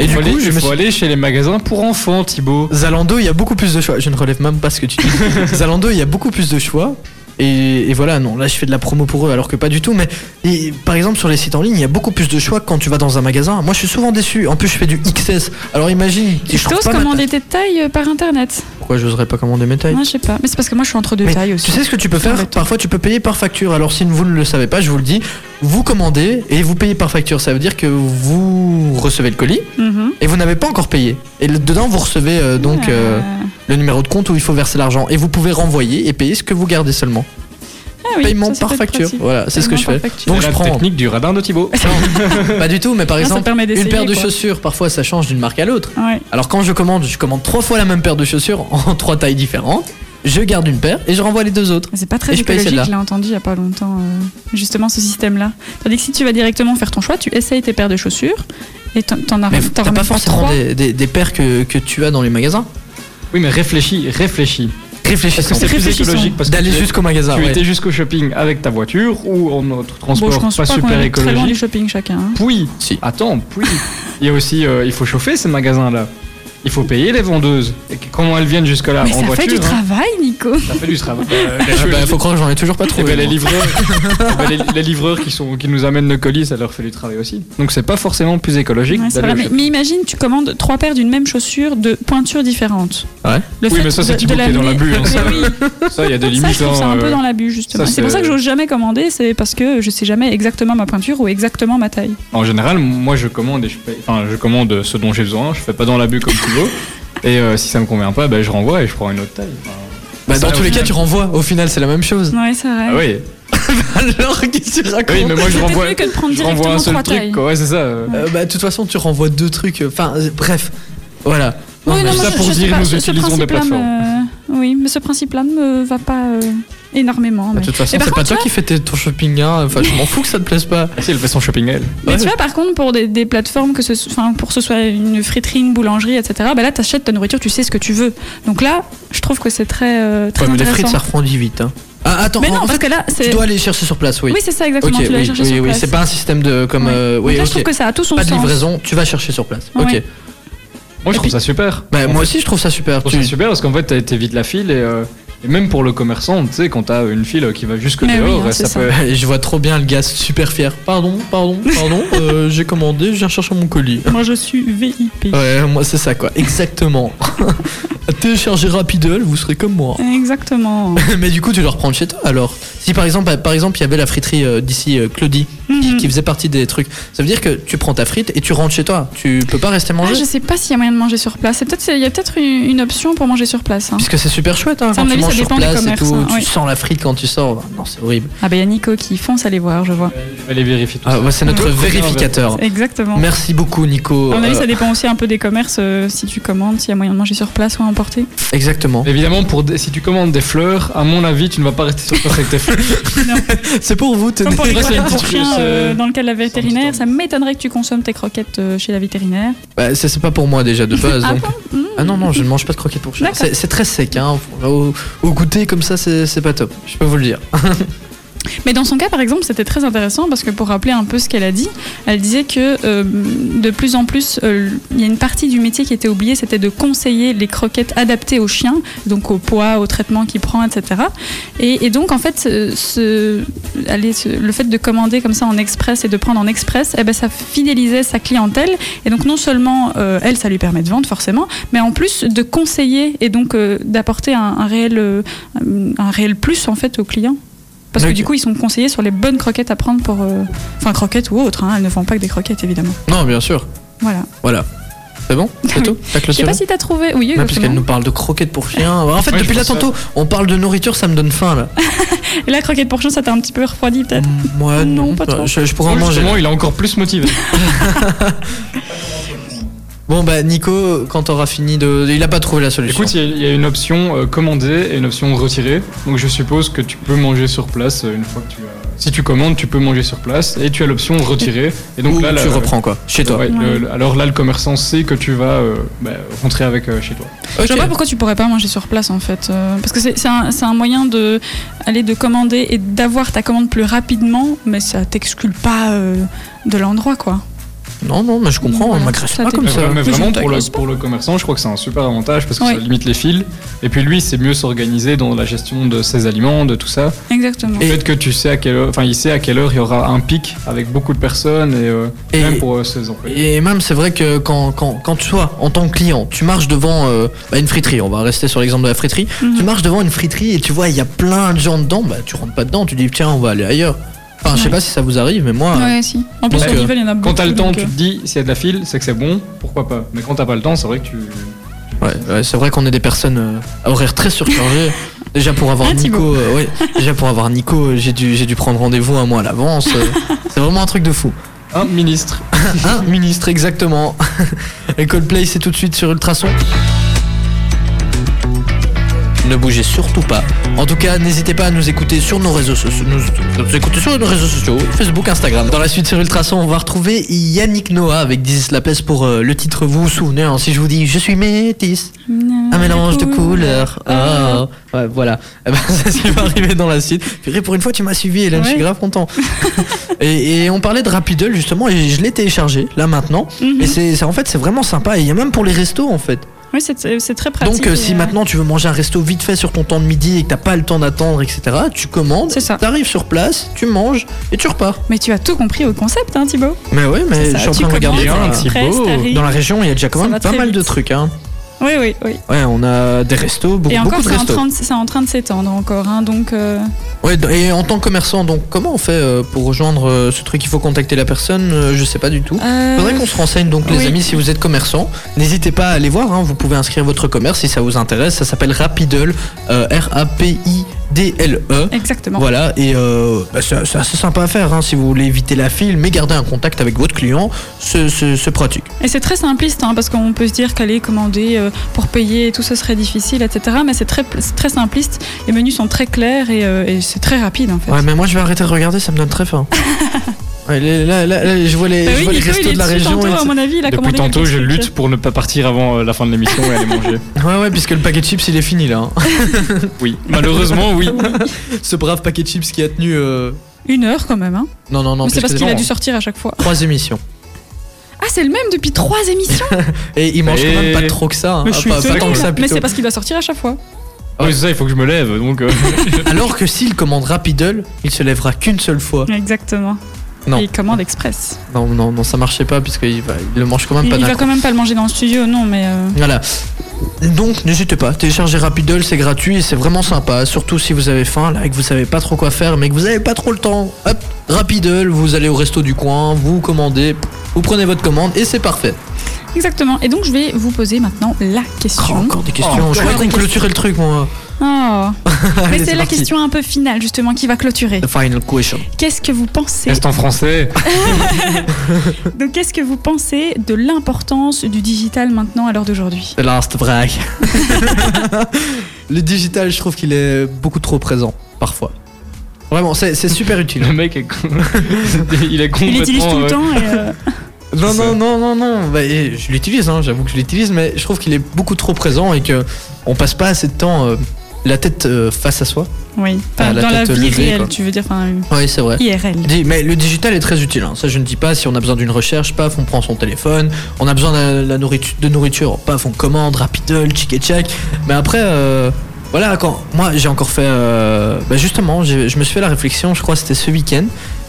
[SPEAKER 1] Et
[SPEAKER 5] il
[SPEAKER 1] du
[SPEAKER 5] faut,
[SPEAKER 1] coup,
[SPEAKER 5] aller,
[SPEAKER 1] je
[SPEAKER 5] il
[SPEAKER 1] me
[SPEAKER 5] faut
[SPEAKER 1] suis-
[SPEAKER 5] aller chez les magasins pour enfants, Thibaut.
[SPEAKER 1] Zalando, il y a beaucoup plus de choix. Je ne relève même pas ce que tu
[SPEAKER 2] [laughs]
[SPEAKER 1] dis. Zalando, il y a beaucoup plus de choix. Et, et voilà, non, là je fais de la promo pour eux alors que pas du tout. Mais et, par exemple, sur les sites en ligne, il y a beaucoup plus de choix que quand tu vas dans un magasin. Moi je suis souvent déçu. En plus, je fais du XS. Alors imagine,
[SPEAKER 2] Tu
[SPEAKER 1] je trouve
[SPEAKER 2] t'oses
[SPEAKER 1] pas ma
[SPEAKER 2] commander
[SPEAKER 1] taille.
[SPEAKER 2] tes tailles euh, par internet
[SPEAKER 1] Pourquoi j'oserais pas commander mes tailles
[SPEAKER 2] Moi, je sais pas. Mais c'est parce que moi, je suis entre deux
[SPEAKER 1] Mais
[SPEAKER 2] tailles aussi.
[SPEAKER 1] Tu sais ce que tu peux faire
[SPEAKER 2] Embêtant.
[SPEAKER 1] Parfois, tu peux payer par facture. Alors, si vous ne le savez pas, je vous le dis, vous commandez et vous payez par facture. Ça veut dire que vous recevez le colis
[SPEAKER 2] Mhm.
[SPEAKER 1] et vous n'avez pas encore payé. Et le- dedans, vous recevez euh, donc. euh,
[SPEAKER 2] Euh,
[SPEAKER 1] le numéro de compte où il faut verser l'argent et vous pouvez renvoyer et payer ce que vous gardez seulement.
[SPEAKER 2] Ah oui,
[SPEAKER 1] paiement
[SPEAKER 2] ça, c'est
[SPEAKER 1] par
[SPEAKER 2] peut-être
[SPEAKER 1] facture.
[SPEAKER 2] pratique.
[SPEAKER 1] Voilà, c'est ce que je
[SPEAKER 2] Paiement
[SPEAKER 1] fais.
[SPEAKER 2] par facture.
[SPEAKER 1] Donc je
[SPEAKER 5] la
[SPEAKER 1] prends.
[SPEAKER 5] technique du radin de Thibaut.
[SPEAKER 1] Pas du tout, mais par
[SPEAKER 2] Non, ça
[SPEAKER 1] exemple,
[SPEAKER 2] permet
[SPEAKER 1] une
[SPEAKER 2] d'essayer,
[SPEAKER 1] paire de
[SPEAKER 2] quoi.
[SPEAKER 1] chaussures, parfois ça change d'une marque à l'autre.
[SPEAKER 2] Ouais.
[SPEAKER 1] Alors quand je commande, je commande trois fois la même paire de chaussures [laughs] en trois tailles différentes. Je garde une paire et je renvoie les deux autres.
[SPEAKER 2] Mais C'est pas très
[SPEAKER 1] Et je paye
[SPEAKER 2] écologique,
[SPEAKER 1] celle-là.
[SPEAKER 2] je l'ai entendu il y a pas longtemps, euh, justement ce système-là. Tandis que si tu vas directement faire ton choix, tu essayes tes paires de chaussures et t'en- Ah, t'en
[SPEAKER 1] Mais
[SPEAKER 2] arrêtes.
[SPEAKER 1] t'as pas forcément des, des- des paires que, que tu as dans les magasins.
[SPEAKER 5] Oui, mais réfléchis, réfléchis. Est-ce que
[SPEAKER 1] Réfléchissons.
[SPEAKER 5] c'est plus
[SPEAKER 2] Réfléchissons.
[SPEAKER 5] écologique parce que
[SPEAKER 1] D'aller
[SPEAKER 5] tu-
[SPEAKER 1] jusqu'au magasin.
[SPEAKER 5] tu
[SPEAKER 1] ouais.
[SPEAKER 5] étais jusqu'au shopping avec ta voiture ou en autre transport
[SPEAKER 2] Bon, je pense
[SPEAKER 5] pas,
[SPEAKER 2] pas, qu'on
[SPEAKER 5] super
[SPEAKER 2] est très loin du
[SPEAKER 5] écologique
[SPEAKER 2] shopping chacun. hein.
[SPEAKER 5] Puis,
[SPEAKER 1] Si.
[SPEAKER 5] attends,
[SPEAKER 2] [laughs]
[SPEAKER 5] puis, il y a aussi, euh, il faut chauffer ces magasins-là. Il faut payer les vendeuses. Et que- comment elles viennent jusque-là
[SPEAKER 2] Mais
[SPEAKER 5] en
[SPEAKER 2] ça
[SPEAKER 5] voiture
[SPEAKER 2] fait du
[SPEAKER 5] hein,
[SPEAKER 2] travail, Nico.
[SPEAKER 5] Ça fait du travail. Euh, les-
[SPEAKER 1] Ah bah, faut croire que j'en ai toujours pas
[SPEAKER 5] Eh
[SPEAKER 1] trouvé.
[SPEAKER 5] ben, les
[SPEAKER 1] moi.
[SPEAKER 5] livreurs, eh ben, les, les livreurs qui, sont, qui nous amènent nos colis, ça leur fait du travail aussi. Donc c'est pas forcément plus écologique.
[SPEAKER 2] Ouais, c'est
[SPEAKER 5] d'aller
[SPEAKER 2] vrai,
[SPEAKER 5] au
[SPEAKER 2] mais,
[SPEAKER 5] shopping.
[SPEAKER 2] mais imagine, tu commandes trois paires d'une même chaussure de pointures différentes.
[SPEAKER 1] Ah Ouais.
[SPEAKER 2] Le
[SPEAKER 5] Oui,
[SPEAKER 2] fait
[SPEAKER 5] mais ça, c'est
[SPEAKER 2] de-
[SPEAKER 5] Thibaut
[SPEAKER 2] de
[SPEAKER 5] qui est dans
[SPEAKER 2] l'amener-
[SPEAKER 5] l'abus, hein,
[SPEAKER 2] Mais
[SPEAKER 5] ça.
[SPEAKER 2] oui. [laughs]
[SPEAKER 5] Ça, il y a des
[SPEAKER 2] Ça,
[SPEAKER 5] limites.
[SPEAKER 2] je trouve ça
[SPEAKER 5] hein,
[SPEAKER 2] un peu
[SPEAKER 5] euh,
[SPEAKER 2] dans l'abus, justement.
[SPEAKER 5] ça,
[SPEAKER 2] C'est pour
[SPEAKER 5] c'est-
[SPEAKER 2] ça que j'ose jamais commander, c'est parce que je sais jamais exactement ma peinture ou exactement ma taille.
[SPEAKER 5] En général, moi je commande et je paye- enfin je commande ce dont j'ai besoin, je fais pas dans l'abus
[SPEAKER 2] [laughs]
[SPEAKER 5] comme tu veux. Et euh, si ça me convient pas, ben, je renvoie et je prends une autre taille. Enfin,
[SPEAKER 1] Bah, dans
[SPEAKER 5] ça,
[SPEAKER 1] tous
[SPEAKER 5] au
[SPEAKER 1] les cas,
[SPEAKER 5] final-
[SPEAKER 1] tu renvoies. Au final, c'est la même chose.
[SPEAKER 2] Ouais, c'est vrai.
[SPEAKER 5] Ah oui,
[SPEAKER 1] Alors, qu'est-ce que tu racontes
[SPEAKER 5] oui mais moi je
[SPEAKER 2] C'est
[SPEAKER 5] renvoie,
[SPEAKER 2] mieux que de prendre
[SPEAKER 5] je renvoie
[SPEAKER 2] directement
[SPEAKER 5] un seul
[SPEAKER 2] trois
[SPEAKER 5] truc.
[SPEAKER 2] tailles.
[SPEAKER 5] Quoi. Ouais, c'est ça. euh.
[SPEAKER 1] Euh, bah, de toute façon, tu renvoies deux trucs. Enfin, euh, bref. Voilà.
[SPEAKER 2] Oui,
[SPEAKER 1] Non, mais
[SPEAKER 2] non,
[SPEAKER 5] ça
[SPEAKER 2] moi, je-
[SPEAKER 5] pour
[SPEAKER 2] je sais
[SPEAKER 5] dire,
[SPEAKER 2] pas,
[SPEAKER 5] nous
[SPEAKER 2] ce- ce
[SPEAKER 5] utilisons des
[SPEAKER 2] principe-là me- Oui, mais ce principe-là ne me va pas euh, énormément.
[SPEAKER 1] De
[SPEAKER 2] mais-
[SPEAKER 1] toute façon,
[SPEAKER 2] Et par
[SPEAKER 1] c'est pas
[SPEAKER 2] contre,
[SPEAKER 1] toi
[SPEAKER 2] tu
[SPEAKER 1] qui fais tes- ton shopping. hein. Enfin, je m'en fous que ça te plaise pas.
[SPEAKER 5] Ah, si, elle fait son shopping à elle.
[SPEAKER 2] Mais
[SPEAKER 1] Ouais.
[SPEAKER 2] tu vois, par contre, pour des, des plateformes, que ce, so- enfin, pour que ce soit une friterie, une boulangerie, etc., bah là, t'achètes ta nourriture, tu sais ce que tu veux. Donc là, je trouve que c'est très, euh, très
[SPEAKER 1] Ouais, mais les
[SPEAKER 2] intéressant.
[SPEAKER 1] frites, ça refroidit vite. hein. Ah, attends,
[SPEAKER 2] mais
[SPEAKER 1] en
[SPEAKER 2] non, parce
[SPEAKER 1] fait,
[SPEAKER 2] que là,
[SPEAKER 1] tu
[SPEAKER 2] c'est.
[SPEAKER 1] dois aller chercher sur place, oui.
[SPEAKER 2] Oui, c'est ça exactement.
[SPEAKER 1] ok,
[SPEAKER 2] tu l'as
[SPEAKER 1] oui,
[SPEAKER 2] cherché
[SPEAKER 1] oui,
[SPEAKER 2] sur
[SPEAKER 1] oui,
[SPEAKER 2] place.
[SPEAKER 1] c'est pas un système de comme.
[SPEAKER 2] Ouais.
[SPEAKER 1] euh, oui,
[SPEAKER 2] Donc là, je
[SPEAKER 1] ok.
[SPEAKER 2] trouve que ça a tout son
[SPEAKER 1] Pas de
[SPEAKER 2] sens.
[SPEAKER 1] livraison, tu vas chercher sur place.
[SPEAKER 2] Ouais.
[SPEAKER 1] Ok.
[SPEAKER 5] Moi je trouve
[SPEAKER 1] puis-
[SPEAKER 5] ça super.
[SPEAKER 1] Bah,
[SPEAKER 5] En
[SPEAKER 1] moi
[SPEAKER 5] fait,
[SPEAKER 1] aussi, je trouve ça super.
[SPEAKER 5] Je trouve
[SPEAKER 1] Tu- [laughs]
[SPEAKER 5] ça super parce qu'en fait, t'as- t'évites la file et, euh, et même pour le commerçant, tu sais, quand t'as une file qui va jusque
[SPEAKER 2] Mais oui,
[SPEAKER 5] dehors,
[SPEAKER 2] hein,
[SPEAKER 5] ça,
[SPEAKER 2] c'est ça.
[SPEAKER 5] peut.
[SPEAKER 1] Je vois trop bien le gars super fier. Pardon, pardon,
[SPEAKER 2] [laughs]
[SPEAKER 1] pardon, euh, j'ai commandé, je viens chercher mon colis.
[SPEAKER 2] Moi, je suis VIP.
[SPEAKER 1] Ouais, moi c'est ça quoi, exactement. [laughs] Téléchargez Rapidel, vous serez comme moi.
[SPEAKER 2] Exactement.
[SPEAKER 1] [laughs] Mais du coup, tu dois reprendre chez toi alors. Si par exemple, par exemple, il y avait la friterie euh, d'ici euh, Claudie qui,
[SPEAKER 2] Mhm.
[SPEAKER 1] qui faisait partie des trucs, ça veut dire que tu prends ta frite et tu rentres chez toi. Tu peux pas rester
[SPEAKER 2] Ah,
[SPEAKER 1] manger
[SPEAKER 2] je sais pas s'il y a moyen de manger sur place. C'est peut-être- Il y a peut-être une, une option pour manger sur place. hein.
[SPEAKER 1] Puisque c'est super chouette hein,
[SPEAKER 2] Ça, à
[SPEAKER 1] quand
[SPEAKER 2] mon
[SPEAKER 1] tu
[SPEAKER 2] avis, ça
[SPEAKER 1] manges sur
[SPEAKER 2] dépend des
[SPEAKER 1] place et
[SPEAKER 2] commerces,
[SPEAKER 1] tout,
[SPEAKER 2] hein,
[SPEAKER 1] tu
[SPEAKER 2] oui.
[SPEAKER 1] sens la frite quand tu sors. Non, c'est horrible.
[SPEAKER 2] Ah, bah, il y a Nico qui fonce aller voir, je vois.
[SPEAKER 5] Je vais aller vérifier tout
[SPEAKER 1] Ah,
[SPEAKER 5] ça.
[SPEAKER 1] ouais, c'est notre
[SPEAKER 5] Ouais.
[SPEAKER 2] Ah.
[SPEAKER 1] vérificateur.
[SPEAKER 2] Exactement.
[SPEAKER 1] Merci beaucoup Nico.
[SPEAKER 2] À mon avis,
[SPEAKER 1] Euh,
[SPEAKER 2] ça dépend aussi un peu des commerces, euh, si tu commandes, s'il y a moyen de manger sur place ou à emporter.
[SPEAKER 1] exactement.
[SPEAKER 5] Évidemment, pour des- si tu commandes des fleurs, à mon avis, tu ne vas pas rester sur place avec tes fleurs.
[SPEAKER 2] [laughs]
[SPEAKER 1] C'est pour vous, tenez.
[SPEAKER 2] Comme pour les
[SPEAKER 5] Après, c'est
[SPEAKER 2] croquettes
[SPEAKER 5] une
[SPEAKER 2] pour
[SPEAKER 5] petite
[SPEAKER 2] chiens
[SPEAKER 5] chose,
[SPEAKER 2] euh,
[SPEAKER 5] euh,
[SPEAKER 2] dans le cas de la vétérinaire,
[SPEAKER 5] petite
[SPEAKER 2] ça m'étonnerait que tu consommes tes croquettes euh, chez la vétérinaire.
[SPEAKER 1] Bah, ça, c'est pas pour moi déjà de base.
[SPEAKER 2] [laughs] Ah
[SPEAKER 1] donc...
[SPEAKER 2] bon Mmh.
[SPEAKER 1] Ah non, non, je ne mange pas de croquettes pour chat.
[SPEAKER 2] D'accord.
[SPEAKER 1] C'est c'est très sec, hein. Au, au goûter comme ça, c'est c'est pas top. Je peux vous le dire.
[SPEAKER 2] Mais dans son cas, par exemple, c'était très intéressant parce que pour rappeler un peu ce qu'elle a dit, elle disait que euh, de plus en plus, euh, il y a une partie du métier qui était oubliée, c'était de conseiller les croquettes adaptées aux chiens, donc au poids, au traitement qu'il prend, etc. Et, et donc, en fait, ce- ce- allez, ce- le fait de commander comme ça en express et de prendre en express, eh ben, ça fidélisait sa clientèle. Et donc, non seulement euh, elle, ça lui permet de vendre forcément, mais en plus de conseiller et donc euh, d'apporter un, un réel, euh, un réel plus en fait aux clients. Parce que
[SPEAKER 1] Ok.
[SPEAKER 2] du coup, ils sont conseillés sur les bonnes croquettes à prendre pour. euh, Enfin, croquettes ou autres, hein, elles ne vendent pas que des croquettes évidemment.
[SPEAKER 1] Non, bien sûr.
[SPEAKER 2] Voilà.
[SPEAKER 1] Voilà. C'est bon C'est
[SPEAKER 2] Oui. [laughs]
[SPEAKER 1] tout T'as
[SPEAKER 2] Je sais
[SPEAKER 1] clôturé
[SPEAKER 2] pas si t'as trouvé. Oui,
[SPEAKER 1] non, hein. Bah, puisqu'elle
[SPEAKER 2] exactement.
[SPEAKER 1] nous parle de croquettes pour chien. En fait,
[SPEAKER 5] Ouais,
[SPEAKER 1] depuis
[SPEAKER 5] je
[SPEAKER 1] là,
[SPEAKER 5] pense
[SPEAKER 1] tantôt, on parle de nourriture, ça me donne faim, là.
[SPEAKER 2] Et là, croquettes pour chien, ça t'a un petit peu refroidi peut-être.
[SPEAKER 1] Moi,
[SPEAKER 2] Ah, Non,
[SPEAKER 1] non,
[SPEAKER 2] pas trop.
[SPEAKER 1] je, je pourrais en
[SPEAKER 5] Moi,
[SPEAKER 1] manger.
[SPEAKER 5] Justement, il est encore plus motivé.
[SPEAKER 1] Bon, bah, Nico, quand t'auras fini de. Il a pas trouvé la solution.
[SPEAKER 5] Écoute, il y a- il y, a une option euh, commander et une option retirer. Donc je suppose que tu peux manger sur place euh, une fois que tu as. Si tu commandes, tu peux manger sur place et tu as l'option retirer. Et donc
[SPEAKER 1] Ou
[SPEAKER 5] là,
[SPEAKER 1] tu
[SPEAKER 5] la-
[SPEAKER 1] reprends, quoi, chez toi.
[SPEAKER 5] Ouais, le-
[SPEAKER 2] Ouais.
[SPEAKER 5] le- alors là, le commerçant sait que tu vas euh, bah, rentrer avec euh, chez toi.
[SPEAKER 1] Ok.
[SPEAKER 2] Je vois pas pourquoi tu pourrais pas manger sur place en fait. euh, parce que c'est c'est un, c'est un moyen de aller de commander et d'avoir ta commande plus rapidement, mais ça t'exclut pas euh, de l'endroit quoi.
[SPEAKER 1] Non, non, mais je comprends, on
[SPEAKER 2] Voilà,
[SPEAKER 1] m'agresse
[SPEAKER 2] ça
[SPEAKER 1] pas comme
[SPEAKER 5] Mais,
[SPEAKER 1] ça.
[SPEAKER 5] vra- mais
[SPEAKER 1] Je
[SPEAKER 5] vraiment, pour le,
[SPEAKER 1] t'agresse pas.
[SPEAKER 5] pour le commerçant, je crois que c'est un super avantage parce que
[SPEAKER 2] Ouais.
[SPEAKER 5] ça limite les fils. Et puis lui, c'est mieux s'organiser dans la gestion de ses aliments, de tout ça.
[SPEAKER 2] Exactement.
[SPEAKER 5] Et peut-être que tu sais à quelle heure, enfin, il sait à quelle heure il y aura un pic avec beaucoup de personnes et, euh,
[SPEAKER 1] Et-
[SPEAKER 5] même pour euh, ses employés.
[SPEAKER 1] Et même, c'est vrai que quand, quand, quand tu sois en tant que client, tu marches devant euh, bah, une friterie, on va rester sur l'exemple de la friterie,
[SPEAKER 2] Mhm.
[SPEAKER 1] tu marches devant une friterie et tu vois, il y a plein de gens dedans, bah tu rentres pas dedans, tu dis tiens, on va aller ailleurs. Enfin, je sais
[SPEAKER 2] Ouais.
[SPEAKER 1] pas si ça vous arrive, mais moi,
[SPEAKER 2] Ouais, si. En plus,
[SPEAKER 1] Donc,
[SPEAKER 2] au
[SPEAKER 1] euh,
[SPEAKER 2] Nivelles, il y en a beaucoup.
[SPEAKER 5] Quand t'as le temps,
[SPEAKER 2] donc,
[SPEAKER 5] tu
[SPEAKER 2] euh,
[SPEAKER 5] te dis s'il y a de la file, c'est que c'est bon, pourquoi pas. Mais quand t'as pas le temps, c'est vrai que tu.
[SPEAKER 1] ouais, ouais, c'est vrai qu'on est des personnes euh, à horaires très surchargées. Déjà pour avoir
[SPEAKER 2] [laughs] Hein,
[SPEAKER 1] Nico,
[SPEAKER 2] Thibaut
[SPEAKER 1] euh, ouais, déjà pour avoir Nico, euh, j'ai dû, j'ai dû prendre rendez-vous un mois à l'avance.
[SPEAKER 2] [laughs]
[SPEAKER 1] euh, c'est vraiment un truc de fou.
[SPEAKER 5] Un ministre.
[SPEAKER 1] Un ministre exactement. Et Coldplay, c'est tout de suite sur Ultrason. Ne bougez surtout pas. En tout cas, n'hésitez pas à nous écouter sur nos réseaux sociaux. Nous, nous écouter sur nos réseaux sociaux, Facebook, Instagram. Dans la suite sur Ultrason, on va retrouver Yannick Noah avec Dizis Lapès pour euh, le titre. Vous vous souvenez, hein, si je vous dis je suis métisse, un mélange de couleurs.
[SPEAKER 2] Ah.
[SPEAKER 1] Oh. Ouais, voilà. [laughs] Eh ben, c'est ce qui va arriver dans la suite. Purée, pour une fois, tu m'as suivi, Hélène. Je suis
[SPEAKER 2] Ouais.
[SPEAKER 1] grave content. [laughs] et, et on parlait de Rapidle, justement, et je l'ai téléchargé, là, maintenant.
[SPEAKER 2] Mhm.
[SPEAKER 1] Et c'est, c'est- en fait, c'est vraiment sympa. Et il y a même pour les restos, en fait.
[SPEAKER 2] Oui, c'est c'est très pratique.
[SPEAKER 1] Donc, euh,
[SPEAKER 2] et,
[SPEAKER 1] si
[SPEAKER 2] euh,
[SPEAKER 1] maintenant tu veux manger un resto vite fait sur ton temps de midi et que t'as pas le temps d'attendre, etc., tu commandes,
[SPEAKER 2] C'est ça.
[SPEAKER 1] t'arrives sur place, tu manges et tu repars.
[SPEAKER 2] Mais tu as tout compris au concept, hein, Thibaut
[SPEAKER 1] Mais oui, mais
[SPEAKER 2] C'est ça,
[SPEAKER 1] je suis en
[SPEAKER 2] tu
[SPEAKER 1] train
[SPEAKER 2] euh,
[SPEAKER 1] de regarder.
[SPEAKER 2] commandes,
[SPEAKER 1] hein,
[SPEAKER 2] c'est express,
[SPEAKER 1] Thibaut,
[SPEAKER 2] t'arrives.
[SPEAKER 1] dans la région, il y a déjà quand
[SPEAKER 2] Ça
[SPEAKER 1] même
[SPEAKER 2] va
[SPEAKER 1] pas
[SPEAKER 2] très
[SPEAKER 1] mal de
[SPEAKER 2] vite.
[SPEAKER 1] trucs. Hein.
[SPEAKER 2] Oui, oui, oui.
[SPEAKER 1] Ouais, on a des restos, beaucoup,
[SPEAKER 2] Et encore,
[SPEAKER 1] beaucoup de
[SPEAKER 2] c'est en,
[SPEAKER 1] restos.
[SPEAKER 2] train de- c'est en train de s'étendre encore, hein, donc euh,
[SPEAKER 1] Ouais, d- et en tant que commerçant, donc comment on fait euh, pour rejoindre euh, ce truc Il faut contacter la personne euh, Je sais pas du tout.
[SPEAKER 2] euh,
[SPEAKER 1] Faudrait qu'on se renseigne donc les
[SPEAKER 2] oui.
[SPEAKER 1] amis si vous êtes commerçant. N'hésitez pas à aller voir, hein, vous pouvez inscrire votre commerce si ça vous intéresse. Ça s'appelle Rapidle, euh, R-A-P-I-D-L-E.
[SPEAKER 2] exactement.
[SPEAKER 1] E. Voilà, et euh, bah, c'est c'est assez sympa à faire hein, si vous voulez éviter la file, mais garder un contact avec votre client, ce, ce, ce pratique.
[SPEAKER 2] Et c'est très simpliste, hein, parce qu'on peut se dire qu'aller commander euh, pour payer et tout ce serait difficile, etc. Mais c'est très, c'est très simpliste. Les menus sont très clairs et, euh, et c'est très rapide en fait.
[SPEAKER 1] Ouais, mais moi je vais arrêter de regarder, ça me donne très
[SPEAKER 2] [laughs]
[SPEAKER 1] faim. Ouais, là, là, là, je vois les,
[SPEAKER 2] Bah
[SPEAKER 1] je
[SPEAKER 2] oui,
[SPEAKER 1] vois les
[SPEAKER 2] Nico, il
[SPEAKER 1] restos
[SPEAKER 2] est
[SPEAKER 1] de la
[SPEAKER 2] dessus
[SPEAKER 1] région.
[SPEAKER 2] tantôt,
[SPEAKER 1] et
[SPEAKER 2] à mon avis, il a
[SPEAKER 5] Depuis
[SPEAKER 2] commandé
[SPEAKER 5] tantôt,
[SPEAKER 2] quelques
[SPEAKER 5] je
[SPEAKER 2] trucs.
[SPEAKER 5] lutte pour ne pas partir avant euh, la fin de l'émission et aller manger.
[SPEAKER 1] c'est- Ouais, ouais, puisque le paquet de chips il est fini là. hein.
[SPEAKER 5] Oui. Malheureusement, oui.
[SPEAKER 1] ce brave paquet de chips qui a tenu. euh,
[SPEAKER 2] Une heure quand même. Hein.
[SPEAKER 1] Non, non, non,
[SPEAKER 2] Mais c'est
[SPEAKER 1] plus
[SPEAKER 2] parce
[SPEAKER 1] que
[SPEAKER 2] qu'il
[SPEAKER 1] ça.
[SPEAKER 2] a dû sortir à chaque fois.
[SPEAKER 1] Trois émissions.
[SPEAKER 2] Ah, c'est le même depuis trois émissions
[SPEAKER 1] Et il mange quand même
[SPEAKER 5] Et-
[SPEAKER 1] pas trop que ça. hein.
[SPEAKER 2] Mais
[SPEAKER 1] Ah,
[SPEAKER 2] je suis
[SPEAKER 1] pas, pas tant
[SPEAKER 2] étonnée.
[SPEAKER 1] que ça
[SPEAKER 2] Mais
[SPEAKER 1] plutôt.
[SPEAKER 2] c'est parce qu'il doit sortir à chaque fois.
[SPEAKER 5] Ah oui, c'est ça, il faut que je me lève. Donc, euh,
[SPEAKER 1] Alors que s'il commande Rapidle, il se lèvera qu'une seule fois.
[SPEAKER 2] Exactement.
[SPEAKER 1] Non.
[SPEAKER 2] Et il commande express.
[SPEAKER 1] Non, non, non, ça marchait pas puisqu'il va- il le mange quand même
[SPEAKER 2] Il,
[SPEAKER 1] pas
[SPEAKER 2] il
[SPEAKER 1] d'un
[SPEAKER 2] va
[SPEAKER 1] coup.
[SPEAKER 2] quand même pas le manger dans le studio, non, mais. euh,
[SPEAKER 1] Voilà. Donc n'hésitez pas, téléchargez Rapidle, c'est gratuit et c'est vraiment sympa. Surtout si vous avez faim, là, et que vous savez pas trop quoi faire, mais que vous avez pas trop le temps. Hop, Rapidle, vous allez au resto du coin, vous commandez, vous prenez votre commande et c'est parfait.
[SPEAKER 2] Exactement. Et donc, je vais vous poser maintenant la
[SPEAKER 1] Oh,
[SPEAKER 2] question.
[SPEAKER 1] encore des questions, je
[SPEAKER 2] encore
[SPEAKER 1] croyais qu'on
[SPEAKER 2] des
[SPEAKER 1] clôturait le truc, moi. [laughs]
[SPEAKER 2] Oh.
[SPEAKER 1] Allez,
[SPEAKER 2] Mais c'est la
[SPEAKER 1] parti.
[SPEAKER 2] question un peu finale, justement, qui va clôturer.
[SPEAKER 1] The final question.
[SPEAKER 2] Qu'est-ce que vous pensez
[SPEAKER 5] reste en français.
[SPEAKER 2] Donc, qu'est-ce que vous pensez de l'importance du digital maintenant à l'heure d'aujourd'hui
[SPEAKER 1] The last break. [laughs] le digital, je trouve qu'il est beaucoup trop présent, parfois. Vraiment, c'est c'est super utile.
[SPEAKER 5] [laughs]
[SPEAKER 1] hein.
[SPEAKER 5] Le mec est con. Il est
[SPEAKER 2] Il
[SPEAKER 5] complètement.
[SPEAKER 2] l'utilise tout le
[SPEAKER 5] euh,
[SPEAKER 2] temps et.
[SPEAKER 1] [laughs]
[SPEAKER 2] euh,
[SPEAKER 1] Non,
[SPEAKER 5] C'est ça.
[SPEAKER 1] [laughs] non, non, non, non. Bah, et je l'utilise, hein, j'avoue que je l'utilise, mais je trouve qu'il est beaucoup trop présent et que on passe pas assez de temps euh, la tête euh, face à soi.
[SPEAKER 2] Oui. Enfin,
[SPEAKER 1] Ah, la
[SPEAKER 2] dans la
[SPEAKER 1] tête
[SPEAKER 2] vie
[SPEAKER 1] levée,
[SPEAKER 2] réelle,
[SPEAKER 1] quoi.
[SPEAKER 2] tu veux
[SPEAKER 1] [laughs]
[SPEAKER 2] dire, enfin, euh,
[SPEAKER 1] Oui, c'est vrai.
[SPEAKER 2] IRL.
[SPEAKER 1] Dis, Mais le digital est très utile, hein. ça je ne dis pas. Si on a besoin d'une recherche, paf, on prend son téléphone. On a besoin de, la nourriture, de nourriture, paf, on commande, Rapidle, chic et tchac. Mais après, euh, voilà, quand moi j'ai encore fait. euh, bah, justement, j'ai- je me suis fait la réflexion, je crois que c'était ce week-end.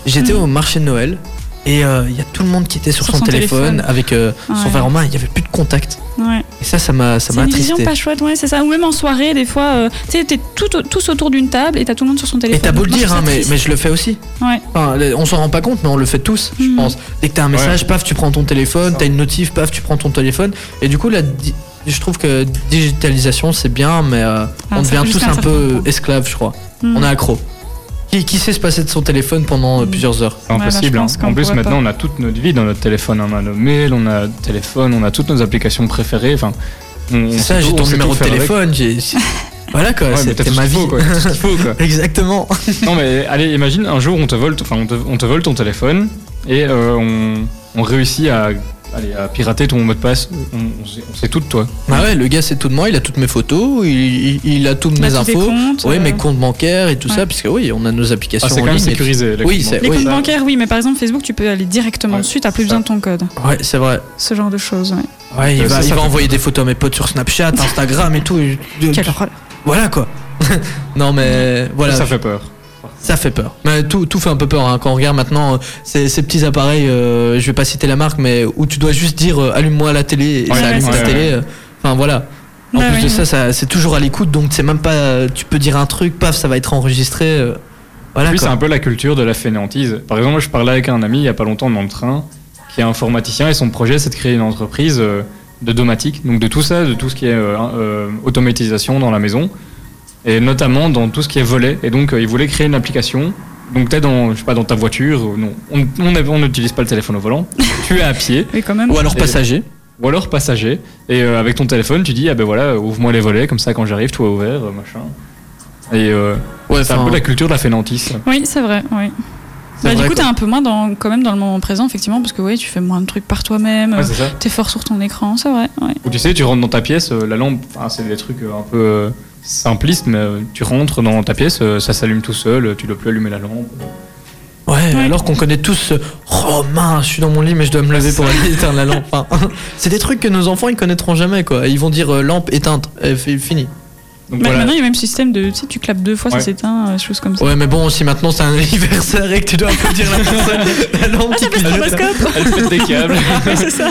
[SPEAKER 1] J'étais
[SPEAKER 2] Hmm.
[SPEAKER 1] au marché de Noël et euh, il y a tout le monde qui était sur, son, téléphone, avec euh, son
[SPEAKER 2] Ouais.
[SPEAKER 1] verre en main, il n'y avait plus de contact.
[SPEAKER 2] Ouais.
[SPEAKER 1] Et ça, ça m'a ça
[SPEAKER 2] C'est
[SPEAKER 1] m'a
[SPEAKER 2] une vision
[SPEAKER 1] attristé.
[SPEAKER 2] pas chouette, ouais, c'est ça. Ou même en soirée, des fois, euh, tu sais, t'es tout au- tous autour d'une table et t'as tout le monde sur son
[SPEAKER 1] Et
[SPEAKER 2] téléphone.
[SPEAKER 1] t'as beau le
[SPEAKER 2] Moi, je
[SPEAKER 1] dire,
[SPEAKER 2] trouve
[SPEAKER 1] hein,
[SPEAKER 2] ça
[SPEAKER 1] mais,
[SPEAKER 2] triste.
[SPEAKER 1] mais je le fais aussi.
[SPEAKER 2] Ouais.
[SPEAKER 1] Enfin, les- on s'en rend pas compte, mais on le fait tous, je
[SPEAKER 2] Mhm.
[SPEAKER 1] pense. Dès que t'as un message, paf, tu prends ton téléphone. T'as une notif, paf, tu prends ton téléphone. Et du coup, là, di- je trouve que digitalisation, c'est bien, mais euh, on
[SPEAKER 2] ça
[SPEAKER 1] devient
[SPEAKER 2] peut
[SPEAKER 1] tous
[SPEAKER 2] jusqu'à un
[SPEAKER 1] un
[SPEAKER 2] certain
[SPEAKER 1] peu
[SPEAKER 2] point.
[SPEAKER 1] esclaves, je crois.
[SPEAKER 2] Mhm.
[SPEAKER 1] On est accro. Qui, qui sait se passer de son téléphone pendant euh,
[SPEAKER 2] Mhm.
[SPEAKER 1] plusieurs heures
[SPEAKER 5] C'est
[SPEAKER 2] Ouais, bah,
[SPEAKER 5] impossible.
[SPEAKER 2] je
[SPEAKER 5] hein.
[SPEAKER 2] pense qu'on
[SPEAKER 5] En plus,
[SPEAKER 2] pourrait
[SPEAKER 5] maintenant, on a toute notre vie dans notre téléphone. hein. On a nos mails, on a le téléphone, on a toutes nos applications préférées. Enfin, on- on
[SPEAKER 1] C'est ça,
[SPEAKER 5] sait
[SPEAKER 1] j'ai
[SPEAKER 5] tout-
[SPEAKER 1] ton
[SPEAKER 5] on sait
[SPEAKER 1] numéro
[SPEAKER 5] tout
[SPEAKER 1] de
[SPEAKER 5] faire avec.
[SPEAKER 1] téléphone. j'ai-
[SPEAKER 5] [laughs]
[SPEAKER 1] j'ai- voilà quoi,
[SPEAKER 5] Ouais, mais
[SPEAKER 1] c'était
[SPEAKER 5] t'as tout ce
[SPEAKER 1] ma
[SPEAKER 5] qu'il
[SPEAKER 1] vie.
[SPEAKER 5] faut, quoi. T'as tout ce qu'il faut, quoi. [laughs]
[SPEAKER 1] Exactement.
[SPEAKER 5] Non mais allez, imagine un jour on te vole, enfin on te, on te vole ton téléphone et euh, on, on réussit à, allez, à pirater ton mot de passe. On, on sait, on sait tout de toi.
[SPEAKER 1] Ah ouais, le gars, c'est tout de moi, il a toutes mes photos, il, il- il a toutes
[SPEAKER 2] Bah,
[SPEAKER 1] mes
[SPEAKER 2] tous tes
[SPEAKER 1] infos.
[SPEAKER 2] comptes,
[SPEAKER 1] Oui,
[SPEAKER 2] euh,
[SPEAKER 1] mes comptes bancaires et tout
[SPEAKER 2] Ouais.
[SPEAKER 1] ça, puisque oui, on a nos applications
[SPEAKER 5] Ah, c'est
[SPEAKER 1] en
[SPEAKER 5] quand même
[SPEAKER 1] ligne et tout.
[SPEAKER 5] sécurisé. les
[SPEAKER 1] Oui,
[SPEAKER 5] comptes
[SPEAKER 1] c'est-
[SPEAKER 5] bancaires.
[SPEAKER 2] Les
[SPEAKER 1] oui.
[SPEAKER 2] comptes bancaires, oui, mais par exemple, Facebook, tu peux aller directement
[SPEAKER 5] Ouais,
[SPEAKER 2] dessus, t'as plus
[SPEAKER 5] c'est
[SPEAKER 2] besoin
[SPEAKER 5] ça.
[SPEAKER 2] de ton code.
[SPEAKER 1] Ouais, c'est vrai.
[SPEAKER 2] Ce genre de choses, ouais.
[SPEAKER 1] Ouais, il
[SPEAKER 5] Euh,
[SPEAKER 1] va,
[SPEAKER 5] ça,
[SPEAKER 1] il
[SPEAKER 5] ça
[SPEAKER 1] va
[SPEAKER 5] fait
[SPEAKER 1] envoyer des photos à mes potes sur
[SPEAKER 5] [laughs]
[SPEAKER 1] Snapchat, Instagram et tout. et- de-
[SPEAKER 2] Quelle horreur.
[SPEAKER 1] Voilà quoi. [laughs] non mais voilà,
[SPEAKER 5] Ça fait peur.
[SPEAKER 1] ça fait peur. Mais tout, tout fait un peu peur hein. quand on regarde maintenant euh, ces, ces petits appareils. euh, je vais pas citer la marque, mais où tu dois juste dire euh, allume-moi la télé et
[SPEAKER 5] Ouais,
[SPEAKER 1] ça allume
[SPEAKER 5] ouais,
[SPEAKER 1] ta
[SPEAKER 5] ouais.
[SPEAKER 1] télé. euh. Enfin voilà. En
[SPEAKER 2] Bah
[SPEAKER 1] plus
[SPEAKER 2] oui,
[SPEAKER 1] de
[SPEAKER 2] oui.
[SPEAKER 1] ça, ça c'est toujours à l'écoute, donc c'est même pas. euh, Tu peux dire un truc, paf, ça va être enregistré. euh, voilà
[SPEAKER 5] Puis c'est
[SPEAKER 1] quoi.
[SPEAKER 5] un peu la culture de la fainéantise. Par exemple, moi, je parlais avec un ami il y a pas longtemps dans le train qui est informaticien et son projet c'est de créer une entreprise euh, de domatique, donc de tout ça, de tout ce qui est euh, euh, automatisation dans la maison. et notamment dans tout ce qui est volet. Et donc, euh, ils voulaient créer une application. Donc, t'es dans, je sais pas, dans ta voiture, ou non, on on n'a- on n'utilise pas le téléphone au volant, tu es à pied,
[SPEAKER 2] Oui, quand même.
[SPEAKER 1] Ou alors passager.
[SPEAKER 5] ou alors passager, et euh, avec ton téléphone, tu dis, ah ben voilà, ouvre-moi les volets, comme ça quand j'arrive, tout est ouvert, euh, machin. Et euh,
[SPEAKER 1] Ouais,
[SPEAKER 5] c'est un
[SPEAKER 1] enfin,
[SPEAKER 5] peu la culture de la fainéantise.
[SPEAKER 2] Oui, c'est vrai. Oui.
[SPEAKER 1] C'est
[SPEAKER 2] Bah,
[SPEAKER 1] vrai,
[SPEAKER 2] du coup,
[SPEAKER 1] quoi.
[SPEAKER 2] t'es un peu moins dans, quand même dans le moment présent, effectivement, parce que oui, tu fais moins de trucs par toi-même.
[SPEAKER 5] Ouais,
[SPEAKER 2] euh,
[SPEAKER 5] c'est ça.
[SPEAKER 2] T'es fort sur ton écran, c'est vrai. ouais.
[SPEAKER 5] Ou tu sais, tu rentres dans ta pièce, euh, la lampe, enfin, c'est des trucs euh, un peu euh, simplistes, mais euh, tu rentres dans ta pièce, euh, ça s'allume tout seul, euh, tu dois plus allumer la lampe.
[SPEAKER 1] Ouais,
[SPEAKER 2] Ouais.
[SPEAKER 1] alors qu'on connaît tous. euh, Oh mince, je suis dans mon lit, mais je dois me lever pour aller éteindre la lampe. hein. Enfin, [laughs] c'est des trucs que nos enfants ils connaîtront jamais quoi. Ils vont dire euh, lampe éteinte, et fini.
[SPEAKER 5] Donc
[SPEAKER 2] Bah,
[SPEAKER 5] voilà.
[SPEAKER 2] Maintenant, il y a même ce système de, tu sais, tu clapes deux fois,
[SPEAKER 5] Ouais.
[SPEAKER 2] ça s'éteint, euh, choses comme ça.
[SPEAKER 1] Ouais, mais bon, si maintenant c'est un anniversaire et que tu dois applaudir la [laughs] personne, la lampe qui clignote. Ah,
[SPEAKER 5] Elle
[SPEAKER 2] [laughs]
[SPEAKER 5] pète des câbles.
[SPEAKER 1] [laughs]
[SPEAKER 2] Ouais, c'est ça,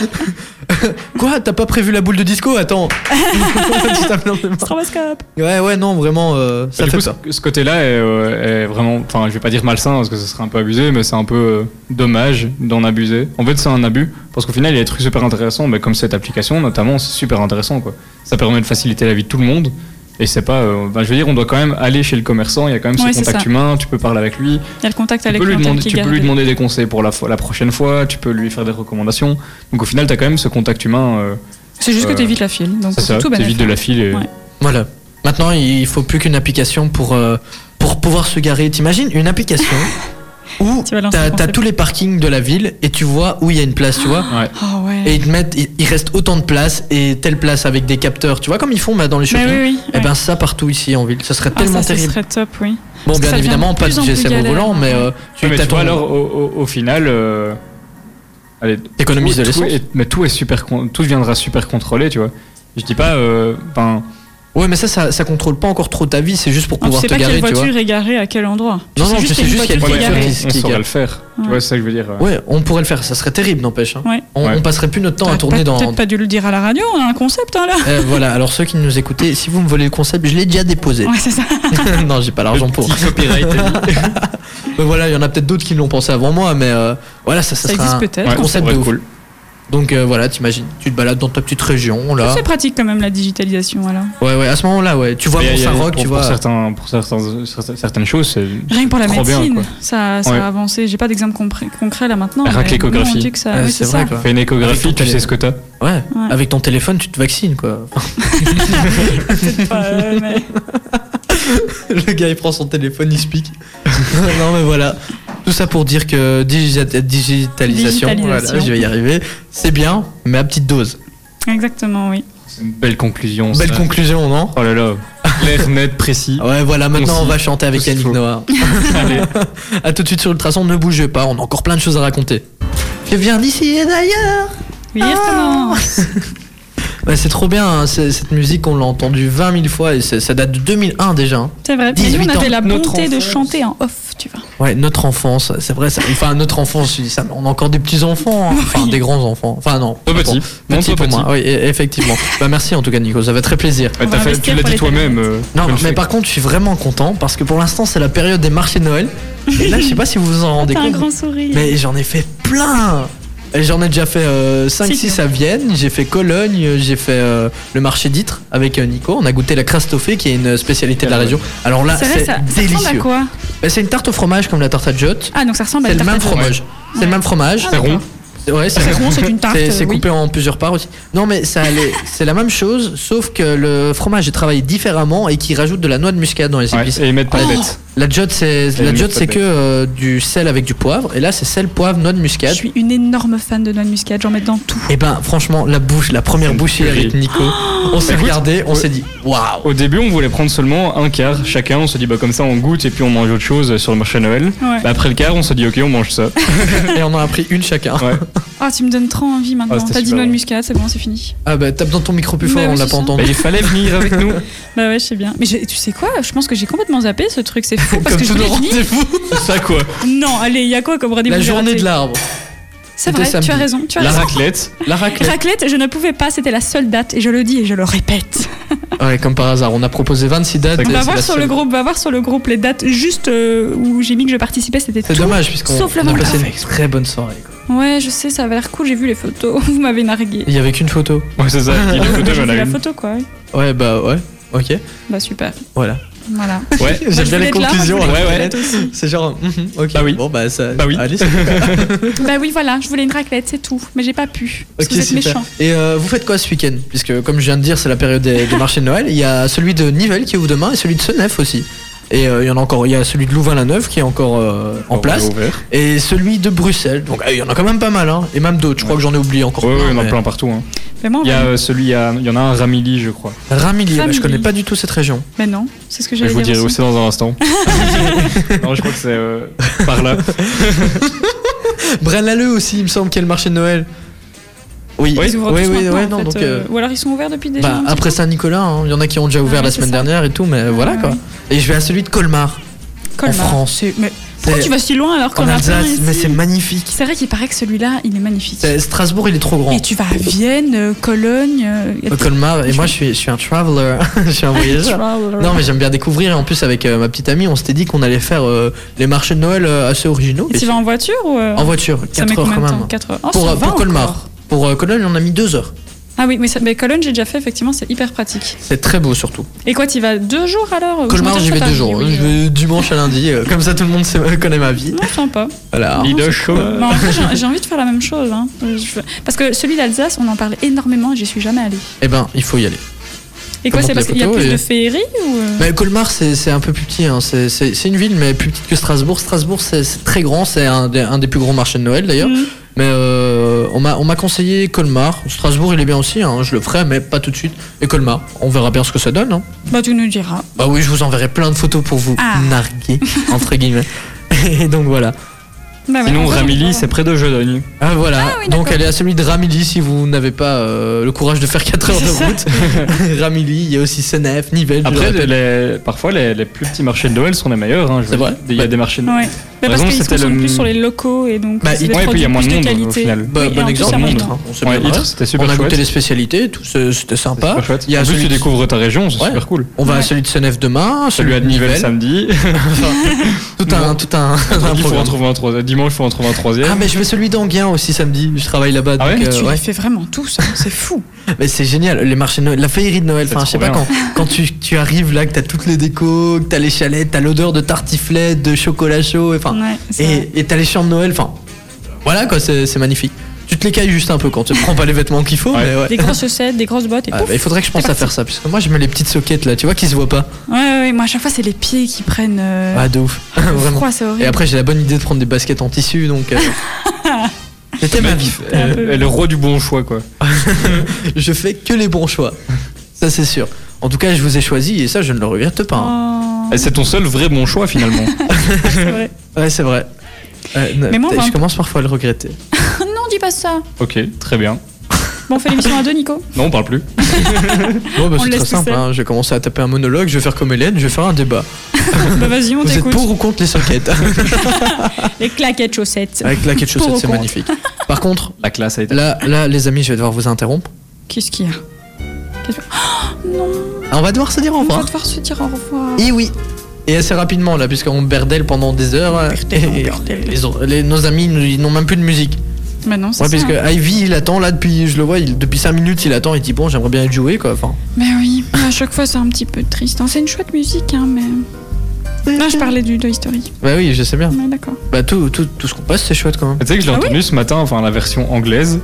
[SPEAKER 1] Quoi, t'as pas prévu la boule de disco [laughs] Attends. Tu tapes dans le-
[SPEAKER 2] stroboscope.
[SPEAKER 1] ouais, ouais, non, vraiment, euh, ça
[SPEAKER 5] Bah, du
[SPEAKER 1] fait
[SPEAKER 5] coup,
[SPEAKER 1] ça.
[SPEAKER 5] ce- ce côté-là est, euh, est vraiment, enfin, je vais pas dire malsain parce que ce serait un peu abusé, mais c'est un peu euh, dommage d'en abuser. En fait, c'est un abus parce qu'au final, il y a des trucs super intéressants, mais comme cette application, notamment, c'est super intéressant, quoi. Ça permet de faciliter la vie de tout le monde. Et c'est pas, euh, bah, je veux dire, on doit quand même aller chez le commerçant. Il y a quand même
[SPEAKER 2] Ouais,
[SPEAKER 5] ce
[SPEAKER 2] c'est
[SPEAKER 5] contact
[SPEAKER 2] ça.
[SPEAKER 5] humain. Tu peux parler avec lui.
[SPEAKER 2] Il y a le contact
[SPEAKER 5] Tu
[SPEAKER 2] avec
[SPEAKER 5] peux, lui
[SPEAKER 2] clientèle
[SPEAKER 5] demander,
[SPEAKER 2] qui est
[SPEAKER 5] tu peux
[SPEAKER 2] gardé.
[SPEAKER 5] lui demander des conseils pour la, fo- la prochaine fois, tu peux lui faire des recommandations. Donc au final, tu as quand même ce contact humain. euh,
[SPEAKER 2] C'est juste que
[SPEAKER 5] Euh,
[SPEAKER 2] t'évites la file, donc
[SPEAKER 5] c'est ça,
[SPEAKER 2] c'est tout
[SPEAKER 5] t'évites
[SPEAKER 2] bénéfique.
[SPEAKER 5] de la file. Et...
[SPEAKER 2] Ouais.
[SPEAKER 1] Voilà. Maintenant, il faut plus qu'une application pour, euh, pour pouvoir se garer. T'imagines une
[SPEAKER 2] [laughs]
[SPEAKER 1] application où
[SPEAKER 2] Tu vas lancer
[SPEAKER 1] t'as t'as
[SPEAKER 2] le concept.
[SPEAKER 1] tous les parkings de la ville et tu vois où il y a une place, tu vois.
[SPEAKER 5] Ouais.
[SPEAKER 2] Oh ouais.
[SPEAKER 1] Et ils te mettent, il il reste autant de places et telle place avec des capteurs, tu vois, comme ils font bah, dans les
[SPEAKER 2] Mais
[SPEAKER 1] shoppings.
[SPEAKER 2] oui, oui.
[SPEAKER 1] Et
[SPEAKER 2] ouais.
[SPEAKER 1] ben ça partout ici en ville, ça serait
[SPEAKER 2] Ah,
[SPEAKER 1] tellement
[SPEAKER 2] ça,
[SPEAKER 1] terrible.
[SPEAKER 2] Ce serait top, oui.
[SPEAKER 1] Bon,
[SPEAKER 2] parce que
[SPEAKER 1] bien
[SPEAKER 2] ça devient
[SPEAKER 1] évidemment,
[SPEAKER 2] de
[SPEAKER 1] pas de
[SPEAKER 2] plus en plus
[SPEAKER 1] GSM au
[SPEAKER 2] galère. hein.
[SPEAKER 1] volant, mais euh,
[SPEAKER 5] Ouais, mais
[SPEAKER 1] t'as
[SPEAKER 5] tu vois,
[SPEAKER 1] ton-
[SPEAKER 5] alors au, au- au final. euh, allez,
[SPEAKER 1] T'économises
[SPEAKER 5] tout-
[SPEAKER 1] de
[SPEAKER 5] tout
[SPEAKER 1] l'essence.
[SPEAKER 5] est- Mais tout, est super, con- tout deviendra super contrôlé, tu vois. Je dis pas. euh, ben,
[SPEAKER 1] Ouais, mais ça, ça, ça contrôle pas encore trop ta vie, c'est juste pour
[SPEAKER 2] Ah, tu
[SPEAKER 1] pouvoir
[SPEAKER 2] sais
[SPEAKER 1] te
[SPEAKER 2] pas
[SPEAKER 1] garer,
[SPEAKER 2] quelle
[SPEAKER 1] tu vois.
[SPEAKER 2] voiture est garée à quel endroit.
[SPEAKER 1] Non, non, tu sais
[SPEAKER 2] qu'il y a une
[SPEAKER 1] juste qu'il y a
[SPEAKER 2] voiture
[SPEAKER 1] une
[SPEAKER 2] qui
[SPEAKER 1] voiture
[SPEAKER 2] est
[SPEAKER 5] voilà,
[SPEAKER 2] garée.
[SPEAKER 1] qui-
[SPEAKER 5] on, on
[SPEAKER 1] qui
[SPEAKER 5] saura
[SPEAKER 1] gare.
[SPEAKER 5] le faire.
[SPEAKER 2] Ouais.
[SPEAKER 5] Tu vois, c'est ça que je veux dire. euh.
[SPEAKER 1] Ouais, on pourrait le faire, ça serait terrible, n'empêche. hein.
[SPEAKER 2] Ouais.
[SPEAKER 1] On,
[SPEAKER 5] Ouais.
[SPEAKER 1] on passerait plus notre temps à
[SPEAKER 2] T'aurais
[SPEAKER 1] tourner
[SPEAKER 2] pas-
[SPEAKER 1] dans.
[SPEAKER 2] Peut-être pas dû le dire à la radio, on a un concept hein, là.
[SPEAKER 1] Euh, voilà, alors ceux qui nous écoutaient, si vous me volez le concept, je l'ai déjà déposé.
[SPEAKER 2] Ouais, c'est ça.
[SPEAKER 1] [laughs] non, j'ai pas l'argent pour. [laughs] euh, Mais voilà, il y en a peut-être d'autres qui l'ont pensé avant moi, mais euh, voilà, ça, ça,
[SPEAKER 2] Ça
[SPEAKER 1] sera
[SPEAKER 2] existe
[SPEAKER 1] un-
[SPEAKER 2] peut-être.
[SPEAKER 1] un
[SPEAKER 5] Ouais, ça
[SPEAKER 1] concept
[SPEAKER 5] pourrait
[SPEAKER 1] de
[SPEAKER 5] être
[SPEAKER 1] ouf.
[SPEAKER 5] cool.
[SPEAKER 1] Donc euh, voilà, t'imagines, tu te balades dans ta petite région là.
[SPEAKER 2] C'est pratique quand même la digitalisation alors.
[SPEAKER 1] Ouais, ouais, à ce moment-là, ouais. Tu vois
[SPEAKER 5] Mais il y a-
[SPEAKER 1] pour
[SPEAKER 5] il y a-
[SPEAKER 1] ça rock,
[SPEAKER 5] pour-
[SPEAKER 1] tu
[SPEAKER 5] pour
[SPEAKER 1] vois.
[SPEAKER 5] certains- Pour certains- certaines certaines choses, c'est.
[SPEAKER 2] Rien que pour la
[SPEAKER 5] Trop bien,
[SPEAKER 2] médecine,
[SPEAKER 5] quoi.
[SPEAKER 2] ça, ça
[SPEAKER 5] Ouais.
[SPEAKER 2] a avancé. J'ai pas d'exemple compré- concret là maintenant.
[SPEAKER 5] Rien que
[SPEAKER 2] mais
[SPEAKER 5] l'échographie.
[SPEAKER 2] mon Dieu que ça-
[SPEAKER 1] Ouais,
[SPEAKER 2] oui,
[SPEAKER 1] Ah, c'est
[SPEAKER 2] c'est
[SPEAKER 1] vrai,
[SPEAKER 2] ça.
[SPEAKER 1] quoi.
[SPEAKER 5] Fais une
[SPEAKER 1] Avec ton
[SPEAKER 5] échographie, tu
[SPEAKER 1] télé-
[SPEAKER 5] sais ce que t'as.
[SPEAKER 1] Ouais.
[SPEAKER 2] Ouais.
[SPEAKER 1] Avec ton téléphone, tu te vaccines, quoi. [laughs]
[SPEAKER 2] Peut-être pas, euh, mais-
[SPEAKER 1] Le gars, il prend son téléphone, il se pique. [laughs] non, mais voilà. Tout ça pour dire que digi- digitalisation,
[SPEAKER 2] Digitalisation.
[SPEAKER 1] voilà, je vais y arriver. C'est bien, mais à petite dose.
[SPEAKER 2] [laughs] Exactement, oui.
[SPEAKER 5] C'est une belle conclusion.
[SPEAKER 1] Belle
[SPEAKER 5] ça.
[SPEAKER 1] conclusion, non
[SPEAKER 5] Oh là là. Clair, net, précis.
[SPEAKER 1] Ouais, voilà, maintenant
[SPEAKER 5] Concis.
[SPEAKER 1] on va chanter avec
[SPEAKER 5] Tout ce qu'il
[SPEAKER 1] Yannick
[SPEAKER 5] faut.
[SPEAKER 1] Noah.
[SPEAKER 5] Allez.
[SPEAKER 1] A tout de suite sur Ultrason, ne bougez pas, on a encore plein de choses à raconter. Je viens d'ici et d'ailleurs
[SPEAKER 2] Oui, recommence.
[SPEAKER 1] Ouais, C'est trop bien, hein, c'est- cette musique, on l'a entendue 20 000 fois et c'est- ça date de 2001 déjà. hein.
[SPEAKER 2] C'est vrai. Mais nous,
[SPEAKER 1] 18
[SPEAKER 2] on avait la
[SPEAKER 5] ans, notre
[SPEAKER 2] bonté de
[SPEAKER 5] enfance.
[SPEAKER 2] chanter en off, tu vois.
[SPEAKER 1] Ouais, notre enfance, c'est vrai, ça- enfin notre enfance, je dis ça, mais on a encore des petits enfants, hein. enfin des grands enfants, enfin non.
[SPEAKER 5] Toi, petit.
[SPEAKER 1] Bon,
[SPEAKER 5] Montre
[SPEAKER 1] petit
[SPEAKER 5] bah toi,
[SPEAKER 1] pour
[SPEAKER 5] petit.
[SPEAKER 1] moi, oui, e-
[SPEAKER 5] [laughs]
[SPEAKER 1] effectivement. bah merci en tout cas Nico, ça fait très plaisir.
[SPEAKER 5] Ouais,
[SPEAKER 2] On
[SPEAKER 5] t'as
[SPEAKER 2] va
[SPEAKER 5] fait-
[SPEAKER 2] investir
[SPEAKER 5] tu l'as
[SPEAKER 2] pour
[SPEAKER 5] dit
[SPEAKER 2] les
[SPEAKER 5] toi-même. euh,
[SPEAKER 1] Non,
[SPEAKER 5] comme je
[SPEAKER 1] mais
[SPEAKER 5] fais.
[SPEAKER 1] par contre, je suis vraiment content parce que pour l'instant, c'est la période des marchés de
[SPEAKER 5] [laughs]
[SPEAKER 1] Noël. Et là, je sais pas si vous vous en rendez
[SPEAKER 2] T'as un
[SPEAKER 1] compte.
[SPEAKER 2] grand sourire.
[SPEAKER 1] Mais j'en ai fait plein Et J'en ai déjà fait
[SPEAKER 2] Si,
[SPEAKER 1] 5-6
[SPEAKER 2] si.
[SPEAKER 1] à Vienne, j'ai fait Cologne, euh, j'ai fait euh, le marché d'Itre avec euh, Nico. On a goûté la crastoffée qui est une spécialité de la région. Alors là,
[SPEAKER 2] C'est vrai,
[SPEAKER 1] c'est
[SPEAKER 2] ça, ça ressemble à
[SPEAKER 1] délicieux.
[SPEAKER 2] quoi
[SPEAKER 1] Bah, C'est une tarte au fromage comme la tarte à jotte.
[SPEAKER 2] Ah, donc ça ressemble à
[SPEAKER 1] C'est
[SPEAKER 2] une
[SPEAKER 1] le
[SPEAKER 2] tarte
[SPEAKER 1] même
[SPEAKER 2] à
[SPEAKER 1] fromage. C'est le même fromage.
[SPEAKER 5] C'est rond.
[SPEAKER 1] Ouais,
[SPEAKER 2] Ah, C'est rond, c'est une tarte,
[SPEAKER 1] [laughs] C'est c'est
[SPEAKER 2] oui.
[SPEAKER 1] coupé en plusieurs parts aussi. Non, mais ça allait- c'est la même chose, sauf que le fromage est travaillé différemment et qui rajoute de la noix de muscade dans les
[SPEAKER 5] Ouais,
[SPEAKER 1] épices.
[SPEAKER 5] et ils mettent pas de
[SPEAKER 1] Oh.
[SPEAKER 5] bêtes.
[SPEAKER 1] La jotte, c'est
[SPEAKER 5] Et
[SPEAKER 1] la
[SPEAKER 5] le
[SPEAKER 1] jotte,
[SPEAKER 5] muscade.
[SPEAKER 1] c'est que euh, du sel avec du poivre, et là c'est sel, poivre, noix de
[SPEAKER 2] Je
[SPEAKER 1] muscade.
[SPEAKER 2] suis une énorme fan de noix de muscade, j'en mets dans tout.
[SPEAKER 1] Et ben franchement, la bouche, la première
[SPEAKER 5] Une
[SPEAKER 1] bouche hier
[SPEAKER 5] tuerie.
[SPEAKER 1] avec Nico, on s'est
[SPEAKER 5] Écoute,
[SPEAKER 1] regardé, on
[SPEAKER 5] ouais.
[SPEAKER 1] s'est dit waouh.
[SPEAKER 5] Au début, on voulait prendre seulement un quart chacun. On se dit, bah, comme ça, on goûte et puis on mange autre chose sur le marché de Noël.
[SPEAKER 2] Ouais.
[SPEAKER 5] Bah, après le quart, on se dit, ok, on
[SPEAKER 1] [laughs]
[SPEAKER 5] mange ça.
[SPEAKER 1] Et on en a pris une chacun.
[SPEAKER 5] Ouais.
[SPEAKER 2] Ah, tu me donnes trop envie maintenant.
[SPEAKER 5] c'était
[SPEAKER 2] T'as dit
[SPEAKER 5] super
[SPEAKER 2] noix de
[SPEAKER 5] bon.
[SPEAKER 2] muscade, c'est bon, c'est fini.
[SPEAKER 1] Ah bah tape dans ton micro plus fort,
[SPEAKER 2] Bah oui,
[SPEAKER 1] on l'a
[SPEAKER 2] c'est
[SPEAKER 1] pas
[SPEAKER 2] ça.
[SPEAKER 5] Bah,
[SPEAKER 1] entendu.
[SPEAKER 5] il fallait venir avec nous.
[SPEAKER 2] Bah ouais, je sais bien. Mais je- tu sais quoi Je pense que j'ai complètement zappé ce truc, c'est
[SPEAKER 1] [laughs]
[SPEAKER 2] fou parce
[SPEAKER 1] Comme
[SPEAKER 2] que je
[SPEAKER 1] tous nos
[SPEAKER 2] voulais venir.
[SPEAKER 1] rendez-vous.
[SPEAKER 5] C'est ça, quoi.
[SPEAKER 2] Non, allez, il y a quoi comme rendez-vous
[SPEAKER 1] La
[SPEAKER 2] que j'ai
[SPEAKER 1] journée
[SPEAKER 2] raté
[SPEAKER 1] de l'arbre,
[SPEAKER 2] C'est
[SPEAKER 1] C'était
[SPEAKER 2] vrai,
[SPEAKER 1] samedi.
[SPEAKER 2] tu as raison. Tu as
[SPEAKER 5] La
[SPEAKER 2] raison.
[SPEAKER 5] raclette.
[SPEAKER 1] la raclette.
[SPEAKER 2] Raclette, je ne pouvais pas, c'était la seule date et je le dis et je le répète.
[SPEAKER 1] Ouais, comme par hasard, on a proposé 26 dates.
[SPEAKER 5] On
[SPEAKER 1] et
[SPEAKER 2] On va
[SPEAKER 1] c'est
[SPEAKER 2] voir
[SPEAKER 1] la
[SPEAKER 2] sur
[SPEAKER 1] seule.
[SPEAKER 2] le groupe, on va voir sur le groupe les dates juste euh, où j'ai mis que je participais, c'était
[SPEAKER 1] C'est
[SPEAKER 2] tout.
[SPEAKER 1] dommage puisqu'on
[SPEAKER 2] sauf le
[SPEAKER 1] on a
[SPEAKER 2] vendredi.
[SPEAKER 1] passé une très bonne soirée. quoi.
[SPEAKER 2] Ouais, je sais, ça avait l'air cool, j'ai vu les photos, [laughs] vous m'avez nargué.
[SPEAKER 1] Il y avait qu'une photo.
[SPEAKER 2] [laughs]
[SPEAKER 5] Ouais, c'est ça. Il y a une photo,
[SPEAKER 2] J'ai
[SPEAKER 5] j'en
[SPEAKER 2] vu
[SPEAKER 5] ai
[SPEAKER 2] la
[SPEAKER 5] une.
[SPEAKER 2] photo quoi.
[SPEAKER 1] Ouais bah ouais, ok,
[SPEAKER 2] Bah super.
[SPEAKER 1] voilà.
[SPEAKER 2] Voilà. [laughs]
[SPEAKER 5] Ouais,
[SPEAKER 1] [laughs]
[SPEAKER 2] Moi, je voulais être là, moi, je
[SPEAKER 5] Ouais, ouais.
[SPEAKER 1] C'est genre, mhm, ok.
[SPEAKER 5] Bah oui.
[SPEAKER 1] Bon, bah ça.
[SPEAKER 5] Bah oui.
[SPEAKER 2] [laughs]
[SPEAKER 1] Allez,
[SPEAKER 2] Bah oui, voilà, je voulais une raclette, c'est tout. Mais j'ai pas pu. Parce
[SPEAKER 1] Ok,
[SPEAKER 2] que vous êtes
[SPEAKER 1] super.
[SPEAKER 2] méchant.
[SPEAKER 1] Et euh, vous faites quoi ce week-end Puisque, comme je viens de dire, c'est la période des, des marchés de Noël. Il y a celui de Nivelles qui ouvre demain et celui de Senef aussi. Et euh, il y en a encore. Il y a celui de Louvain-la-Neuve qui est encore euh, en
[SPEAKER 5] Oh,
[SPEAKER 1] place.
[SPEAKER 5] Ouvert.
[SPEAKER 1] Et celui de Bruxelles. Donc, euh, il y en a quand même pas mal. Hein. Et même d'autres. Je crois que j'en ai oublié encore.
[SPEAKER 5] Ouais, ouais, il y en a
[SPEAKER 1] mais-
[SPEAKER 5] plein partout. hein.
[SPEAKER 2] Mais moi, on
[SPEAKER 5] Il y a
[SPEAKER 2] va-
[SPEAKER 5] euh, celui, à- il y en a un à Ramilly, je crois.
[SPEAKER 1] Ramilliers, bah, je
[SPEAKER 2] Ramilliers.
[SPEAKER 1] connais pas du tout cette région.
[SPEAKER 2] Mais non, c'est ce que
[SPEAKER 5] Je
[SPEAKER 2] j'allais
[SPEAKER 5] vous
[SPEAKER 2] dire.
[SPEAKER 5] dirai où
[SPEAKER 2] aussi.
[SPEAKER 5] c'est dans un
[SPEAKER 2] [laughs]
[SPEAKER 5] instant. non, je crois que c'est euh, par là.
[SPEAKER 1] Braine-l'Alleud aussi, il me semble, qu'il y a le marché de Noël. Oui,
[SPEAKER 2] Ils ouvrent
[SPEAKER 1] oui,
[SPEAKER 2] tous
[SPEAKER 1] oui,
[SPEAKER 2] maintenant,
[SPEAKER 1] ouais,
[SPEAKER 2] en
[SPEAKER 1] non,
[SPEAKER 2] fait,
[SPEAKER 1] donc.
[SPEAKER 2] euh,
[SPEAKER 1] euh,
[SPEAKER 2] Ou alors ils sont ouverts depuis déjà.
[SPEAKER 1] Bah,
[SPEAKER 2] un petit
[SPEAKER 1] après Saint-Nicolas, hein, il y en a qui ont déjà ouvert
[SPEAKER 2] Ouais,
[SPEAKER 1] la
[SPEAKER 2] c'est
[SPEAKER 1] semaine
[SPEAKER 2] ça.
[SPEAKER 1] dernière et tout, mais voilà quoi. Et je vais à celui de Colmar,
[SPEAKER 2] peu. Colmar.
[SPEAKER 1] en France.
[SPEAKER 2] C'est- Mais pourquoi
[SPEAKER 1] C'est-
[SPEAKER 2] tu vas si loin alors qu'on
[SPEAKER 1] en
[SPEAKER 2] a plein
[SPEAKER 1] Alsace,
[SPEAKER 2] ici
[SPEAKER 1] mais c'est magnifique.
[SPEAKER 2] C'est vrai qu'il paraît que celui-là, il est magnifique.
[SPEAKER 1] C'est- Strasbourg, il est trop grand.
[SPEAKER 2] Et tu vas à Vienne, euh, Cologne. euh, il y a
[SPEAKER 1] Euh, Colmar, et moi je suis, je suis un traveler, [laughs] je suis un
[SPEAKER 2] [laughs]
[SPEAKER 1] voyageur.
[SPEAKER 2] Traveler.
[SPEAKER 1] Non mais j'aime bien découvrir et en plus avec euh, ma petite amie on s'était dit qu'on allait faire euh, les marchés de Noël euh, assez originaux.
[SPEAKER 2] Et tu vas en voiture ou euh,
[SPEAKER 1] En voiture,
[SPEAKER 2] Ça met
[SPEAKER 1] 4 heures
[SPEAKER 2] combien
[SPEAKER 1] quand
[SPEAKER 2] de
[SPEAKER 1] même.
[SPEAKER 2] temps 4 heures. Oh,
[SPEAKER 1] Pour,
[SPEAKER 2] ça
[SPEAKER 1] euh,
[SPEAKER 2] va
[SPEAKER 1] pour Colmar.
[SPEAKER 2] encore.
[SPEAKER 1] Pour euh, Cologne on a mis 2 heures.
[SPEAKER 2] Ah oui, mais, ça- mais Cologne, j'ai déjà fait, effectivement, c'est hyper pratique.
[SPEAKER 1] C'est très beau surtout.
[SPEAKER 2] Et quoi, tu vas deux jours alors
[SPEAKER 1] Colmar
[SPEAKER 2] Je
[SPEAKER 1] j'y vais
[SPEAKER 2] m'étonne que t'as
[SPEAKER 1] deux
[SPEAKER 2] pas
[SPEAKER 1] jours, hein.
[SPEAKER 2] envie,
[SPEAKER 1] je
[SPEAKER 2] oui.
[SPEAKER 1] vais du dimanche à lundi, euh, comme ça tout le monde sait- connaît ma vie.
[SPEAKER 2] Non, sympa.
[SPEAKER 1] Voilà.
[SPEAKER 5] Leader
[SPEAKER 2] Bon, en vrai, j'ai- j'ai envie de faire la même chose. hein. Je- Parce que celui d'Alsace, on en parle énormément et j'y suis jamais allée.
[SPEAKER 1] Eh ben il faut y aller.
[SPEAKER 2] Et quoi,
[SPEAKER 1] Comment
[SPEAKER 2] c'est parce
[SPEAKER 1] t'as
[SPEAKER 2] qu'il y a
[SPEAKER 1] photo
[SPEAKER 2] plus
[SPEAKER 1] et-
[SPEAKER 2] de féerie ou euh,
[SPEAKER 1] Mais Colmar, c'est c'est un peu plus petit. hein. C'est- C'est c'est une ville, mais plus petite que Strasbourg. Strasbourg, c'est c'est très grand. C'est un, des- un des plus gros marchés de Noël, d'ailleurs.
[SPEAKER 2] Mhm.
[SPEAKER 1] Mais euh, on m'a on m'a conseillé Colmar. Strasbourg, il est bien aussi. hein. Je le ferai, mais pas tout de suite. Et Colmar, on verra bien ce que ça donne. hein.
[SPEAKER 2] Bah, tu nous diras.
[SPEAKER 1] Bah oui, je vous enverrai plein de photos pour vous
[SPEAKER 2] Ah.
[SPEAKER 1] narguer,
[SPEAKER 2] [laughs]
[SPEAKER 1] entre guillemets. Et donc voilà.
[SPEAKER 2] Bah,
[SPEAKER 5] Sinon,
[SPEAKER 2] voilà.
[SPEAKER 5] Ramilly, c'est près de Jodogne.
[SPEAKER 1] Ah, voilà.
[SPEAKER 2] oui,
[SPEAKER 1] donc
[SPEAKER 2] d'accord.
[SPEAKER 1] allez à celui de Ramilly si vous n'avez pas euh, le courage de faire 4 heures
[SPEAKER 2] C'est ça. [laughs]
[SPEAKER 1] de route. [laughs] Ramilly, il y a aussi Senef, Nivelles. je le
[SPEAKER 5] Après,
[SPEAKER 1] répète.
[SPEAKER 5] les- parfois, les, les plus petits marchés de Noël sont les meilleurs. hein, je
[SPEAKER 1] C'est
[SPEAKER 5] vous le
[SPEAKER 1] vrai.
[SPEAKER 5] dis. Il y a des marchés de
[SPEAKER 2] Ouais. Bah,
[SPEAKER 5] Par
[SPEAKER 2] parce
[SPEAKER 5] exemple,
[SPEAKER 2] qu'ils se
[SPEAKER 5] c'était le-
[SPEAKER 2] concentrent plus sur les locaux et donc
[SPEAKER 1] Bah,
[SPEAKER 2] c'est des
[SPEAKER 5] Ouais, et puis il y
[SPEAKER 2] produits
[SPEAKER 5] a moins de
[SPEAKER 2] plus
[SPEAKER 5] monde
[SPEAKER 2] de
[SPEAKER 5] au
[SPEAKER 2] qualité.
[SPEAKER 5] final.
[SPEAKER 1] Bah,
[SPEAKER 2] Oui, et
[SPEAKER 1] bon
[SPEAKER 2] en plus,
[SPEAKER 1] exemple,
[SPEAKER 2] ça monte,
[SPEAKER 1] Montre,
[SPEAKER 2] hein.
[SPEAKER 1] hein. On s'est
[SPEAKER 5] Ouais,
[SPEAKER 1] bien marré.
[SPEAKER 5] Ytre, c'était
[SPEAKER 1] On
[SPEAKER 5] super
[SPEAKER 1] a goûté
[SPEAKER 5] chouette.
[SPEAKER 1] les spécialités, tout ce- c'était
[SPEAKER 5] C'est
[SPEAKER 1] sympa.
[SPEAKER 5] super chouette.
[SPEAKER 1] Il y a
[SPEAKER 5] en plus,
[SPEAKER 1] celui
[SPEAKER 5] tu
[SPEAKER 1] de-
[SPEAKER 5] découvres ta région, c'est
[SPEAKER 1] Ouais.
[SPEAKER 5] super cool.
[SPEAKER 1] On va à
[SPEAKER 2] Ouais.
[SPEAKER 1] celui de Senef demain,
[SPEAKER 5] Celui
[SPEAKER 1] celui
[SPEAKER 5] à
[SPEAKER 1] de
[SPEAKER 5] Nivelles
[SPEAKER 1] Nivelles, [laughs]
[SPEAKER 5] samedi.
[SPEAKER 1] tout un, tout un, [laughs] un
[SPEAKER 5] Samedi, faut en
[SPEAKER 1] programme.
[SPEAKER 5] trouver un troisième. Dimanche, il faut en trouver un
[SPEAKER 1] Ah
[SPEAKER 5] troisième.
[SPEAKER 1] mais je vais celui d'Anguin aussi samedi, je travaille là-bas.
[SPEAKER 5] Ah
[SPEAKER 1] donc,
[SPEAKER 5] ouais
[SPEAKER 2] Mais
[SPEAKER 1] euh,
[SPEAKER 2] tu les
[SPEAKER 1] ouais.
[SPEAKER 2] fais vraiment tous, hein, c'est fou.
[SPEAKER 1] Mais c'est génial, les marchés de Noël, la féerie de Noël,
[SPEAKER 5] C'est
[SPEAKER 1] enfin je sais
[SPEAKER 5] trop
[SPEAKER 1] pas
[SPEAKER 5] bien.
[SPEAKER 1] quand, quand tu, tu arrives là, que t'as toutes les décos, que t'as les chalets, t'as l'odeur de tartiflette, de chocolat chaud, enfin,
[SPEAKER 2] Ouais, c'est vrai.
[SPEAKER 1] Ah. et et t'as les chambres de Noël, enfin voilà quoi, c'est c'est magnifique. Tu te les cailles juste un peu quand tu prends pas les vêtements qu'il faut,
[SPEAKER 5] Ouais.
[SPEAKER 1] mais ouais.
[SPEAKER 2] Des grosses chaussettes, des grosses bottes et
[SPEAKER 1] Ah,
[SPEAKER 2] pouf.
[SPEAKER 1] bah, il faudrait que je pense à faire ça, puisque moi je mets les petites soquettes là, tu vois, qui se voient pas.
[SPEAKER 2] Ouais, ouais, moi à chaque fois c'est les pieds qui prennent euh,
[SPEAKER 1] Ah de ouf,
[SPEAKER 2] le
[SPEAKER 1] [laughs] vraiment.
[SPEAKER 2] froid, c'est horrible.
[SPEAKER 1] Et après, j'ai la bonne idée de prendre des baskets en tissu,
[SPEAKER 2] [laughs]
[SPEAKER 1] donc. euh, C'était ma vie.
[SPEAKER 5] Euh, euh, le roi du bon choix, quoi.
[SPEAKER 1] Je fais que les bons choix. Ça, c'est sûr. En tout cas, je vous ai choisi et ça, je ne le regrette pas. hein.
[SPEAKER 2] Oh,
[SPEAKER 5] Et C'est ton seul vrai bon
[SPEAKER 1] [laughs]
[SPEAKER 5] choix, finalement.
[SPEAKER 2] c'est vrai.
[SPEAKER 1] Ouais, c'est vrai. Euh, ne-
[SPEAKER 2] Oh. Mais moi, on va
[SPEAKER 1] je
[SPEAKER 2] un-
[SPEAKER 1] commence parfois à le
[SPEAKER 2] [laughs]
[SPEAKER 1] regretter.
[SPEAKER 2] Oh, non, dis pas ça.
[SPEAKER 5] ok, très bien.
[SPEAKER 2] Bon, on fait l'émission à deux,
[SPEAKER 1] [laughs]
[SPEAKER 2] Nico.
[SPEAKER 5] Non, on parle plus.
[SPEAKER 1] Bon, bah,
[SPEAKER 2] On
[SPEAKER 1] c'est très
[SPEAKER 2] le laisse tout
[SPEAKER 1] simple.
[SPEAKER 2] seul.
[SPEAKER 1] hein. Je vais commencer à taper un monologue, je vais faire comme Hélène, je vais faire un débat.
[SPEAKER 2] Bah vas-y, on
[SPEAKER 1] vous êtes
[SPEAKER 2] t'écoute.
[SPEAKER 1] pour ou contre les
[SPEAKER 2] [laughs]
[SPEAKER 1] soquettes
[SPEAKER 2] Les claquettes chaussettes.
[SPEAKER 1] Avec la quelque
[SPEAKER 2] Pour
[SPEAKER 1] chose,
[SPEAKER 2] ou
[SPEAKER 1] c'est
[SPEAKER 2] contre
[SPEAKER 1] magnifique. Par contre,
[SPEAKER 5] La classe a été.
[SPEAKER 1] là, là, les amis, je vais devoir vous interrompre.
[SPEAKER 2] Qu'est-ce qu'il y a Qu'est-ce que- Oh, Non,
[SPEAKER 1] Ah, on va devoir se dire au
[SPEAKER 2] on va
[SPEAKER 1] revoir.
[SPEAKER 2] devoir se dire au revoir.
[SPEAKER 1] Et oui. Et assez rapidement, là, puisqu'on berdelle pendant des heures. hein.
[SPEAKER 2] Berdelle, on
[SPEAKER 1] et- et
[SPEAKER 2] berdelle.
[SPEAKER 1] les autres- les- nos amis, nous- ils n'ont même plus de musique.
[SPEAKER 2] Bah non, c'est
[SPEAKER 1] Ouais,
[SPEAKER 2] ça.
[SPEAKER 1] parce que Ivy, il attend là depuis, je le vois, il- depuis 5 minutes, il attend, il dit bon, j'aimerais bien être joué quoi. Enfin,
[SPEAKER 2] Mais Bah, oui, à chaque fois c'est un petit peu triste. hein. C'est une chouette musique, hein, mais. Non, je parlais du Toy Story.
[SPEAKER 1] bah oui, je sais bien.
[SPEAKER 2] Ouais, d'accord.
[SPEAKER 1] Bah tout, tout, tout ce qu'on passe, c'est chouette quand même.
[SPEAKER 5] Tu sais que je l'ai
[SPEAKER 2] Ah oui
[SPEAKER 5] entendu ce matin, enfin la version anglaise,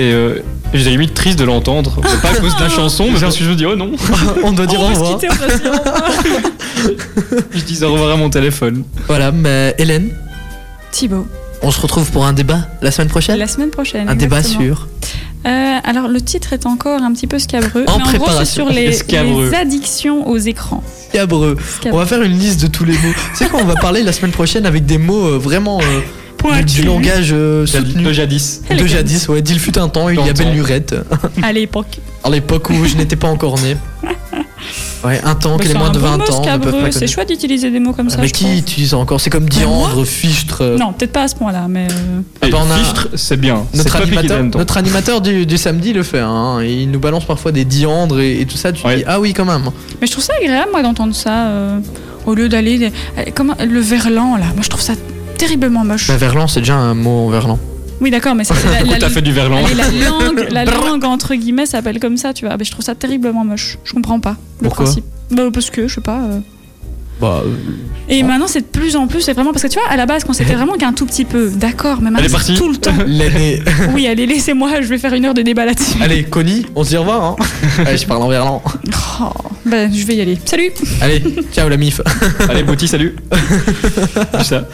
[SPEAKER 5] et euh, j'ai limite triste de l'entendre. Mais
[SPEAKER 2] [laughs]
[SPEAKER 5] Pas à cause de la chanson, mais parce que je me dis oh non, [laughs]
[SPEAKER 1] on doit dire
[SPEAKER 2] on
[SPEAKER 1] au
[SPEAKER 2] peut se
[SPEAKER 1] revoir.
[SPEAKER 2] quitter, on doit se dire
[SPEAKER 1] [laughs]
[SPEAKER 2] au revoir.
[SPEAKER 5] je dis au revoir à mon téléphone.
[SPEAKER 1] Voilà, mais Hélène,
[SPEAKER 2] Thibaut,
[SPEAKER 1] on se retrouve pour un débat la semaine prochaine.
[SPEAKER 2] la semaine prochaine.
[SPEAKER 1] un débat
[SPEAKER 2] exactement.
[SPEAKER 1] sur.
[SPEAKER 2] Euh, alors, le titre est encore un petit peu scabreux.
[SPEAKER 1] En
[SPEAKER 2] mais en gros, c'est
[SPEAKER 1] préparation.
[SPEAKER 2] sur
[SPEAKER 1] [laughs]
[SPEAKER 2] les,
[SPEAKER 5] Escabreux.
[SPEAKER 2] les addictions aux écrans.
[SPEAKER 1] Cabreux. On
[SPEAKER 2] Scabreux.
[SPEAKER 1] va faire une liste de tous les mots. c'est quoi, on va parler la semaine prochaine avec des mots euh, vraiment. euh, du,
[SPEAKER 2] Pointu.
[SPEAKER 1] du langage euh, soutenu.
[SPEAKER 5] De jadis.
[SPEAKER 1] De jadis, ouais, d'il fut un temps, il y a
[SPEAKER 5] Longtemps.
[SPEAKER 1] belle lurette.
[SPEAKER 2] À l'époque.
[SPEAKER 1] À l'époque où je n'étais pas encore
[SPEAKER 2] [laughs]
[SPEAKER 1] né. Ouais, un temps, que
[SPEAKER 2] Bah,
[SPEAKER 1] les
[SPEAKER 2] c'est
[SPEAKER 1] moins
[SPEAKER 2] un
[SPEAKER 1] de
[SPEAKER 2] bon
[SPEAKER 1] 20
[SPEAKER 2] mot,
[SPEAKER 1] ans ne peuvent
[SPEAKER 2] scabreux.
[SPEAKER 1] pas
[SPEAKER 2] C'est
[SPEAKER 1] connaître.
[SPEAKER 2] chouette d'utiliser des mots comme ça.
[SPEAKER 1] Ah, Mais
[SPEAKER 2] je
[SPEAKER 1] qui utilise encore C'est comme diandre, fichtre. euh,
[SPEAKER 2] trouve. Non, peut-être pas à ce point-là, mais. euh,
[SPEAKER 1] Ah
[SPEAKER 5] Et
[SPEAKER 1] bah, on a-
[SPEAKER 5] Fichtre, c'est bien. C'est
[SPEAKER 1] Notre
[SPEAKER 5] pas piqué dans
[SPEAKER 1] animateur,
[SPEAKER 5] le temps.
[SPEAKER 1] notre animateur du, du samedi le fait. Hein. Il nous balance parfois des diandres et, et tout ça. Tu
[SPEAKER 5] Ouais.
[SPEAKER 1] dis ah oui quand même.
[SPEAKER 2] Mais je trouve ça agréable, moi, d'entendre ça. euh, au lieu d'aller. des- euh, Comment... Le verlan, là. Moi, je trouve ça terriblement moche.
[SPEAKER 1] Bah, verlan c'est déjà un mot en verlan.
[SPEAKER 2] Oui, d'accord,
[SPEAKER 1] [laughs]
[SPEAKER 2] mais c'est. la-
[SPEAKER 5] Pourquoi
[SPEAKER 2] la-
[SPEAKER 5] t'as fait du verlan
[SPEAKER 2] Allez, la langue, la langue entre guillemets Ah, s'appelle comme ça, tu vois. Mais je trouve ça terriblement moche. Je comprends pas le
[SPEAKER 1] Pourquoi
[SPEAKER 2] principe. Bah, parce que je sais pas. euh,
[SPEAKER 1] Bah, euh,
[SPEAKER 2] Et maintenant, c'est de plus en plus, c'est vraiment parce que tu vois, à la base, quand c'était vraiment qu'un tout petit peu, d'accord, mais
[SPEAKER 5] Elle est
[SPEAKER 2] maintenant,
[SPEAKER 5] partie.
[SPEAKER 2] c'est tout
[SPEAKER 1] [laughs]
[SPEAKER 2] le temps.
[SPEAKER 1] l'année.
[SPEAKER 2] Oui, allez, laissez-moi, je vais faire une heure de débat là-dessus.
[SPEAKER 1] Allez, Connie, on se dit au revoir. [laughs] Hein Allez, je parle en verlan.
[SPEAKER 2] Oh, ben, je vais y aller. Salut
[SPEAKER 1] Allez, ciao la [laughs] mif.
[SPEAKER 5] [laughs] Allez,
[SPEAKER 1] [laughs]
[SPEAKER 5] Bouti, salut. Juste ça.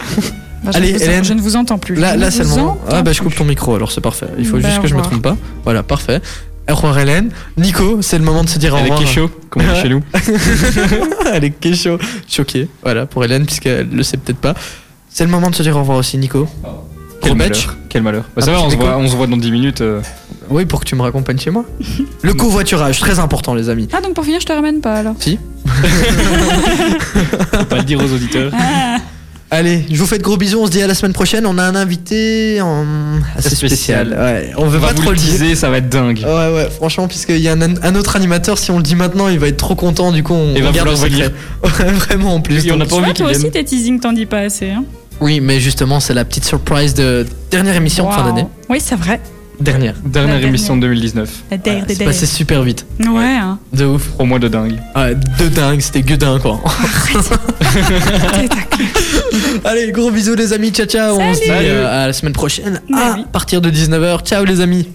[SPEAKER 2] Ben, je
[SPEAKER 1] Allez,
[SPEAKER 2] ne vous-
[SPEAKER 1] Hélène.
[SPEAKER 2] Je ne vous entends plus.
[SPEAKER 1] Là,
[SPEAKER 2] Je
[SPEAKER 1] là
[SPEAKER 2] ne
[SPEAKER 1] c'est le
[SPEAKER 2] vous
[SPEAKER 1] moment.
[SPEAKER 2] entends
[SPEAKER 1] Ah bah je coupe
[SPEAKER 2] plus.
[SPEAKER 1] ton micro alors c'est parfait. Il faut
[SPEAKER 2] Bah,
[SPEAKER 1] juste que
[SPEAKER 2] au
[SPEAKER 1] je me
[SPEAKER 2] revoir.
[SPEAKER 1] trompe pas. Voilà, parfait. Au revoir Hélène. Nico, c'est le moment de se dire au
[SPEAKER 5] Avec
[SPEAKER 1] revoir.
[SPEAKER 5] Kécho, comme
[SPEAKER 1] [laughs]
[SPEAKER 5] on dit chez nous.
[SPEAKER 1] Avec Kécho. Choqué. Voilà, pour Hélène puisqu'elle le sait peut-être pas. C'est le moment de se dire au revoir aussi Nico.
[SPEAKER 5] Quel
[SPEAKER 1] Gros match.
[SPEAKER 5] malheur. Quel malheur. Bah, ça
[SPEAKER 1] Ah,
[SPEAKER 5] va,
[SPEAKER 1] tu
[SPEAKER 5] on se,
[SPEAKER 1] déconnes.
[SPEAKER 5] voit, on se voit dans 10 minutes. euh,
[SPEAKER 1] Oui, pour que tu me raccompagnes
[SPEAKER 5] [laughs]
[SPEAKER 1] chez moi. Le covoiturage, très important les amis.
[SPEAKER 2] Ah, donc pour finir, je te ramène pas alors.
[SPEAKER 5] faut pas le dire aux auditeurs.
[SPEAKER 1] Allez, je vous fais de gros bisous, on se dit à la semaine prochaine. On a un invité hum, assez
[SPEAKER 5] Très spécial.
[SPEAKER 1] spécial. Ouais, on veut
[SPEAKER 5] On va
[SPEAKER 1] pas
[SPEAKER 5] vous
[SPEAKER 1] trop
[SPEAKER 5] le
[SPEAKER 1] le dire.
[SPEAKER 5] teaser, ça va être dingue.
[SPEAKER 1] Ouais, ouais, franchement, puisqu'il y a un, un autre animateur, si on le dit maintenant, il va être trop content, du coup, on,
[SPEAKER 5] Il
[SPEAKER 1] on
[SPEAKER 5] va
[SPEAKER 1] garde le
[SPEAKER 5] vouloir
[SPEAKER 1] secret. [laughs] Ouais, vraiment, en plus.
[SPEAKER 5] Et on
[SPEAKER 1] donc-
[SPEAKER 5] a pas
[SPEAKER 2] Tu vois,
[SPEAKER 5] envie qu'il
[SPEAKER 2] toi aussi,
[SPEAKER 5] vienne.
[SPEAKER 2] tes teasings, t'en dis pas assez. Hein.
[SPEAKER 1] Oui, mais justement, c'est la petite surprise de dernière émission de fin
[SPEAKER 2] Waouh.
[SPEAKER 1] d'année.
[SPEAKER 2] Oui, c'est vrai.
[SPEAKER 1] Dernière.
[SPEAKER 5] Dernière
[SPEAKER 2] dernière.
[SPEAKER 5] émission de 2019.
[SPEAKER 2] La
[SPEAKER 1] Ouais,
[SPEAKER 2] dare des
[SPEAKER 1] c'est
[SPEAKER 2] dares.
[SPEAKER 1] passé super vite.
[SPEAKER 2] Ouais, hein.
[SPEAKER 1] De ouf.
[SPEAKER 5] Au mois de dingue.
[SPEAKER 1] Ouais, Ah, de dingue, c'était gueudin, quoi. [laughs] Allez, gros bisous, les amis. Ciao, ciao. On se dit
[SPEAKER 5] Salut.
[SPEAKER 1] euh, à la semaine prochaine
[SPEAKER 2] Bah
[SPEAKER 1] à
[SPEAKER 2] oui.
[SPEAKER 1] partir de 19h. Ciao, les amis.